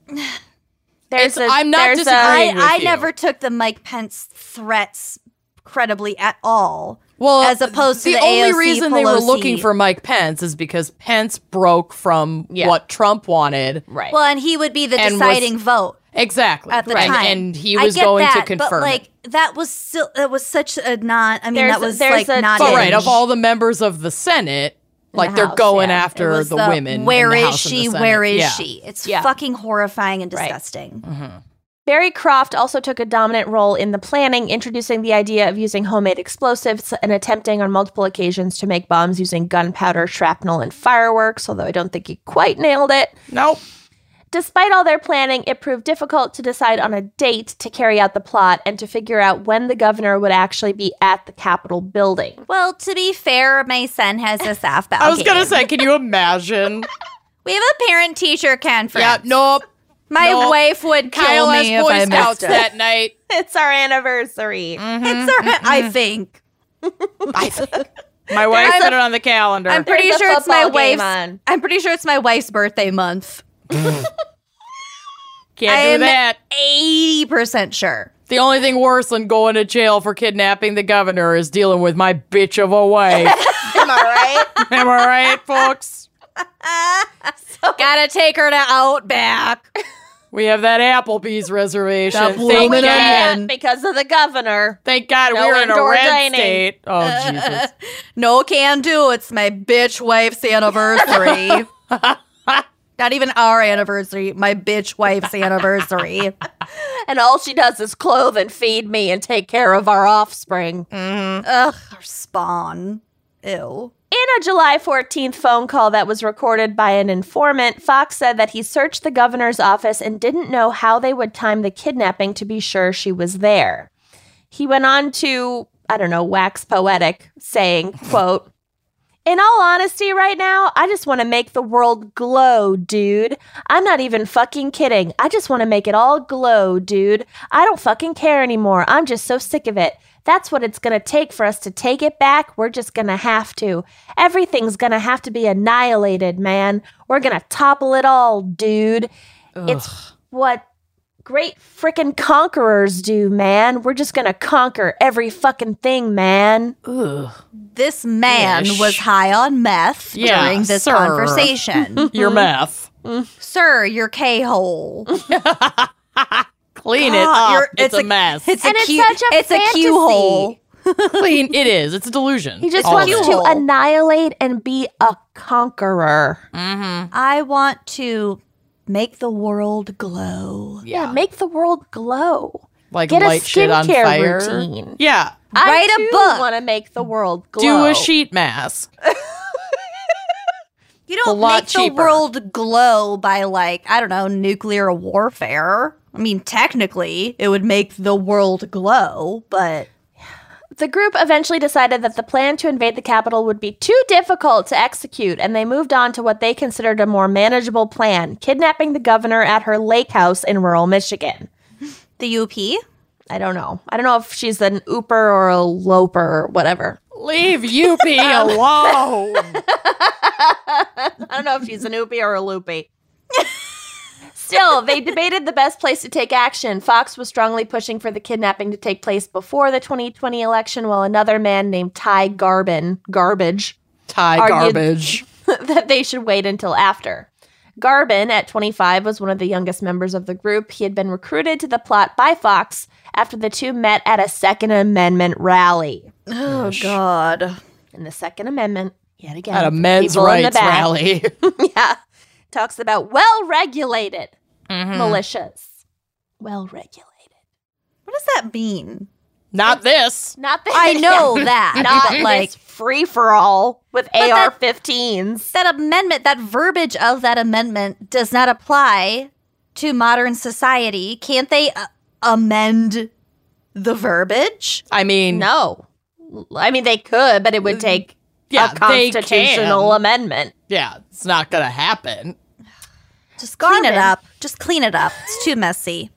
Speaker 1: There's
Speaker 3: It's- I'm not
Speaker 1: there's
Speaker 3: disagreeing.
Speaker 2: like,
Speaker 3: Agreeing with
Speaker 2: I, I
Speaker 3: you.
Speaker 2: never took the Mike Pence threats credibly at all.
Speaker 3: well,
Speaker 2: as opposed to
Speaker 3: the,
Speaker 2: the
Speaker 3: only
Speaker 2: AOC,
Speaker 3: reason they were
Speaker 2: Pelosi.
Speaker 3: looking for Mike Pence is because Pence broke from
Speaker 1: Yeah.
Speaker 3: what Trump wanted.
Speaker 1: Right.
Speaker 2: Well, and he would be the
Speaker 3: And was-
Speaker 2: deciding vote.
Speaker 3: Exactly.
Speaker 2: at the
Speaker 3: Right.
Speaker 2: time.
Speaker 3: And he
Speaker 2: I
Speaker 3: was
Speaker 2: get
Speaker 3: going
Speaker 2: that,
Speaker 3: to confirm.
Speaker 2: But like
Speaker 3: it.
Speaker 2: that was still that was such a not. I mean,
Speaker 1: There's-
Speaker 2: that was
Speaker 1: there's
Speaker 2: like
Speaker 1: a-
Speaker 2: not.
Speaker 3: But
Speaker 1: Yeah.
Speaker 3: right,
Speaker 2: in.
Speaker 3: of all the members of the Senate, like
Speaker 1: the
Speaker 3: they're
Speaker 1: House,
Speaker 3: going
Speaker 1: yeah.
Speaker 2: It
Speaker 3: after
Speaker 2: was
Speaker 3: the,
Speaker 2: the,
Speaker 3: women.
Speaker 2: Where
Speaker 3: in
Speaker 2: is
Speaker 3: the House and the
Speaker 2: she?
Speaker 3: Senate.
Speaker 2: Where is
Speaker 3: Yeah. Mm-hmm.
Speaker 2: she? It's
Speaker 1: Yeah.
Speaker 2: fucking horrifying and
Speaker 1: Right.
Speaker 2: disgusting.
Speaker 1: Barry Croft also took a dominant role in the planning, introducing the idea of using homemade explosives and attempting on multiple occasions to make bombs using gunpowder, shrapnel, and fireworks, although I don't think he quite nailed it.
Speaker 3: Nope.
Speaker 1: Despite all their planning, it proved difficult to decide on a date to carry out the plot and to figure out when the governor would actually be at the Capitol building.
Speaker 2: Well, to be fair, my son has a softball.
Speaker 3: I was
Speaker 2: game.
Speaker 3: gonna say, can you
Speaker 2: *laughs*
Speaker 3: imagine?
Speaker 2: we have a parent-teacher conference.
Speaker 3: yeah, nope.
Speaker 2: my
Speaker 3: no.
Speaker 2: wife would kill
Speaker 3: Kyle
Speaker 2: me
Speaker 3: has
Speaker 2: if I
Speaker 3: Boy Scouts
Speaker 2: missed it.
Speaker 3: that night.
Speaker 1: *laughs* It's our anniversary.
Speaker 2: *laughs* It's all right,
Speaker 3: Mm-hmm.
Speaker 2: I think
Speaker 3: I think my wife
Speaker 2: There's
Speaker 3: put
Speaker 2: a-
Speaker 3: it on the calendar.
Speaker 2: I'm pretty
Speaker 1: There's a
Speaker 2: sure it's my
Speaker 1: football game
Speaker 2: wife's.
Speaker 1: on.
Speaker 2: I'm pretty sure it's my wife's birthday month.
Speaker 3: Can't
Speaker 2: I'm-
Speaker 3: do that.
Speaker 2: Eighty percent sure.
Speaker 3: The only thing worse than going to jail for kidnapping the governor is dealing with my bitch of a
Speaker 1: *laughs*
Speaker 3: wife.
Speaker 1: Am I right? *laughs*
Speaker 3: Am I right, folks?
Speaker 2: Gotta take her to Outback.
Speaker 3: We have that Applebee's reservation.
Speaker 2: The
Speaker 1: *laughs*
Speaker 3: Thank
Speaker 2: bloomin'
Speaker 3: God.
Speaker 2: onion.
Speaker 1: because of the governor.
Speaker 3: Thank God
Speaker 1: No
Speaker 3: we're in a
Speaker 1: indoor
Speaker 3: red
Speaker 1: dining.
Speaker 3: state.
Speaker 1: *laughs*
Speaker 3: Oh Jesus.
Speaker 2: No can do. It's my bitch wife's
Speaker 3: *laughs*
Speaker 2: anniversary. Not even our anniversary, my bitch wife's anniversary.
Speaker 1: And all she does is clothe and feed me and take care of our offspring.
Speaker 2: Ugh, our spawn. Ew.
Speaker 1: In a July 14th phone call that was recorded by an informant, Fox said that he searched the governor's office and didn't know how they would time the kidnapping to be sure she was there. He went on to, I don't know, wax poetic, saying, quote, in all honesty, right now, I just want to make the world glow, dude. I'm not even fucking kidding. I just want to make it all glow, dude. I don't fucking care anymore. I'm just so sick of it. That's what it's going to take for us to take it back. We're just going to have to. Everything's going to have to be annihilated, man. We're going to topple it all, dude. It's what great freaking conquerors do, man. We're just going to conquer every fucking thing, man.
Speaker 2: This man
Speaker 3: Ish.
Speaker 2: was high on meth
Speaker 3: Yeah,
Speaker 2: during this
Speaker 3: sir. *laughs*
Speaker 2: conversation.
Speaker 1: Mm.
Speaker 3: Your meth.
Speaker 2: sir, your K hole.
Speaker 3: Clean
Speaker 2: God,
Speaker 1: Ah,
Speaker 3: it
Speaker 2: you're-
Speaker 3: up. It's, a, mess. Mm-hmm.
Speaker 2: Ah, It's
Speaker 4: And
Speaker 2: a
Speaker 4: it's
Speaker 2: cute,
Speaker 4: such a
Speaker 2: it's a
Speaker 4: fantasy.
Speaker 2: cue hole.
Speaker 3: Clean. It is. It's a delusion.
Speaker 1: He just
Speaker 3: All of
Speaker 1: wants
Speaker 3: it.
Speaker 1: to
Speaker 2: Cool.
Speaker 1: annihilate and be a conqueror.
Speaker 3: Mm.
Speaker 2: I want to make the world glow.
Speaker 1: Yeah. make the world glow.
Speaker 3: like
Speaker 1: Get a
Speaker 3: light shit on
Speaker 1: skincare
Speaker 3: fire.
Speaker 1: routine.
Speaker 3: Yeah.
Speaker 2: Write a book.
Speaker 1: want to make the world glow.
Speaker 3: Do a sheet mask.
Speaker 2: You
Speaker 3: A
Speaker 2: don't
Speaker 3: lot
Speaker 2: make
Speaker 3: cheaper.
Speaker 2: the world glow by like, I don't know, nuclear warfare. I mean, technically, it would make the world glow, but
Speaker 1: The group eventually decided that the plan to invade the capital would be too difficult to execute, and they moved on to what they considered a more manageable plan kidnapping the governor at her lake house in rural Michigan.
Speaker 2: the UP?
Speaker 1: I don't know. I don't know if she's an ooper or a loper or whatever.
Speaker 3: Leave UP
Speaker 1: *laughs*
Speaker 3: alone.
Speaker 1: I don't know if she's an oopie or a loopy. Still, they debated the best place to take action. Fox was strongly pushing for the kidnapping to take place before the 2020 election, while another man named Ty Garbin, garbage, *laughs*
Speaker 3: Thai
Speaker 1: Are you-
Speaker 3: garbage.
Speaker 1: that they should wait until after. Garbin, at 25, was one of the youngest members of the group. He had been recruited to the plot by Fox after the two met at a Second Amendment rally.
Speaker 2: Oh, God.
Speaker 1: And the Second Amendment, yet again,
Speaker 3: At a
Speaker 1: for
Speaker 3: men's
Speaker 1: people in the
Speaker 3: rights
Speaker 1: back.
Speaker 3: rally. *laughs*
Speaker 1: *laughs* yeah. Talks about well regulated
Speaker 3: Mm-hmm.
Speaker 1: militias. Well regulated.
Speaker 2: What does that mean?
Speaker 3: Not this.
Speaker 1: Not that
Speaker 2: I
Speaker 3: *laughs*
Speaker 2: know
Speaker 1: *laughs*
Speaker 2: that,
Speaker 1: Not
Speaker 2: but
Speaker 1: like
Speaker 2: like
Speaker 1: free for all with
Speaker 2: that-
Speaker 1: AR 15s.
Speaker 2: that amendment, that verbiage of that amendment does not apply to modern society. Can't they uh, amend the verbiage?
Speaker 3: I mean,
Speaker 1: No. I mean, they could, but it would take
Speaker 3: yeah,
Speaker 1: a
Speaker 3: they
Speaker 1: constitutional
Speaker 3: can.
Speaker 1: amendment.
Speaker 3: Yeah, it's not gonna happen.
Speaker 2: Just clean it
Speaker 1: Garmin.
Speaker 2: up. Just clean it up. It's too messy.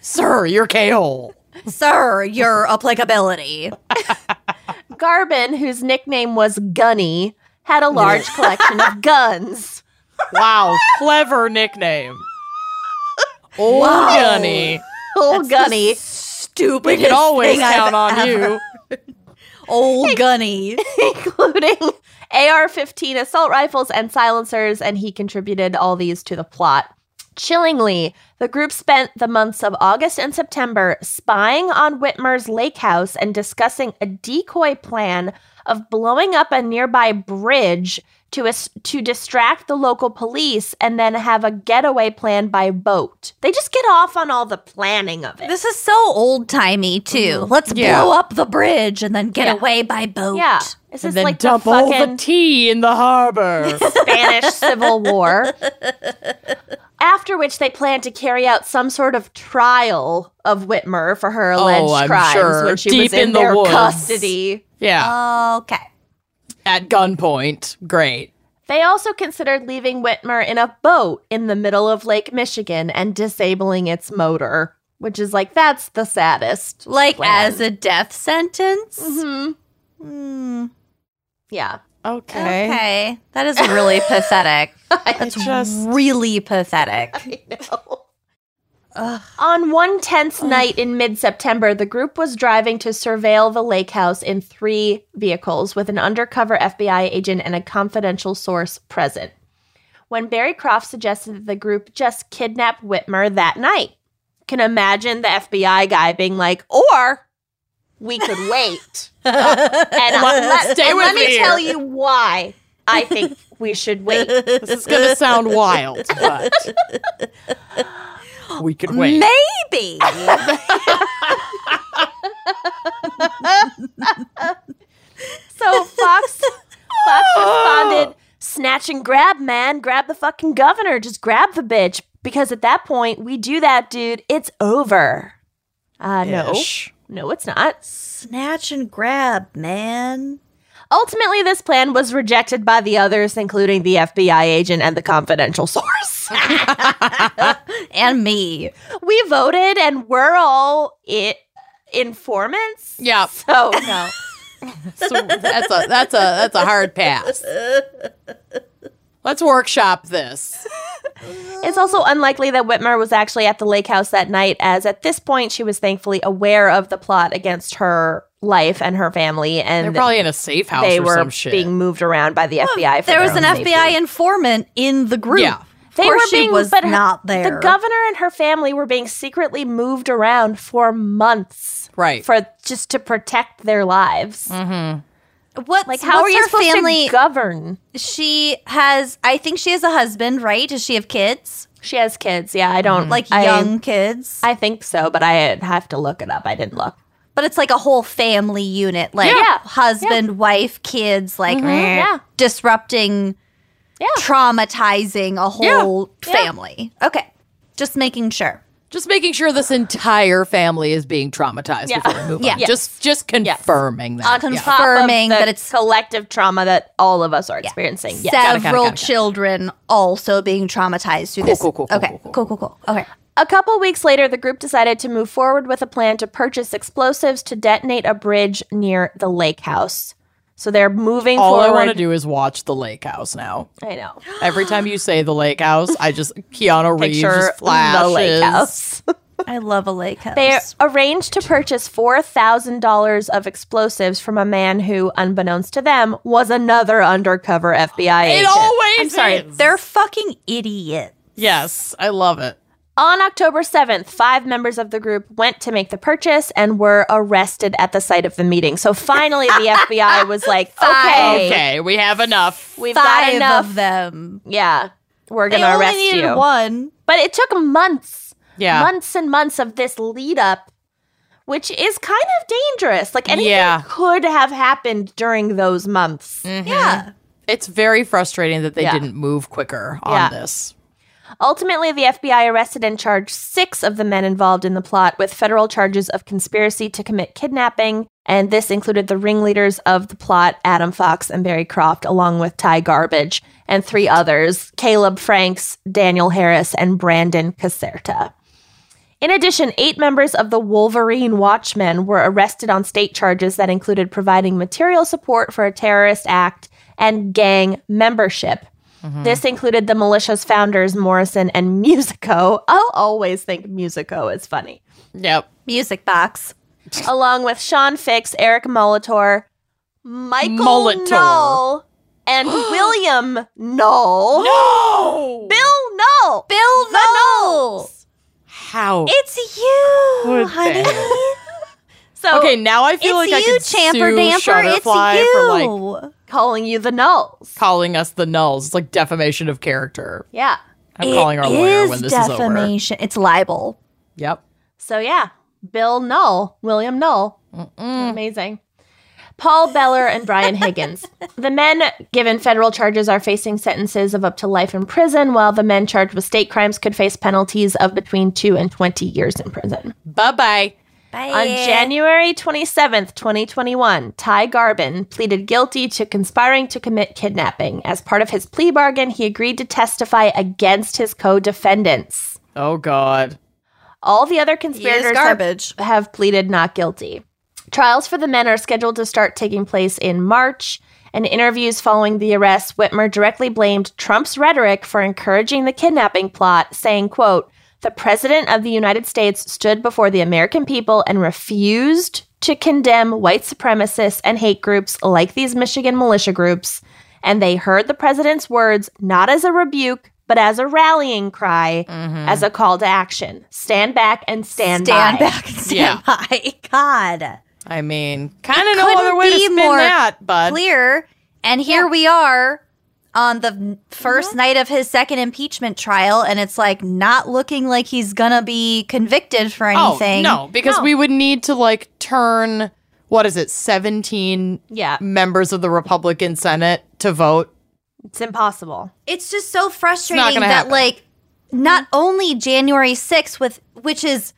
Speaker 3: Sir, you're K-hole.
Speaker 2: Sir, your applicability.
Speaker 1: Garbin, whose nickname was Gunny, had a *laughs* large collection of guns.
Speaker 3: Wow, *laughs* clever
Speaker 1: *laughs*
Speaker 3: nickname. Oh, Gunny.
Speaker 1: Old Gunny.
Speaker 2: Stupid.
Speaker 3: We can always count on
Speaker 1: *laughs*
Speaker 3: you.
Speaker 2: Old gunny.
Speaker 1: including *laughs* AR 15 assault rifles and silencers, and he contributed all these to the plot. Chillingly, the group spent the months of August and September spying on Whitmer's lake house and discussing a decoy plan of blowing up a nearby bridge to, as- to distract the local police and then have a getaway plan by boat. They just get off on all the planning of it.
Speaker 2: This is so old timey too. Let's
Speaker 3: Mm-hmm. Yeah.
Speaker 2: blow up the bridge and then get away by boat.
Speaker 1: yeah. This
Speaker 3: And
Speaker 1: is
Speaker 3: then
Speaker 1: like the
Speaker 3: dump all
Speaker 1: fucking
Speaker 3: the tea in the
Speaker 1: *laughs*
Speaker 3: harbor.
Speaker 1: Spanish Civil
Speaker 3: *laughs*
Speaker 1: War. After which they plan to carry out some sort of trial of Whitmer for her alleged
Speaker 3: Oh, I'm
Speaker 1: crimes
Speaker 3: sure.
Speaker 1: when she
Speaker 3: Deep
Speaker 1: was in,
Speaker 3: in the
Speaker 1: their
Speaker 3: woods.
Speaker 1: custody.
Speaker 3: yeah,
Speaker 2: Okay.
Speaker 3: at gunpoint. Great.
Speaker 1: They also considered leaving Whitmer in a boat in the middle of Lake Michigan and disabling its motor, which is like that's the saddest.
Speaker 2: Like
Speaker 1: plan.
Speaker 2: as a death sentence.
Speaker 3: Mm-hmm.
Speaker 1: Mhm.
Speaker 2: Hmm.
Speaker 1: yeah.
Speaker 3: Okay.
Speaker 1: *laughs*
Speaker 2: Okay. That is really *laughs* pathetic.
Speaker 3: It's just
Speaker 2: Really pathetic.
Speaker 1: On one tense night in mid September, the group was driving to surveil the lake house in three vehicles with an undercover FBI agent and a confidential source present. When Barry Croft suggested that the group just kidnap Whitmer that night, can imagine the FBI guy being like, or we could wait. and let,
Speaker 3: Stay
Speaker 1: and
Speaker 3: with
Speaker 1: let me
Speaker 3: me.
Speaker 1: tell you why I think we should wait.
Speaker 3: this is gonna sound
Speaker 1: *laughs*
Speaker 3: wild, but we could wait.
Speaker 2: Maybe. *laughs*
Speaker 1: So Fox Snatch and grab, man. Grab the fucking governor. Just grab the bitch. Because at that point, we do that, dude. It's over. Uh, no.
Speaker 3: Ish.
Speaker 1: No, it's not.
Speaker 2: Snatch and grab, man.
Speaker 1: Ultimately, this plan was rejected by the others, including the FBI agent and the confidential *laughs* source.
Speaker 2: And me.
Speaker 1: we voted, and we're all it informants.
Speaker 3: Yeah.
Speaker 1: So no,
Speaker 3: So that's a that's a that's a hard pass. Let's workshop this.
Speaker 1: it's also unlikely that Whitmer was actually at the lake house that night, as at this point she was thankfully aware of the plot against her life and her family,
Speaker 3: They're
Speaker 1: and
Speaker 3: probably in a safe house
Speaker 1: they
Speaker 3: or
Speaker 1: were
Speaker 3: some shit.
Speaker 1: being moved around by the FBI. For
Speaker 2: There
Speaker 1: their
Speaker 2: was an
Speaker 1: own safety.
Speaker 2: FBI informant in the group.
Speaker 3: Yeah.
Speaker 2: Of course she was
Speaker 1: her-
Speaker 2: not there.
Speaker 1: The governor and her family were being secretly moved around for months,
Speaker 3: Right.
Speaker 1: For just to protect their lives.
Speaker 2: what?
Speaker 1: Like, how are you
Speaker 2: her
Speaker 1: supposed
Speaker 2: family?
Speaker 1: to govern?
Speaker 2: she has. I think she has a husband, right? Does she have kids?
Speaker 1: She has kids. Yeah, I don't
Speaker 2: Like
Speaker 1: I-
Speaker 2: young kids?
Speaker 1: I think so, but I have to look it up. I didn't look.
Speaker 2: but it's like a whole family unit, like
Speaker 1: Yeah. Mm-hmm.
Speaker 2: husband, wife, kids, like eh,
Speaker 1: Yeah.
Speaker 2: disrupting,
Speaker 1: Yeah.
Speaker 2: traumatizing a whole family. Okay, just making sure.
Speaker 3: Just making sure this entire family is being traumatized
Speaker 1: Yeah.
Speaker 3: before we move
Speaker 2: Yeah.
Speaker 3: on. Just just confirming that.
Speaker 1: On
Speaker 3: Yeah.
Speaker 1: top of
Speaker 2: Affirming
Speaker 1: the
Speaker 2: that it's-
Speaker 1: collective trauma that all of us are experiencing. Yeah.
Speaker 2: Several
Speaker 3: gotta, gotta.
Speaker 2: children also being traumatized through this.
Speaker 3: cool, cool, cool,
Speaker 2: okay,
Speaker 3: cool,
Speaker 2: cool, cool, cool. Okay,
Speaker 1: A couple weeks later, the group decided to move forward with a plan to purchase explosives to detonate a bridge near the lake house. So they're moving
Speaker 3: All I
Speaker 1: forward.
Speaker 3: want to do is watch the lake house now. *gasps*
Speaker 1: I know.
Speaker 3: Every time you say the lake house, I just Keanu Reeves
Speaker 1: Picture
Speaker 3: just flashes.
Speaker 1: the lake house.
Speaker 2: I love a lake house.
Speaker 1: They arranged to purchase $4,000 of explosives from a man who, unbeknownst to them, was another undercover FBI
Speaker 3: It
Speaker 1: agent.
Speaker 3: always
Speaker 1: I'm sorry.
Speaker 3: is.
Speaker 2: They're fucking idiots.
Speaker 3: Yes, I love it.
Speaker 1: On October 7th, five members of the group went to make the purchase and were arrested at the site of the meeting. So finally,
Speaker 2: *laughs*
Speaker 1: the FBI was like, okay,
Speaker 3: Okay, we have enough.
Speaker 1: we've got
Speaker 2: Five
Speaker 1: enough.
Speaker 2: of them.
Speaker 1: Yeah, we're
Speaker 2: They
Speaker 1: going to
Speaker 2: only
Speaker 1: arrest
Speaker 2: needed
Speaker 1: you.
Speaker 2: one.
Speaker 1: But it took months,
Speaker 3: Yeah.
Speaker 1: months and months of this lead up, which is kind of dangerous. Like anything
Speaker 3: Yeah.
Speaker 1: could have happened during those months.
Speaker 2: Yeah.
Speaker 3: It's very frustrating that they
Speaker 1: Yeah.
Speaker 3: didn't move quicker on
Speaker 1: Yeah.
Speaker 3: this.
Speaker 1: Ultimately, the FBI arrested and charged six of the men involved in the plot with federal charges of conspiracy to commit kidnapping, and this included the ringleaders of the plot, Adam Fox and Barry Croft, along with Ty Garbage and three others, Caleb Franks, Daniel Harris, and Brandon Caserta. In addition, eight members of the Wolverine Watchmen were arrested on state charges that included providing material support for a terrorist act and gang membership.
Speaker 3: Hmm.
Speaker 1: This included the militia's founders, Morrison and Musico. I'll always think Musico
Speaker 3: *laughs*
Speaker 1: is funny.
Speaker 3: Yep.
Speaker 2: Music box.
Speaker 1: Along with Sean Fix, Eric Molitor, Michael
Speaker 3: Molitor.
Speaker 1: Knoll,
Speaker 3: *gasps*
Speaker 1: and William Knoll.
Speaker 3: No.
Speaker 1: Bill Knoll.
Speaker 2: Bill Null.
Speaker 3: How?
Speaker 2: It's you,
Speaker 3: Would
Speaker 2: honey.
Speaker 1: So
Speaker 3: okay, now I feel
Speaker 2: it's
Speaker 3: like
Speaker 2: you,
Speaker 3: I could
Speaker 2: Champer
Speaker 3: sue
Speaker 2: Damper. It's
Speaker 3: Shutterfly for like
Speaker 2: you.
Speaker 1: calling you the Knolls.
Speaker 3: calling us the nulls. It's like defamation of character.
Speaker 1: Yeah.
Speaker 3: I'm calling
Speaker 2: It
Speaker 3: our lawyer when
Speaker 2: is
Speaker 3: this is over.
Speaker 2: defamation. It's libel.
Speaker 3: Yep.
Speaker 1: So yeah, Bill Null, William Null. Amazing. Paul Beller and Brian Higgins. the men given federal charges are facing sentences of up to life in prison, while the men charged with state crimes could face penalties of between 2 and 20 years in prison.
Speaker 3: Bye bye.
Speaker 1: On January 27th, 2021, Ty Garbin pleaded guilty to conspiring to commit kidnapping. As part of his plea bargain, he agreed to testify against his co-defendants.
Speaker 3: Oh God.
Speaker 1: All the other conspirators have,
Speaker 2: garbage.
Speaker 1: have pleaded not guilty. Trials for the men are scheduled to start taking place in March. And interviews following the arrest, Whitmer directly blamed Trump's rhetoric for encouraging the kidnapping plot, saying, quote, the president of the United States stood before the American people and refused to condemn white supremacists and hate groups like these Michigan militia groups. And they heard the president's words not as a rebuke, but as a rallying cry, as a call to action. Stand back and stand,
Speaker 2: Mm-hmm. Stand
Speaker 1: by.
Speaker 2: *laughs* back and stand by. God.
Speaker 3: I mean, kind of no other
Speaker 2: couldn't
Speaker 3: way to
Speaker 2: be
Speaker 3: spin
Speaker 2: more
Speaker 3: that, but
Speaker 2: Clear. And here we are on the n- 1st night of his second impeachment trial, and it's like not looking like he's gonna be convicted for anything.
Speaker 3: Oh, no, because we would need to like turn what is it, 17
Speaker 1: Yeah.
Speaker 3: members of the Republican Senate to vote
Speaker 1: It's impossible.
Speaker 2: It's just so frustrating
Speaker 3: gonna
Speaker 2: that
Speaker 3: happen.
Speaker 2: like not only January 6th with which is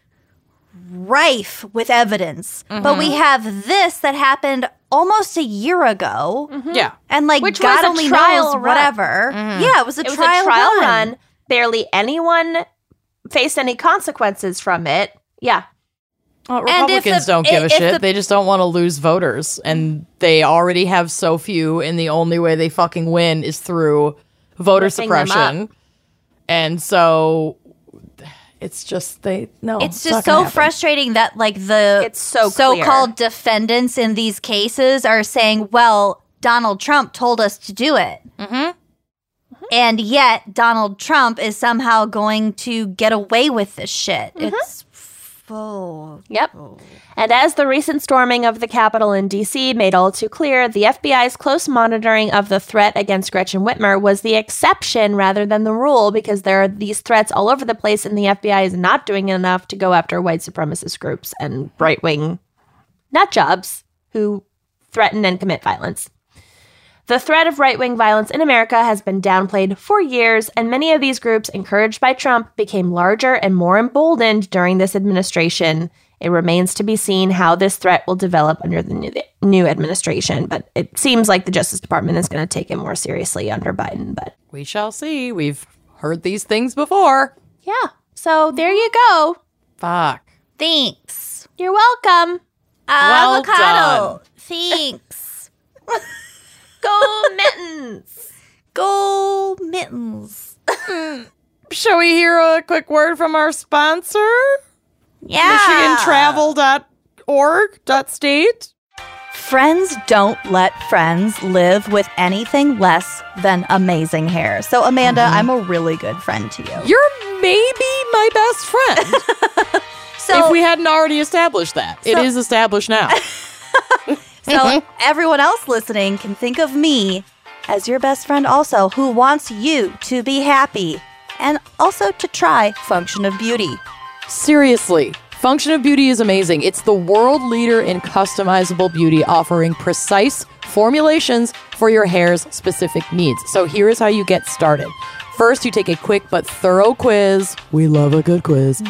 Speaker 2: rife with evidence, but
Speaker 1: Mm-hmm.
Speaker 2: we have this that happened almost a year ago.
Speaker 3: Yeah.
Speaker 2: And like
Speaker 1: Mm-hmm. Which
Speaker 2: God
Speaker 1: was a
Speaker 2: only
Speaker 1: trial run.
Speaker 2: knows
Speaker 1: Mm-hmm.
Speaker 2: whatever. Yeah, it was a
Speaker 1: It was
Speaker 2: trial,
Speaker 1: a trial
Speaker 2: run.
Speaker 1: run. Barely anyone faced any consequences from it. Yeah.
Speaker 3: Well,
Speaker 2: if the-
Speaker 3: Uh, Republicans don't give a
Speaker 2: if the-
Speaker 3: shit. they just don't want to lose voters, and they already have so few, and the only way they fucking win is through voter
Speaker 1: Lifting them
Speaker 3: suppression. And so it's just they no.
Speaker 2: It's
Speaker 3: Oh, not gonna
Speaker 2: just so
Speaker 3: happen.
Speaker 2: frustrating that like the
Speaker 1: It's so clear.
Speaker 2: so-called defendants in these cases are saying, "Well, Donald Trump told us to do it."
Speaker 1: Mm-hmm.
Speaker 3: Mm-hmm.
Speaker 2: And yet Donald Trump is somehow going to get away with this shit.
Speaker 3: Mm-hmm.
Speaker 2: It's full.
Speaker 1: Yep. And as the recent storming of the Capitol in D.C. made all too clear, the FBI's close monitoring of the threat against Gretchen Whitmer was the exception rather than the rule because there are these threats all over the place, and the FBI is not doing enough to go after white supremacist groups and right wing nut jobs who threaten and commit violence. The threat of right wing violence in America has been downplayed for years, and many of these groups, encouraged by Trump, became larger and more emboldened during this administration. It remains to be seen how this threat will develop under the new, new administration, but it seems like the Justice Department is going to take it more seriously under Biden. But
Speaker 3: We shall see. We've heard these things before.
Speaker 1: yeah, so there you go.
Speaker 3: Fuck.
Speaker 2: Thanks.
Speaker 1: You're welcome.
Speaker 3: Well
Speaker 2: Avocado.
Speaker 3: done.
Speaker 2: Thanks.
Speaker 1: Go *laughs* mittens.
Speaker 2: Go mittens.
Speaker 3: Shall we hear a quick word from our sponsor,
Speaker 2: Yeah.
Speaker 3: MichiganTravel.org.state?
Speaker 2: Friends don't let friends live with anything less than amazing hair. So, Amanda,
Speaker 3: Mm-hmm.
Speaker 2: I'm a really good friend to you.
Speaker 3: You're maybe my best friend.
Speaker 2: *laughs* So,
Speaker 3: if we hadn't already established that, it is established now.
Speaker 2: *laughs*
Speaker 3: *laughs*
Speaker 2: so everyone else listening can think of me as your best friend, also, who wants you to be happy and also to try Function of Beauty.
Speaker 3: Seriously, Function of Beauty is amazing. It's the world leader in customizable beauty, offering precise formulations for your hair's specific needs. So here is how you get started. First, you take a quick but thorough quiz. We love a good quiz.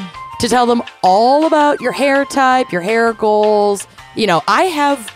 Speaker 3: To tell them all about your hair type, your hair goals. You know, I have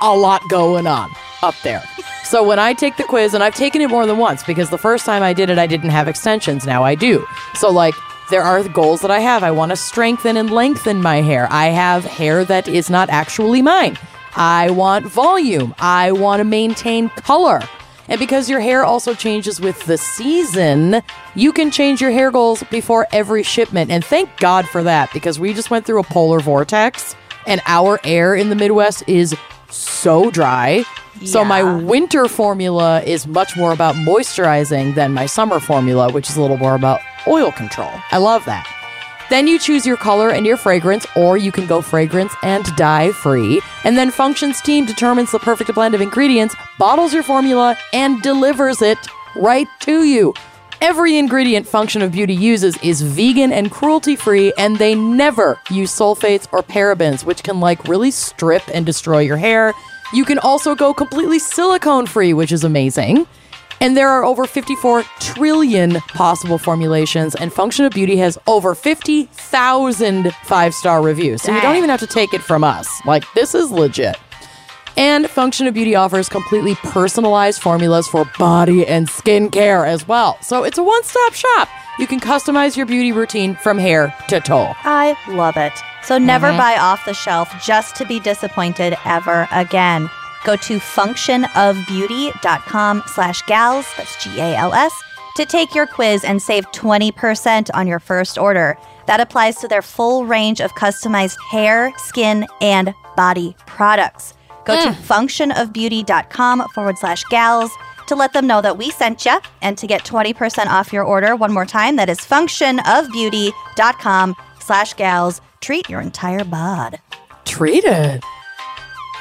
Speaker 3: a lot going on up there. So when I take the quiz, and I've taken it more than once because the first time I did it, I didn't have extensions. Now I do. So, like, there are goals that I have. I want to strengthen and lengthen my hair. I have hair that is not actually mine. I want volume. I want to maintain color. And because your hair also changes with the season, you can change your hair goals before every shipment. And thank God for that because we just went through a polar vortex and our air in the Midwest is so dry. So my winter formula is much more about moisturizing than my summer formula, which is a little more about oil control. I love that. Then you choose your color and your fragrance, or you can go fragrance and dye free. And then Functions Team determines the perfect blend of ingredients, bottles your formula, and delivers it right to you. Every ingredient Function of Beauty uses is vegan and cruelty free, and they never use sulfates or parabens, which can like really strip and destroy your hair. You can also go completely silicone free, which is amazing. And there are over 54 trillion possible formulations, and Function of Beauty has over 50,000 five star reviews. So you don't even have to take it from us. Like, this is legit. And Function of Beauty offers completely personalized formulas for body and skin care as well. So it's a one stop shop. You can customize your beauty routine from hair to toe.
Speaker 2: I love it. So never buy off the shelf just to be disappointed ever again. Go to functionofbeauty.com slash gals, that's G-A-L-S, to take your quiz and save 20% on your first order. That applies to their full range of customized hair, skin, and body products. Go to functionofbeauty.com forward slash gals to let them know that we sent you and to get 20% off your order one more time. That is functionofbeauty.com slash gals. Treat your entire bod.
Speaker 3: Treat it.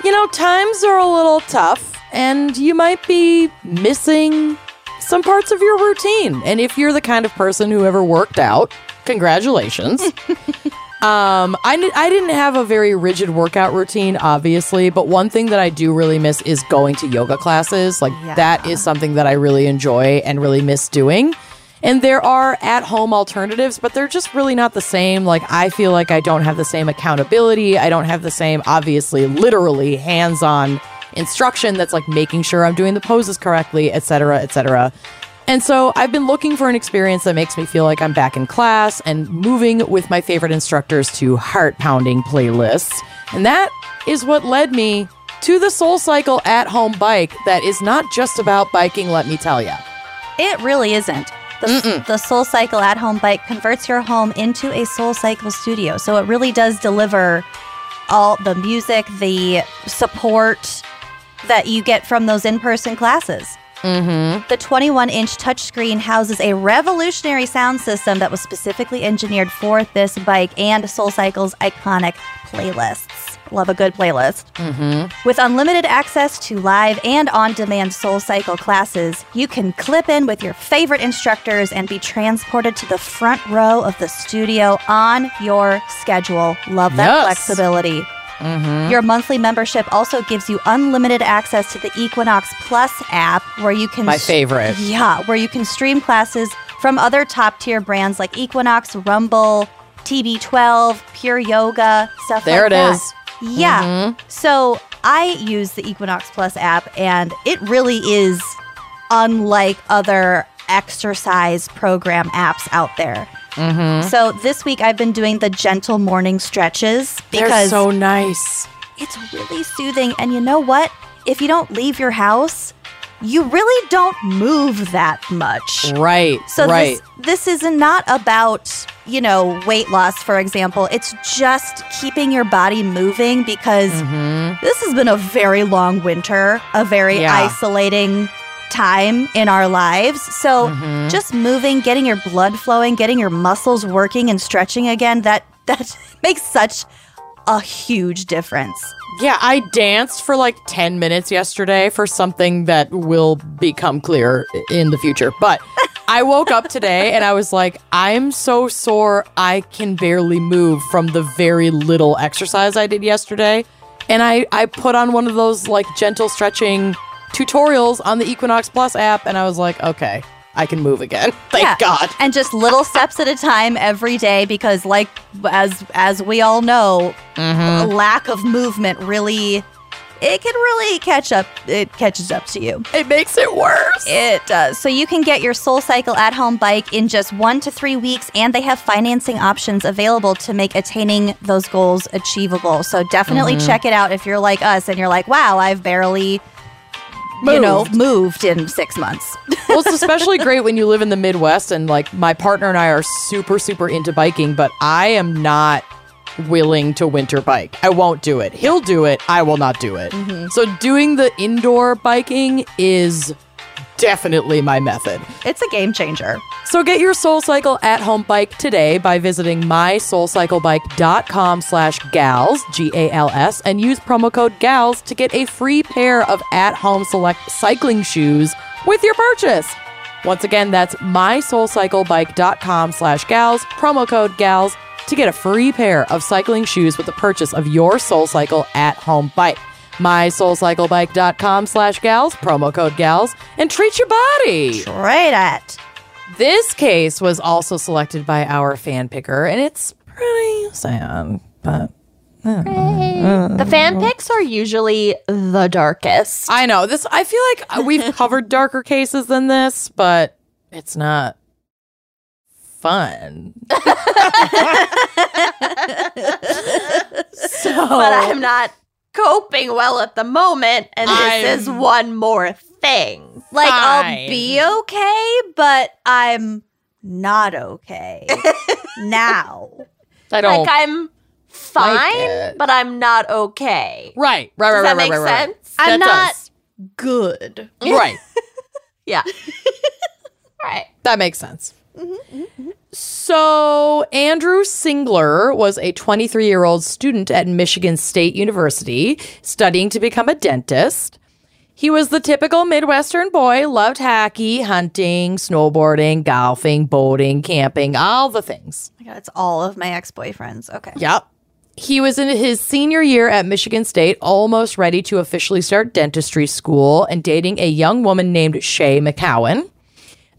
Speaker 3: You know, times are a little tough, and you might be missing some parts of your routine. And if you're the kind of person who ever worked out, congratulations. Um, I, n- I didn't have a very rigid workout routine, obviously, but one thing that I do really miss is going to yoga classes. Like, that is something that I really enjoy and really miss doing. And there are at home alternatives, but they're just really not the same. Like, I feel like I don't have the same accountability. I don't have the same, obviously, literally hands on instruction that's like making sure I'm doing the poses correctly, et cetera, et cetera. And so I've been looking for an experience that makes me feel like I'm back in class and moving with my favorite instructors to heart pounding playlists. And that is what led me to the Soul Cycle at home bike that is not just about biking, let me tell you.
Speaker 2: It really isn't. The, the Soul Cycle at home bike converts your home into a Soul Cycle studio. So it really does deliver all the music, the support that you get from those in person classes. Mm-hmm. The 21 inch touchscreen houses a revolutionary sound system that was specifically engineered for this bike and Soul Cycle's iconic playlists. Love a good playlist. With unlimited access to live and on demand Soul Cycle classes, you can clip in with your favorite instructors and be transported to the front row of the studio on your schedule. Love that
Speaker 3: Yes.
Speaker 2: flexibility.
Speaker 3: Mm-hmm.
Speaker 2: Your monthly membership also gives you unlimited access to the Equinox Plus app where you can
Speaker 3: My favorite.
Speaker 2: yeah, where you can stream classes from other top tier brands like Equinox, Rumble, TB12, Pure Yoga, stuff
Speaker 3: There
Speaker 2: like
Speaker 3: it
Speaker 2: that.
Speaker 3: is. Mm-hmm.
Speaker 2: Yeah. So I use the Equinox Plus app, and it really is unlike other exercise program apps out there.
Speaker 3: Mm-hmm.
Speaker 2: So this week I've been doing the gentle morning stretches
Speaker 3: They're
Speaker 2: because
Speaker 3: so nice.
Speaker 2: it's really soothing. And you know what? If you don't leave your house, you really don't move that much.
Speaker 3: Right.
Speaker 2: So
Speaker 3: right.
Speaker 2: this this is not about, you know, weight loss for example. It's just keeping your body moving because this has been a very long winter, a very
Speaker 3: Mm-hmm. Yeah.
Speaker 2: isolating time in our lives. So
Speaker 3: Mm-hmm.
Speaker 2: just moving, getting your blood flowing, getting your muscles working and stretching again, that *laughs* that makes such a huge difference.
Speaker 3: yeah, I danced for like 10 minutes yesterday for something that will become clear i- in the future. But I woke up today and I was like, I'm so sore, I can barely move from the very little exercise I did yesterday. And I, I put on one of those like gentle stretching tutorials on the Equinox Plus app and I was like, okay, I can move again. *laughs* Thank
Speaker 2: Yeah,
Speaker 3: God.
Speaker 2: And just little steps at a time every day because like as as we all know, a lack of movement really it can really catch up it catches up to you.
Speaker 3: It makes it worse.
Speaker 2: It does. So you can get your Soul Cycle at home bike in just 1 to 3 weeks and they have financing options available to make attaining those goals achievable. So definitely check it out if you're like us and you're like, "Wow, I've barely you know, moved in 6 months." *laughs*
Speaker 3: well, it's especially great when you live in the Midwest and like my partner and I are super, super into biking, but I am not willing to winter bike. I won't do it. He'll do it. I will not do it. So doing the indoor biking is definitely my method.
Speaker 2: it's a game changer.
Speaker 3: So get your Soul Cycle at home bike today by visiting mysoulcyclebike.com slash gals, G-A-L-S, and use promo code GALS to get a free pair of at-home select cycling shoes with your purchase. Once again, that's mysoulcyclebike.com slash gals, promo code GALS, to get a free pair of cycling shoes with the purchase of your Soul Cycle at home bike. mysoulcyclebike.com slash gals, promo code GALS, and treat your body.
Speaker 2: Right at
Speaker 3: This case was also selected by our fan picker, and it's pretty sad, but
Speaker 1: The fan picks are usually the darkest.
Speaker 3: I know this. I feel like *laughs* we've covered darker cases than this, but it's not *laughs* fun.
Speaker 1: but
Speaker 3: Oh.
Speaker 1: I'm not coping well at the moment, and this is one more thing.
Speaker 2: Like
Speaker 3: Fine.
Speaker 2: I'll be okay, but I'm not *laughs* okay now.
Speaker 3: I don't.
Speaker 1: Oh. like I'm fine,
Speaker 3: it.
Speaker 1: but I'm not okay.
Speaker 3: right, right, right,
Speaker 1: Does
Speaker 3: right,
Speaker 1: that
Speaker 3: right,
Speaker 1: make
Speaker 3: right, right.
Speaker 1: sense?
Speaker 4: I'm
Speaker 3: That
Speaker 4: not
Speaker 3: does.
Speaker 4: good.
Speaker 3: *laughs*
Speaker 2: Oh
Speaker 3: right.
Speaker 1: *laughs* Yeah. right.
Speaker 3: That makes sense. So, Andrew Singler was a 23 year old student at Michigan State University studying to become a dentist. He was the typical Midwestern boy, loved hockey, hunting, snowboarding, golfing, boating, camping, all the things.
Speaker 2: my God, it's all of my ex boyfriends. Okay.
Speaker 3: Yep. He was in his senior year at Michigan State, almost ready to officially start dentistry school and dating a young woman named Shay McCowan.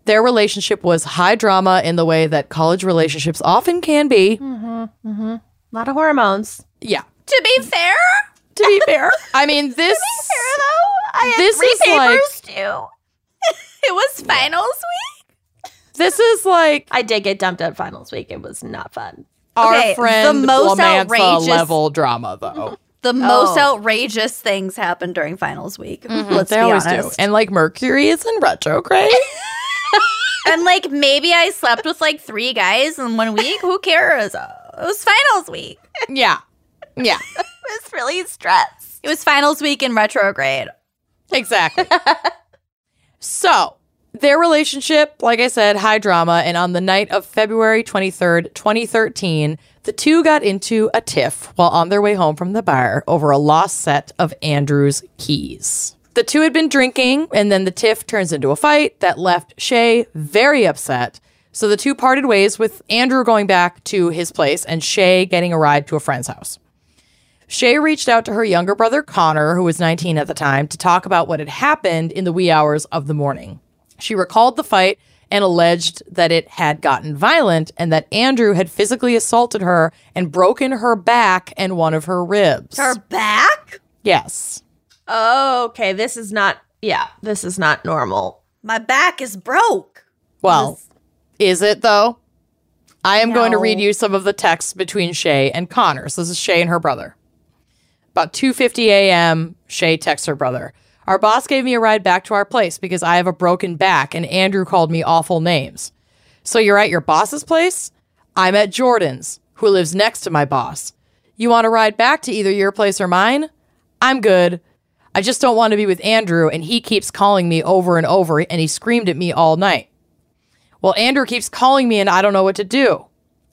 Speaker 3: Their relationship was high drama in the way that college relationships often can be.
Speaker 1: A lot of hormones.
Speaker 3: Yeah.
Speaker 2: To be fair,
Speaker 3: To be fair, I
Speaker 2: *laughs*
Speaker 3: mean, this.
Speaker 1: Oh, I had
Speaker 3: This
Speaker 1: three
Speaker 3: is like-
Speaker 1: papers due.
Speaker 2: it was finals week.
Speaker 3: This is like
Speaker 1: I did get dumped at finals week. It was not fun.
Speaker 3: our
Speaker 2: Okay, the
Speaker 3: friend the
Speaker 2: most outrageous- Mm-hmm.
Speaker 3: level drama, though.
Speaker 2: The most outrageous things happened during finals week. Let's
Speaker 3: They
Speaker 2: be
Speaker 3: always
Speaker 2: honest.
Speaker 3: do. And like Mercury is in retrograde.
Speaker 2: *laughs* And like maybe I slept with like three guys in one week. Who cares? Uh, It was finals week.
Speaker 3: yeah. Yeah.
Speaker 2: It was really stressed. It was finals week in retrograde.
Speaker 3: Exactly. so, their relationship, like I said, high drama. And on the night of February 23rd, 2013, the two got into a tiff while on their way home from the bar over a lost set of Andrew's keys. The two had been drinking, and then the tiff turns into a fight that left Shay very upset. So the two parted ways with Andrew going back to his place and Shay getting a ride to a friend's house. Shay reached out to her younger brother, Connor, who was 19 at the time, to talk about what had happened in the wee hours of the morning. She recalled the fight and alleged that it had gotten violent and that Andrew had physically assaulted her and broken her back and one of her ribs.
Speaker 2: Her back?
Speaker 3: yes.
Speaker 1: Oh, okay. This is not. Yeah, this is not normal.
Speaker 2: My back is broke.
Speaker 3: Well, is it though? I am going to read you some of the texts between Shay and Connor. So this is Shay and her brother. About 2:50 a.m., Shay texts her brother. Our boss gave me a ride back to our place because I have a broken back and Andrew called me awful names. So you're at your boss's place? I'm at Jordan's, who lives next to my boss. You want to ride back to either your place or mine? I'm good. I just don't want to be with Andrew and he keeps calling me over and over and he screamed at me all night. Well, Andrew keeps calling me and I don't know what to do.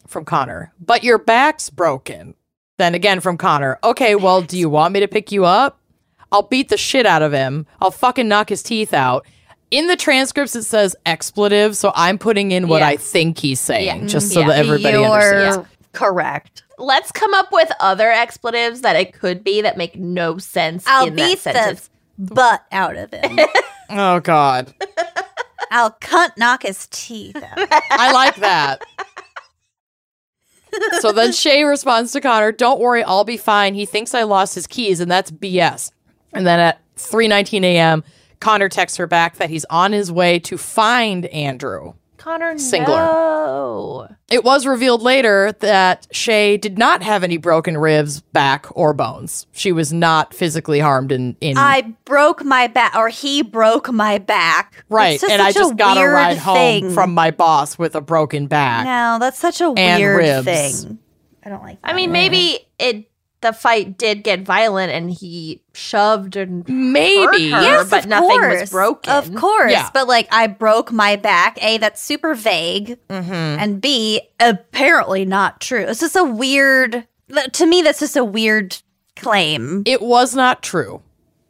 Speaker 3: From Connor. But your back's broken. Then again from Connor. Okay, well, do you want me to pick you up? I'll beat the shit out of him. I'll fucking knock his teeth out. In the transcripts, it says expletive, so I'm putting in what
Speaker 1: Yeah.
Speaker 3: I think he's saying,
Speaker 1: Yeah. Mm,
Speaker 3: just so
Speaker 1: Yeah.
Speaker 3: that everybody
Speaker 2: You're
Speaker 3: understands.
Speaker 2: correct.
Speaker 1: Let's come up with other expletives that it could be that make no sense.
Speaker 2: I'll
Speaker 1: in
Speaker 2: beat
Speaker 1: that sentence.
Speaker 2: the butt out of *laughs* him.
Speaker 3: Oh, God.
Speaker 2: I'll cunt knock his teeth out.
Speaker 3: I like that. so
Speaker 2: *laughs*
Speaker 3: then Shay responds to Connor, "Don't worry, I'll be fine. He thinks I lost his keys, and that's BS." And then at 3:19 a.m., Connor texts her back that he's on his way to find Andrew.
Speaker 1: Connor
Speaker 3: Singular.
Speaker 1: No.
Speaker 3: It was revealed later that Shay did not have any broken ribs, back, or bones. She was not physically harmed in in
Speaker 2: I broke my back, or he broke my back.
Speaker 3: right,
Speaker 2: It's just
Speaker 3: and I
Speaker 2: such
Speaker 3: just got a
Speaker 2: weird
Speaker 3: ride
Speaker 2: thing.
Speaker 3: home from my boss with a broken back.
Speaker 2: No, that's such a
Speaker 3: And
Speaker 2: weird
Speaker 3: ribs.
Speaker 2: thing. I don't like.
Speaker 1: I mean, maybe it. The fight did get violent, and he shoved and
Speaker 3: Maybe.
Speaker 1: Hurt her.
Speaker 2: Yes,
Speaker 1: but
Speaker 2: of
Speaker 1: nothing was
Speaker 2: course.
Speaker 1: broken.
Speaker 2: Of course.
Speaker 3: Yeah.
Speaker 2: But like I broke my back. A, that's super vague.
Speaker 3: Mm-hmm.
Speaker 2: And B, apparently not true. It's just a weird th- to me that's just a weird claim.
Speaker 3: It was not true.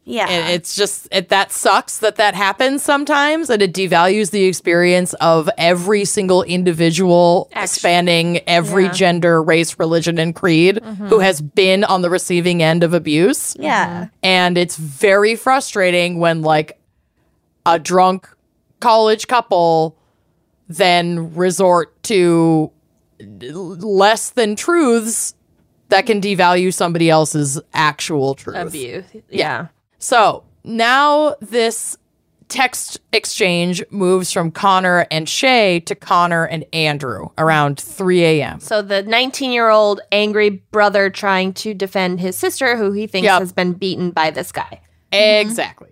Speaker 2: Yeah.
Speaker 3: And it's just it, that sucks that that happens sometimes, and it devalues the experience of every single individual, spanning every gender, race, religion, and creed, who has been on the receiving end of abuse.
Speaker 2: yeah.
Speaker 3: And it's very frustrating when, like, a drunk college couple then resort to l- less than truths that can devalue somebody else's actual truth.
Speaker 1: abuse. Yeah.
Speaker 3: So now this text exchange moves from Connor and Shay to Connor and Andrew around 3 a.m.
Speaker 1: So the 19 year old angry brother trying to defend his sister, who he thinks
Speaker 3: Yep.
Speaker 1: has been beaten by this guy.
Speaker 3: Exactly.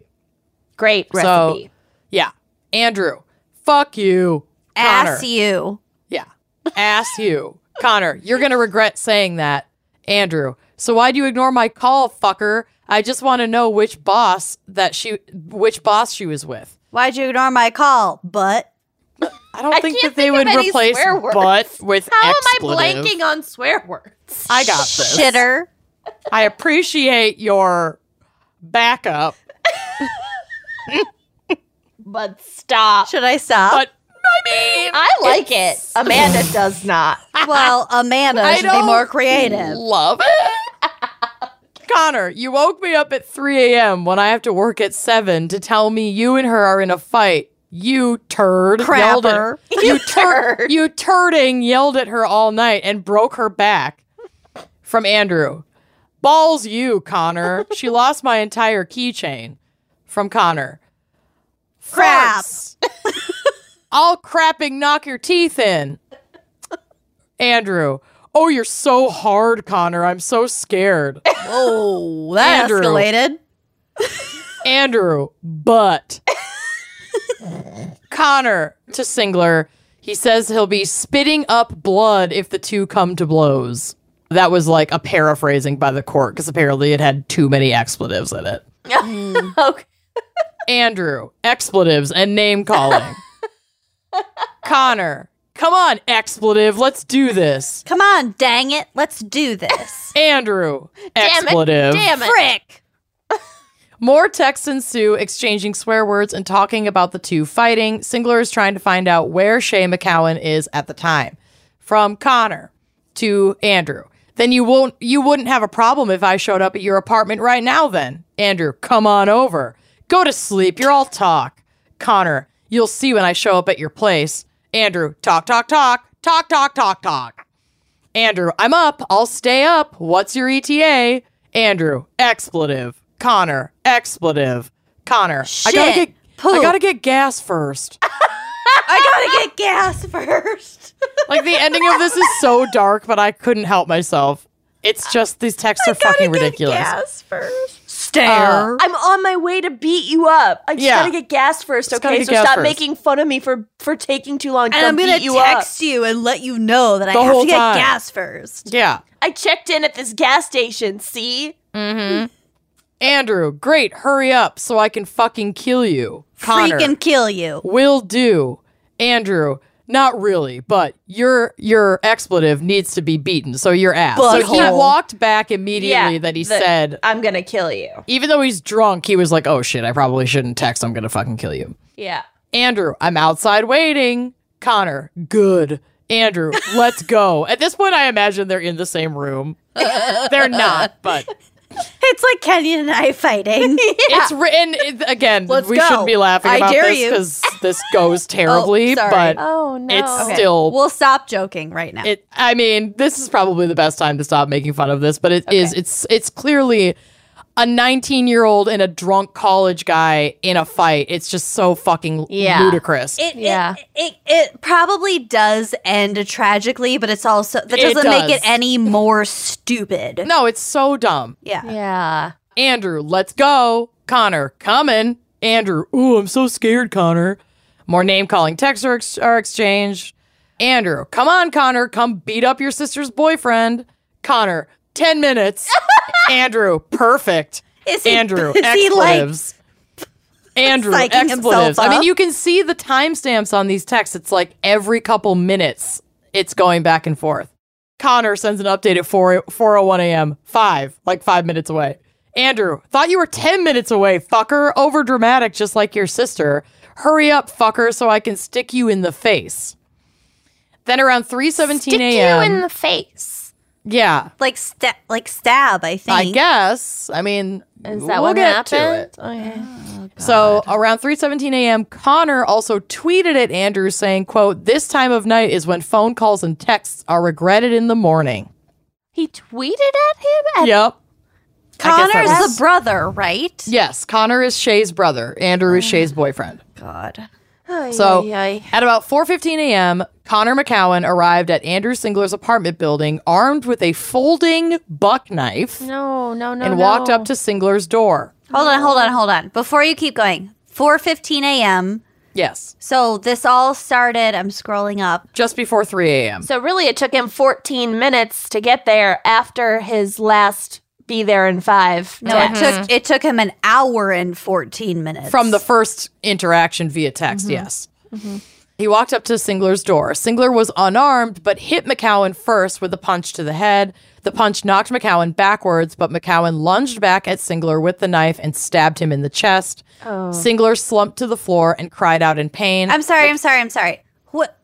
Speaker 1: Great
Speaker 3: So-
Speaker 1: Mm-hmm. recipe.
Speaker 3: Yeah. Andrew, fuck you. Connor.
Speaker 2: Ass you.
Speaker 3: Yeah. Ass you. Connor, you're going to regret saying that. Andrew, so why do you ignore my call, fucker? I just want to know which boss that she which boss she was with.
Speaker 2: Why'd you ignore my call? But
Speaker 3: I don't
Speaker 1: I
Speaker 3: think
Speaker 1: can't
Speaker 3: that they
Speaker 1: think of
Speaker 3: would
Speaker 1: any
Speaker 3: replace
Speaker 1: swear words.
Speaker 3: but with
Speaker 1: How am I
Speaker 3: expletive.
Speaker 1: blanking on swear words?
Speaker 3: I got this.
Speaker 2: shitter.
Speaker 3: I appreciate your backup.
Speaker 1: But stop.
Speaker 2: Should I stop?
Speaker 3: But *laughs* I mean,
Speaker 1: I like it. Amanda does
Speaker 3: *laughs*
Speaker 1: not.
Speaker 2: well, Amanda
Speaker 3: I
Speaker 2: should be more
Speaker 3: don't-
Speaker 2: creative.
Speaker 3: love it. Connor, you woke me up at 3 a.m. when I have to work at 7 to tell me you and her are in a fight. You turd. Yelled
Speaker 2: Crapper.
Speaker 3: at, you turd. You turding yelled at her all night and broke her back. From Andrew. Balls you, Connor. she lost my entire keychain. From Connor.
Speaker 2: Crap.
Speaker 3: Farts. All crapping knock your teeth in. Andrew. Oh, you're so hard, Connor. I'm so scared.
Speaker 2: Oh, that
Speaker 3: Andrew.
Speaker 2: escalated.
Speaker 3: Andrew, but Connor to Singler. He says he'll be spitting up blood if the two come to blows. That was like a paraphrasing by the court because apparently it had too many expletives in it. Mm.
Speaker 1: *laughs* Okay.
Speaker 3: Andrew, expletives and name
Speaker 1: *laughs*
Speaker 3: calling. Connor, come on, expletive, let's do this.
Speaker 2: Come on, dang it. Let's
Speaker 3: *laughs*
Speaker 2: do this.
Speaker 3: Andrew,
Speaker 1: Damn it.
Speaker 3: expletive.
Speaker 1: Damn it.
Speaker 2: Frick.
Speaker 3: More texts ensue, exchanging swear words and talking about the two fighting. Singler is trying to find out where Shay McCowan is at the time. From Connor to Andrew. Then you won't you wouldn't have a problem if I showed up at your apartment right now then. Andrew, come on over. Go to sleep. You're all talk. Connor, you'll see when I show up at your place. Andrew, talk, talk, talk, talk, talk, talk, talk. Andrew, I'm up. I'll stay up. What's your ETA? Andrew, expletive. Connor, expletive. Connor, I gotta
Speaker 2: Shit.
Speaker 3: get I gotta get gas first.
Speaker 2: I
Speaker 3: *laughs*
Speaker 2: gotta get gas first.
Speaker 3: Like the ending of this is so dark, but I couldn't help myself. It's just these texts
Speaker 1: Oh
Speaker 3: are fucking ridiculous.
Speaker 1: Gas first.
Speaker 2: Stare.
Speaker 3: Uh,
Speaker 1: I'm on my way to beat you up. I just
Speaker 3: Yeah.
Speaker 1: gotta get gas first,
Speaker 3: gotta
Speaker 1: okay?
Speaker 3: get
Speaker 1: So
Speaker 3: gas
Speaker 1: stop
Speaker 3: first.
Speaker 1: making fun of me for for taking too long.
Speaker 2: and
Speaker 1: to
Speaker 2: I'm gonna
Speaker 1: beat you
Speaker 2: text you and let you know that
Speaker 3: The
Speaker 2: I have
Speaker 3: whole
Speaker 2: to get
Speaker 3: time.
Speaker 2: gas first.
Speaker 3: Yeah.
Speaker 1: up. I checked in at this gas station. See,
Speaker 3: Andrew, great, hurry up so I can fucking kill you. Connor,
Speaker 2: Freaking kill you.
Speaker 3: will do. Andrew, not really, but your your expletive needs to be beaten, so your ass. So he
Speaker 2: Butthole.
Speaker 3: walked back immediately
Speaker 1: Yeah,
Speaker 3: that he
Speaker 1: the-
Speaker 3: said,
Speaker 1: I'm gonna kill you.
Speaker 3: even though he's drunk, he was like, oh shit, I probably shouldn't text. I'm gonna fucking kill you.
Speaker 1: Yeah.
Speaker 3: Andrew, I'm outside waiting. Connor, good. Andrew, let's
Speaker 2: *laughs*
Speaker 3: go. At this point, I imagine they're in the same room. they're not,
Speaker 2: *laughs*
Speaker 3: but
Speaker 2: It's like Kenyon and
Speaker 3: *laughs*
Speaker 2: I fighting.
Speaker 3: it's written it- again.
Speaker 2: Let's
Speaker 3: we
Speaker 2: go.
Speaker 3: shouldn't be laughing
Speaker 2: I
Speaker 3: about
Speaker 2: dare
Speaker 3: this
Speaker 2: you. *laughs* Oh,
Speaker 3: because this goes terribly.
Speaker 2: sorry.
Speaker 3: but
Speaker 1: Oh no.
Speaker 3: it's still
Speaker 2: we'll stop joking right now.
Speaker 3: it. I mean, this is probably the best time to stop making fun of this, but it is. It's it's clearly a 19 year old and a drunk college guy in a fight. It's just so fucking
Speaker 1: Yeah.
Speaker 3: ludicrous.
Speaker 2: It,
Speaker 1: Yeah.
Speaker 2: it, it it probably does end tragically, but it's also that
Speaker 3: It
Speaker 2: doesn't make
Speaker 3: does. *laughs*
Speaker 2: it any more stupid.
Speaker 3: no, it's so dumb.
Speaker 2: Yeah.
Speaker 1: yeah.
Speaker 3: Andrew, let's go. Connor, coming. Andrew, ooh, I'm so scared, Connor. More name calling texts are, ex- are exchanged. Andrew, come on, Connor, come beat up your sister's boyfriend. Connor, 10
Speaker 2: *laughs*
Speaker 3: minutes. Andrew, perfect.
Speaker 2: Is he-
Speaker 3: Andrew,
Speaker 2: is he, like,
Speaker 3: expletives. Andrew,
Speaker 2: psyching himself
Speaker 3: expletives. I mean,
Speaker 2: up?
Speaker 3: you can see the timestamps on these texts. It's like every couple minutes, it's going back and forth. Connor sends an update at oh 4 401 a.m. Five, like five minutes away. Andrew, thought you were 10 minutes away, fucker. Over dramatic, just like your sister. Hurry up, fucker, so I can stick you in the face. Then around 3:17 a.m.
Speaker 1: you in the face.
Speaker 3: yeah,
Speaker 2: Like sta- like stab, I think.
Speaker 3: I guess. I mean,
Speaker 1: Is that
Speaker 3: we'll
Speaker 1: what
Speaker 3: get
Speaker 1: happened?
Speaker 3: to it.
Speaker 1: Okay.
Speaker 3: So around 3:17 a.m., Connor also tweeted at Andrew saying, "quote This time of night is when phone calls and texts are regretted in the morning."
Speaker 1: He tweeted at him. At-
Speaker 3: Yep. I guess that
Speaker 2: Connor's
Speaker 3: was-
Speaker 2: the brother, right?
Speaker 3: Yes, Connor is Shay's brother. Andrew is Shay's boyfriend.
Speaker 2: God.
Speaker 3: So
Speaker 1: Ay, ay, ay.
Speaker 3: at about 4:15 a.m., Connor McCowan arrived at Andrew Singler's apartment building armed with a folding buck knife
Speaker 1: no, no, no.
Speaker 3: and
Speaker 1: no.
Speaker 3: walked up to Singler's door.
Speaker 2: Hold on, hold on, hold on. Before you keep going, 4:15 a.m.
Speaker 3: Yes,
Speaker 2: So this all started. I'm scrolling up.
Speaker 3: just before 3 a.m.
Speaker 1: So really, it took him 14 minutes to get there after his last "be there in five.
Speaker 2: No, it
Speaker 3: Mm-hmm.
Speaker 2: took it took him an hour and 14 minutes Mm-hmm.
Speaker 3: from the first interaction via text. Yes. He walked up to Singler's door. Singler was unarmed, but hit McCowan first with a punch to the head. The punch knocked McCowan backwards, but McCowan lunged back at Singler with the knife and stabbed him in the chest.
Speaker 2: Oh.
Speaker 3: Singler slumped to the floor and cried out in pain.
Speaker 2: I'm sorry. I'm sorry. I'm sorry. What?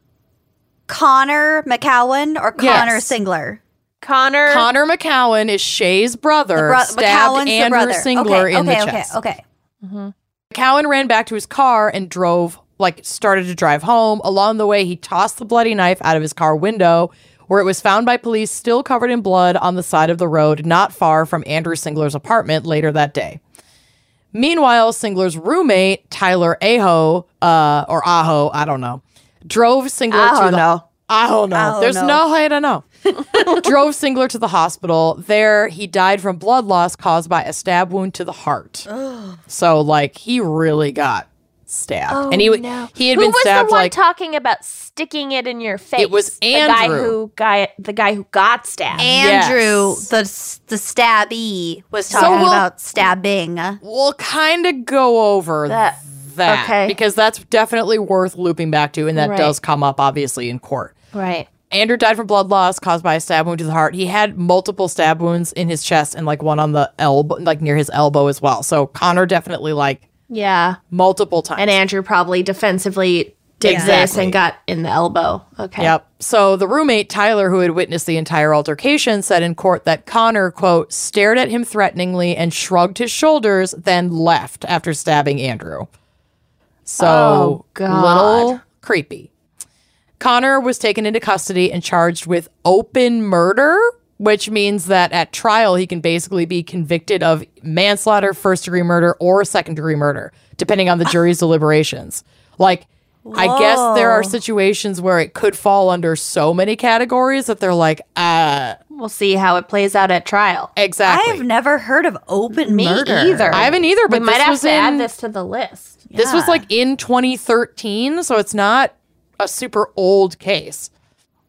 Speaker 2: Connor McCowan or Connor
Speaker 3: Yes.
Speaker 2: Singler?
Speaker 1: Connor,
Speaker 3: Connor McCowan is Shay's brother,
Speaker 2: Bro-
Speaker 3: stabbed
Speaker 2: McCowan's the
Speaker 3: Andrew
Speaker 2: brother.
Speaker 3: Singler
Speaker 2: okay,
Speaker 3: in
Speaker 2: okay,
Speaker 3: the chest.
Speaker 2: Okay, okay.
Speaker 3: Cowan ran back to his car and drove, like, started to drive home. Along the way, he tossed the bloody knife out of his car window, where it was found by police still covered in blood on the side of the road, not far from Andrew Singler's apartment later that day. Meanwhile, Singler's roommate, Tyler Aho, uh, or Aho, I don't know, drove Singler to the
Speaker 1: know.
Speaker 3: I don't know.
Speaker 2: don't
Speaker 3: There's
Speaker 2: know.
Speaker 3: no way to know. Drove Singler to the hospital. There, he died from blood loss caused by a stab wound to the heart. so, like, he really got stabbed, and he w- he had
Speaker 1: Oh, who
Speaker 3: been
Speaker 1: was
Speaker 3: stabbed
Speaker 1: the one
Speaker 3: like
Speaker 1: talking about sticking it in your face?
Speaker 3: was
Speaker 1: the guy
Speaker 3: Andrew.
Speaker 1: who guy the guy who got stabbed.
Speaker 2: Andrew,
Speaker 3: Yes.
Speaker 2: the s- the stabby, was talking
Speaker 3: we'll-
Speaker 2: about stabbing.
Speaker 3: we'll kind of go over that,
Speaker 1: That- okay.
Speaker 3: because that's definitely worth looping back to, and that
Speaker 1: Right.
Speaker 3: does come up obviously in court.
Speaker 1: right.
Speaker 3: Andrew died from blood loss caused by a stab wound to the heart. He had multiple stab wounds in his chest and like one on the elbow, like near his elbow as well. So Connor definitely like
Speaker 1: Yeah.
Speaker 3: multiple times.
Speaker 1: And Andrew probably defensively did this
Speaker 3: Exactly.
Speaker 1: and got in the elbow. Okay.
Speaker 3: Yep. So the roommate, Tyler, who had witnessed the entire altercation, said in court that Connor, quote, stared at him threateningly and shrugged his shoulders, then left after stabbing Andrew. So
Speaker 1: Oh, God.
Speaker 3: little creepy. Connor was taken into custody and charged with open murder, which means that at trial he can basically be convicted of manslaughter, first degree murder, or second degree murder, depending
Speaker 1: *sighs*
Speaker 3: on the jury's deliberations. Like, I guess there are situations where it could fall under so many categories that they're like, uh,
Speaker 1: We'll see how it plays out at trial.
Speaker 3: exactly.
Speaker 2: I've never heard of open
Speaker 1: Me
Speaker 2: murder.
Speaker 1: either.
Speaker 3: I haven't either,
Speaker 1: we
Speaker 3: but
Speaker 1: might
Speaker 3: this
Speaker 1: have
Speaker 3: was
Speaker 1: to
Speaker 3: in,
Speaker 1: add this to the list.
Speaker 3: This was like in 2013, so it's not a super old case.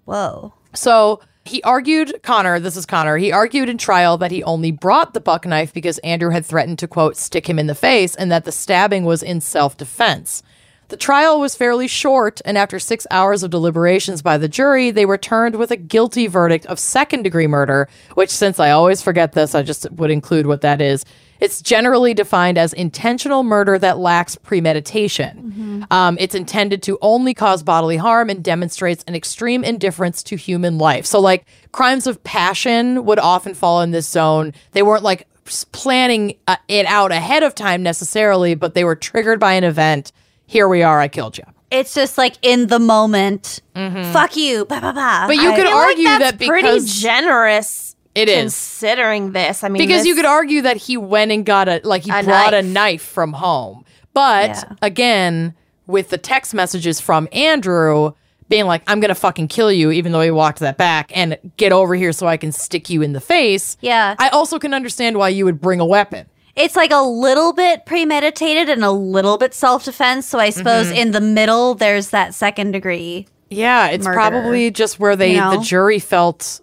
Speaker 2: Whoa.
Speaker 3: So he argued, Connor, this is Connor, he argued in trial that he only brought the buck knife because Andrew had threatened to, quote, stick him in the face and that the stabbing was in self defense. The trial was fairly short, and after six hours of deliberations by the jury, they returned with a guilty verdict of second degree murder, which, since I always forget this, I just would include what that is. It's generally defined as intentional murder that lacks premeditation. Um, it's intended to only cause bodily harm and demonstrates an extreme indifference to human life. So, like, crimes of passion would often fall in this zone. They weren't like s- planning uh, it out ahead of time necessarily, but they were triggered by an event. Here we are, I killed you.
Speaker 2: It's just like in the moment. Fuck you. Bah, bah, bah.
Speaker 3: Mm-hmm. But you
Speaker 2: I-
Speaker 3: could argue that
Speaker 1: That's pretty
Speaker 3: because
Speaker 1: generous.
Speaker 3: It is.
Speaker 1: considering this. I mean,
Speaker 3: because
Speaker 1: this-
Speaker 3: you could argue that he went and got a like he brought a knife from home but again with the text messages from andrew being like i'm gonna fucking kill you even though he walked that back and get over here so i can stick you in the face
Speaker 2: Yeah.
Speaker 3: i also can understand why you would bring a weapon
Speaker 2: It's like a little bit premeditated and a little bit self defense. So I suppose
Speaker 3: Mm-hmm.
Speaker 2: in the middle, there's that second degree.
Speaker 3: yeah it's
Speaker 2: Murder.
Speaker 3: probably just where they
Speaker 2: You know?
Speaker 3: the jury felt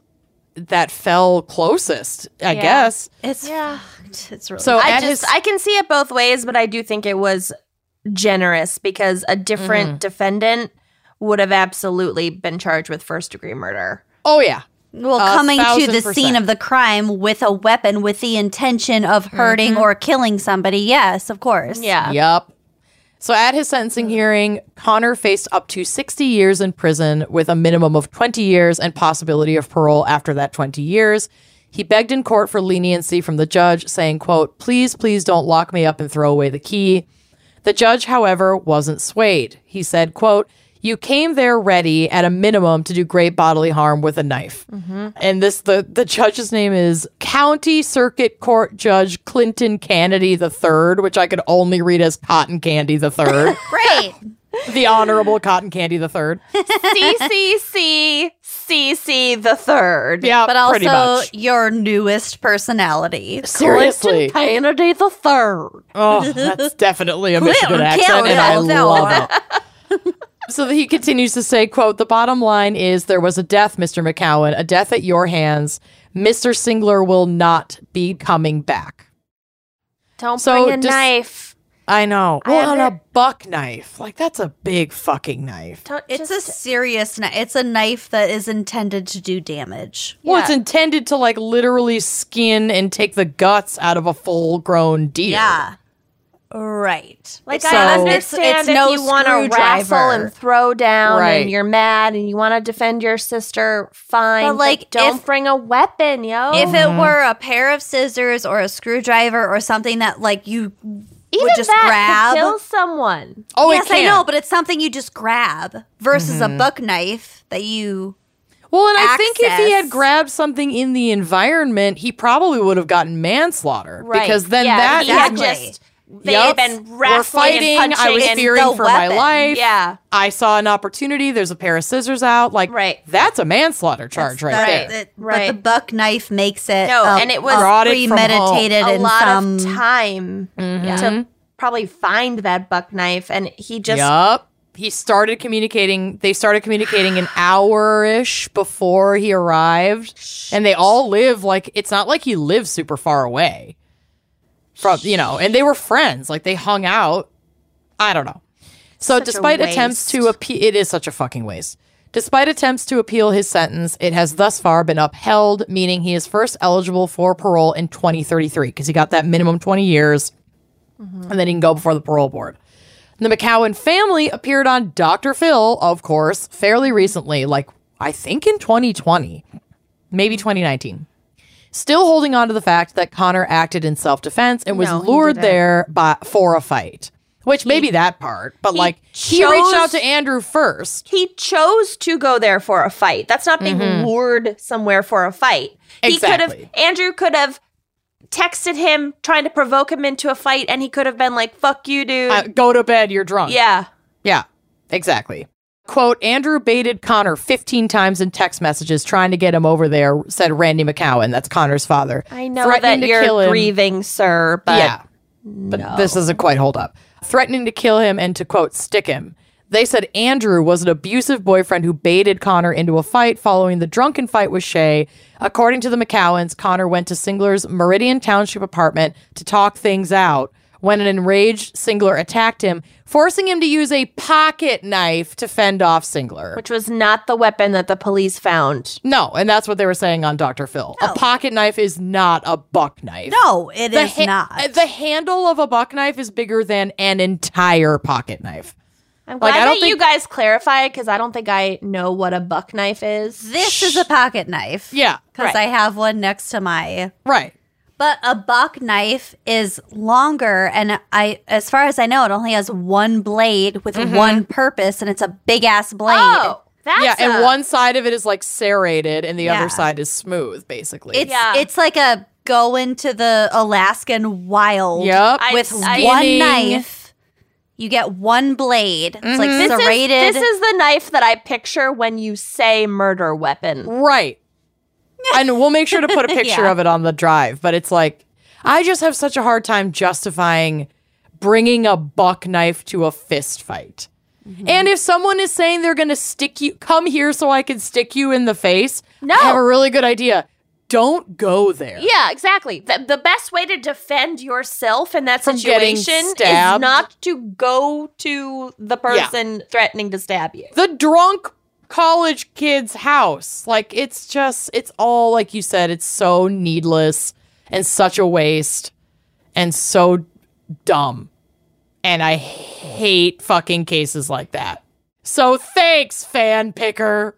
Speaker 3: that fell closest i
Speaker 1: Yeah.
Speaker 3: guess
Speaker 2: It's fucked. It's really
Speaker 3: so
Speaker 1: I
Speaker 3: at
Speaker 1: just
Speaker 3: his
Speaker 1: I can see it both ways, but I do think it was generous because a different
Speaker 3: Mm-hmm.
Speaker 1: defendant would have absolutely been charged with first degree murder.
Speaker 3: oh yeah
Speaker 2: well
Speaker 3: a
Speaker 2: coming to
Speaker 3: thousand
Speaker 2: the scene
Speaker 3: percent.
Speaker 2: of the crime with a weapon with the intention of hurting or killing somebody. Yes, of course.
Speaker 1: Yeah.
Speaker 3: Yep. So at his sentencing hearing, Connor faced up to 60 years in prison with a minimum of 20 years and possibility of parole after that 20 years. He begged in court for leniency from the judge, saying, quote, "Please, please don't lock me up and throw away the key." The judge, however, wasn't swayed. He said, quote, you came there ready at a minimum to do great bodily harm with a knife.
Speaker 2: Mm-hmm.
Speaker 3: And this the the judge's name is County Circuit Court Judge Clinton Kennedy the Third, which I could only read as Cotton Candy the
Speaker 2: *laughs*
Speaker 3: Third,
Speaker 2: Great.
Speaker 3: the Honorable Cotton Candy the Third.
Speaker 1: CCC CC the third.
Speaker 3: Yeah,
Speaker 2: But
Speaker 3: pretty
Speaker 2: also
Speaker 3: much.
Speaker 2: your newest personality.
Speaker 3: seriously,
Speaker 1: Kennedy the third.
Speaker 3: Oh, *laughs* that's definitely a Michigan
Speaker 2: Clear,
Speaker 3: accent, and I
Speaker 2: clear,
Speaker 3: *laughs*
Speaker 2: clear.
Speaker 3: love it. So he continues to say, quote, the bottom line is there was a death, Mr. McCowan, a death at your hands. Mr. Singler will not be coming back.
Speaker 1: Don't
Speaker 3: So
Speaker 1: bring a
Speaker 3: dis-
Speaker 1: knife.
Speaker 3: I know. Well, on
Speaker 1: haven't-
Speaker 3: a buck knife. Like, that's a big fucking knife.
Speaker 1: Don't
Speaker 2: It's
Speaker 1: just-
Speaker 2: a serious knife. It's a knife that is intended to do damage.
Speaker 3: Well, it's intended to, like, literally skin and take the guts out of a full grown deer.
Speaker 2: Yeah. Right.
Speaker 1: Like
Speaker 3: So-
Speaker 1: I
Speaker 2: It's-
Speaker 1: understand
Speaker 2: it's
Speaker 1: if
Speaker 2: no
Speaker 1: you want to
Speaker 2: screwdriver.
Speaker 1: wrestle and throw down,
Speaker 3: Right.
Speaker 1: and you're mad and you want to defend your sister. Fine,
Speaker 2: But,
Speaker 1: but
Speaker 2: like,
Speaker 1: like, don't
Speaker 2: if-
Speaker 1: bring a weapon, yo.
Speaker 2: If it were a pair of scissors or a screwdriver or something that like you
Speaker 1: Even
Speaker 2: would just
Speaker 1: that
Speaker 2: grab.
Speaker 1: could kill someone.
Speaker 3: Oh,
Speaker 2: yes,
Speaker 3: it can.
Speaker 2: I know, but it's something you just grab versus a buck knife that you.
Speaker 3: Well, and I think if he
Speaker 2: access.
Speaker 3: had grabbed something in the environment, he probably would have gotten manslaughter.
Speaker 1: Right.
Speaker 3: Because then
Speaker 1: Yeah,
Speaker 3: that
Speaker 1: he had
Speaker 2: Exactly.
Speaker 1: just they had been wrestling and
Speaker 3: I
Speaker 1: punching
Speaker 3: was
Speaker 1: and
Speaker 3: fearing
Speaker 2: the
Speaker 3: for my
Speaker 2: weapon.
Speaker 3: life.
Speaker 1: Yeah.
Speaker 3: I saw an opportunity. There's a pair of scissors out. Like,
Speaker 1: Right.
Speaker 3: that's a manslaughter charge right,
Speaker 2: that-
Speaker 3: there.
Speaker 2: that-
Speaker 1: Right.
Speaker 2: But the buck knife makes it.
Speaker 1: No,
Speaker 2: a-
Speaker 1: and it was
Speaker 2: a
Speaker 3: Brought it from home.
Speaker 2: premeditated
Speaker 1: a
Speaker 2: and
Speaker 1: lot
Speaker 2: some.
Speaker 1: of time
Speaker 3: Mm-hmm.
Speaker 1: to probably find that buck knife, and he just
Speaker 3: Yup. He started communicating. They started communicating an hour ish before he arrived, and they all live like it's not like he lives super far away from you know. And they were friends, like they hung out. I don't know. So,
Speaker 1: a
Speaker 3: despite attempts to
Speaker 1: waste.
Speaker 3: appeal, it is such a fucking waste. Despite attempts to appeal his sentence, it has thus far been upheld, meaning he is first eligible for parole in 2033 because he got that minimum 20 years
Speaker 1: Mm-hmm.
Speaker 3: and then he can go before the parole board. The McCowan family appeared on Dr. Phil, of course, fairly recently, like I think in 2020, maybe 2019. Still holding on to the fact that Connor acted in self defense and was
Speaker 1: No, he
Speaker 3: lured
Speaker 1: didn't.
Speaker 3: there by, for a fight, which maybe that part, but like he
Speaker 1: chose-
Speaker 3: reached out to Andrew first.
Speaker 1: he chose to go there for a fight. That's not being lured somewhere for a fight. He could
Speaker 3: Mm-hmm. Exactly.
Speaker 1: have Andrew could have texted him trying to provoke him into a fight and he could have been like fuck you dude.
Speaker 3: Uh, go to bed, you're drunk.
Speaker 1: yeah.
Speaker 3: Yeah, exactly. Quote Andrew baited Connor 15 times in text messages trying to get him over there, said Randy McCowan. That's Connor's father.
Speaker 1: I know
Speaker 3: Threatening
Speaker 1: that
Speaker 3: to kill
Speaker 1: you're
Speaker 3: him.
Speaker 1: grieving, sir, but
Speaker 3: yeah. But this doesn't quite hold up. Threatening to kill him and to quote, stick him. They said Andrew was an abusive boyfriend who baited Connor into a fight following the drunken fight with Shay. According to the McCowans, Connor went to Singler's Meridian Township apartment to talk things out when an enraged Singler attacked him, forcing him to use a pocket knife to fend off Singler.
Speaker 1: which was not the weapon that the police found.
Speaker 3: No, and that's what they were saying on Dr. Phil. A pocket knife is not a buck knife.
Speaker 2: no, it is
Speaker 3: ha- uh,
Speaker 2: not.
Speaker 3: The handle of a buck knife is bigger than an entire pocket knife.
Speaker 1: I'm glad
Speaker 3: Like, I
Speaker 1: that
Speaker 3: don't think-
Speaker 1: you guys clarified because I don't think I know what a buck knife is.
Speaker 2: this is a pocket knife.
Speaker 3: Yeah,
Speaker 2: Because
Speaker 1: right.
Speaker 2: I have one next to my
Speaker 3: right.
Speaker 2: But a buck knife is longer, and I, as far as I know, it only has one blade with one purpose, and it's a big ass blade.
Speaker 1: Oh, that's
Speaker 3: yeah, and
Speaker 1: a-
Speaker 3: one side of it is like serrated, and the
Speaker 2: Yeah.
Speaker 3: other side is smooth, basically.
Speaker 2: It's
Speaker 1: Yeah.
Speaker 2: it's like a go into the Alaskan wild.
Speaker 3: Yep.
Speaker 1: I-
Speaker 2: with
Speaker 1: I-
Speaker 2: one
Speaker 3: Skinning.
Speaker 2: knife, you get one blade. It's like
Speaker 1: Mm-hmm. This is,
Speaker 2: serrated.
Speaker 1: this is the knife that I picture when you say murder weapon.
Speaker 3: right. and we'll make sure to put a picture
Speaker 2: Yeah.
Speaker 3: of it on the drive, but it's like I just have such a hard time justifying bringing a buck knife to a fist fight. And if someone is saying they're going to stick you, come here so I can stick you in the face,
Speaker 1: No.
Speaker 3: I have a really good idea. Don't go there.
Speaker 1: Yeah, exactly. The, the best way to defend yourself in that
Speaker 3: From getting
Speaker 1: situation is
Speaker 3: stabbed.
Speaker 1: not to go to the person threatening to stab you.
Speaker 3: the drunk college kid's house. Like it's just it's all like you said, it's so needless and such a waste and so dumb. And I hate fucking cases like that. So thanks, fan picker.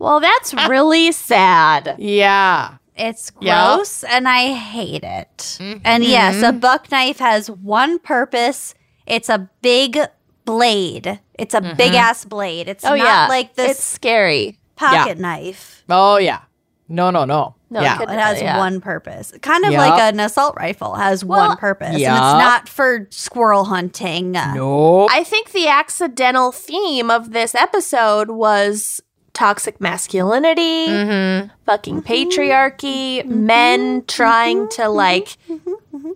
Speaker 1: Well, that's really sad.
Speaker 3: Yeah.
Speaker 2: It's
Speaker 3: Yeah.
Speaker 2: gross and I hate it.
Speaker 1: Mm-hmm.
Speaker 2: And yes, a buck knife has one purpose. It's a big blade. It's a big ass blade. It's
Speaker 1: Mm-hmm. Oh,
Speaker 2: not
Speaker 1: yeah.
Speaker 2: like
Speaker 1: It's
Speaker 2: this
Speaker 1: scary.
Speaker 2: pocket knife.
Speaker 3: Oh yeah. No, no, no.
Speaker 1: No,
Speaker 3: yeah.
Speaker 1: could-
Speaker 2: It has
Speaker 1: Yeah.
Speaker 2: one purpose. Kind of
Speaker 3: Yup.
Speaker 2: like an assault rifle has
Speaker 1: Well,
Speaker 2: one purpose. And
Speaker 3: Yup.
Speaker 2: it's not for squirrel hunting.
Speaker 3: Nope.
Speaker 1: I think the accidental theme of this episode was toxic masculinity, Mm-hmm. fucking patriarchy, men trying to like Mm-hmm.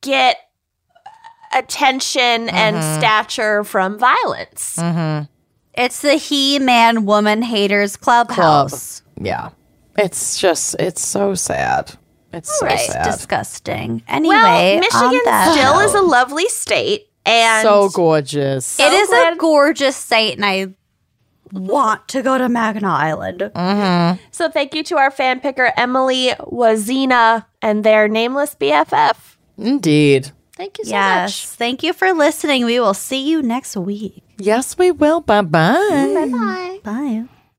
Speaker 1: get attention and stature from violence.
Speaker 2: It's the he man woman haters clubhouse.
Speaker 3: yeah. It's just it's so sad. It's so
Speaker 2: It's
Speaker 3: sad.
Speaker 2: disgusting. Anyway,
Speaker 1: Well,
Speaker 2: on
Speaker 1: Michigan
Speaker 2: that
Speaker 1: still is a
Speaker 2: note-
Speaker 1: lovely state, and
Speaker 3: so gorgeous.
Speaker 2: It is a
Speaker 1: glad-
Speaker 2: gorgeous site, and I want to go to Mackinac Island.
Speaker 1: Mm. so thank you to our fan picker Emily Wazina and their nameless BFF.
Speaker 3: Indeed.
Speaker 4: Thank you so
Speaker 2: yes.
Speaker 4: much.
Speaker 2: Thank you for listening. We will see you next week.
Speaker 3: Yes, we will. Bye bye.
Speaker 2: Bye.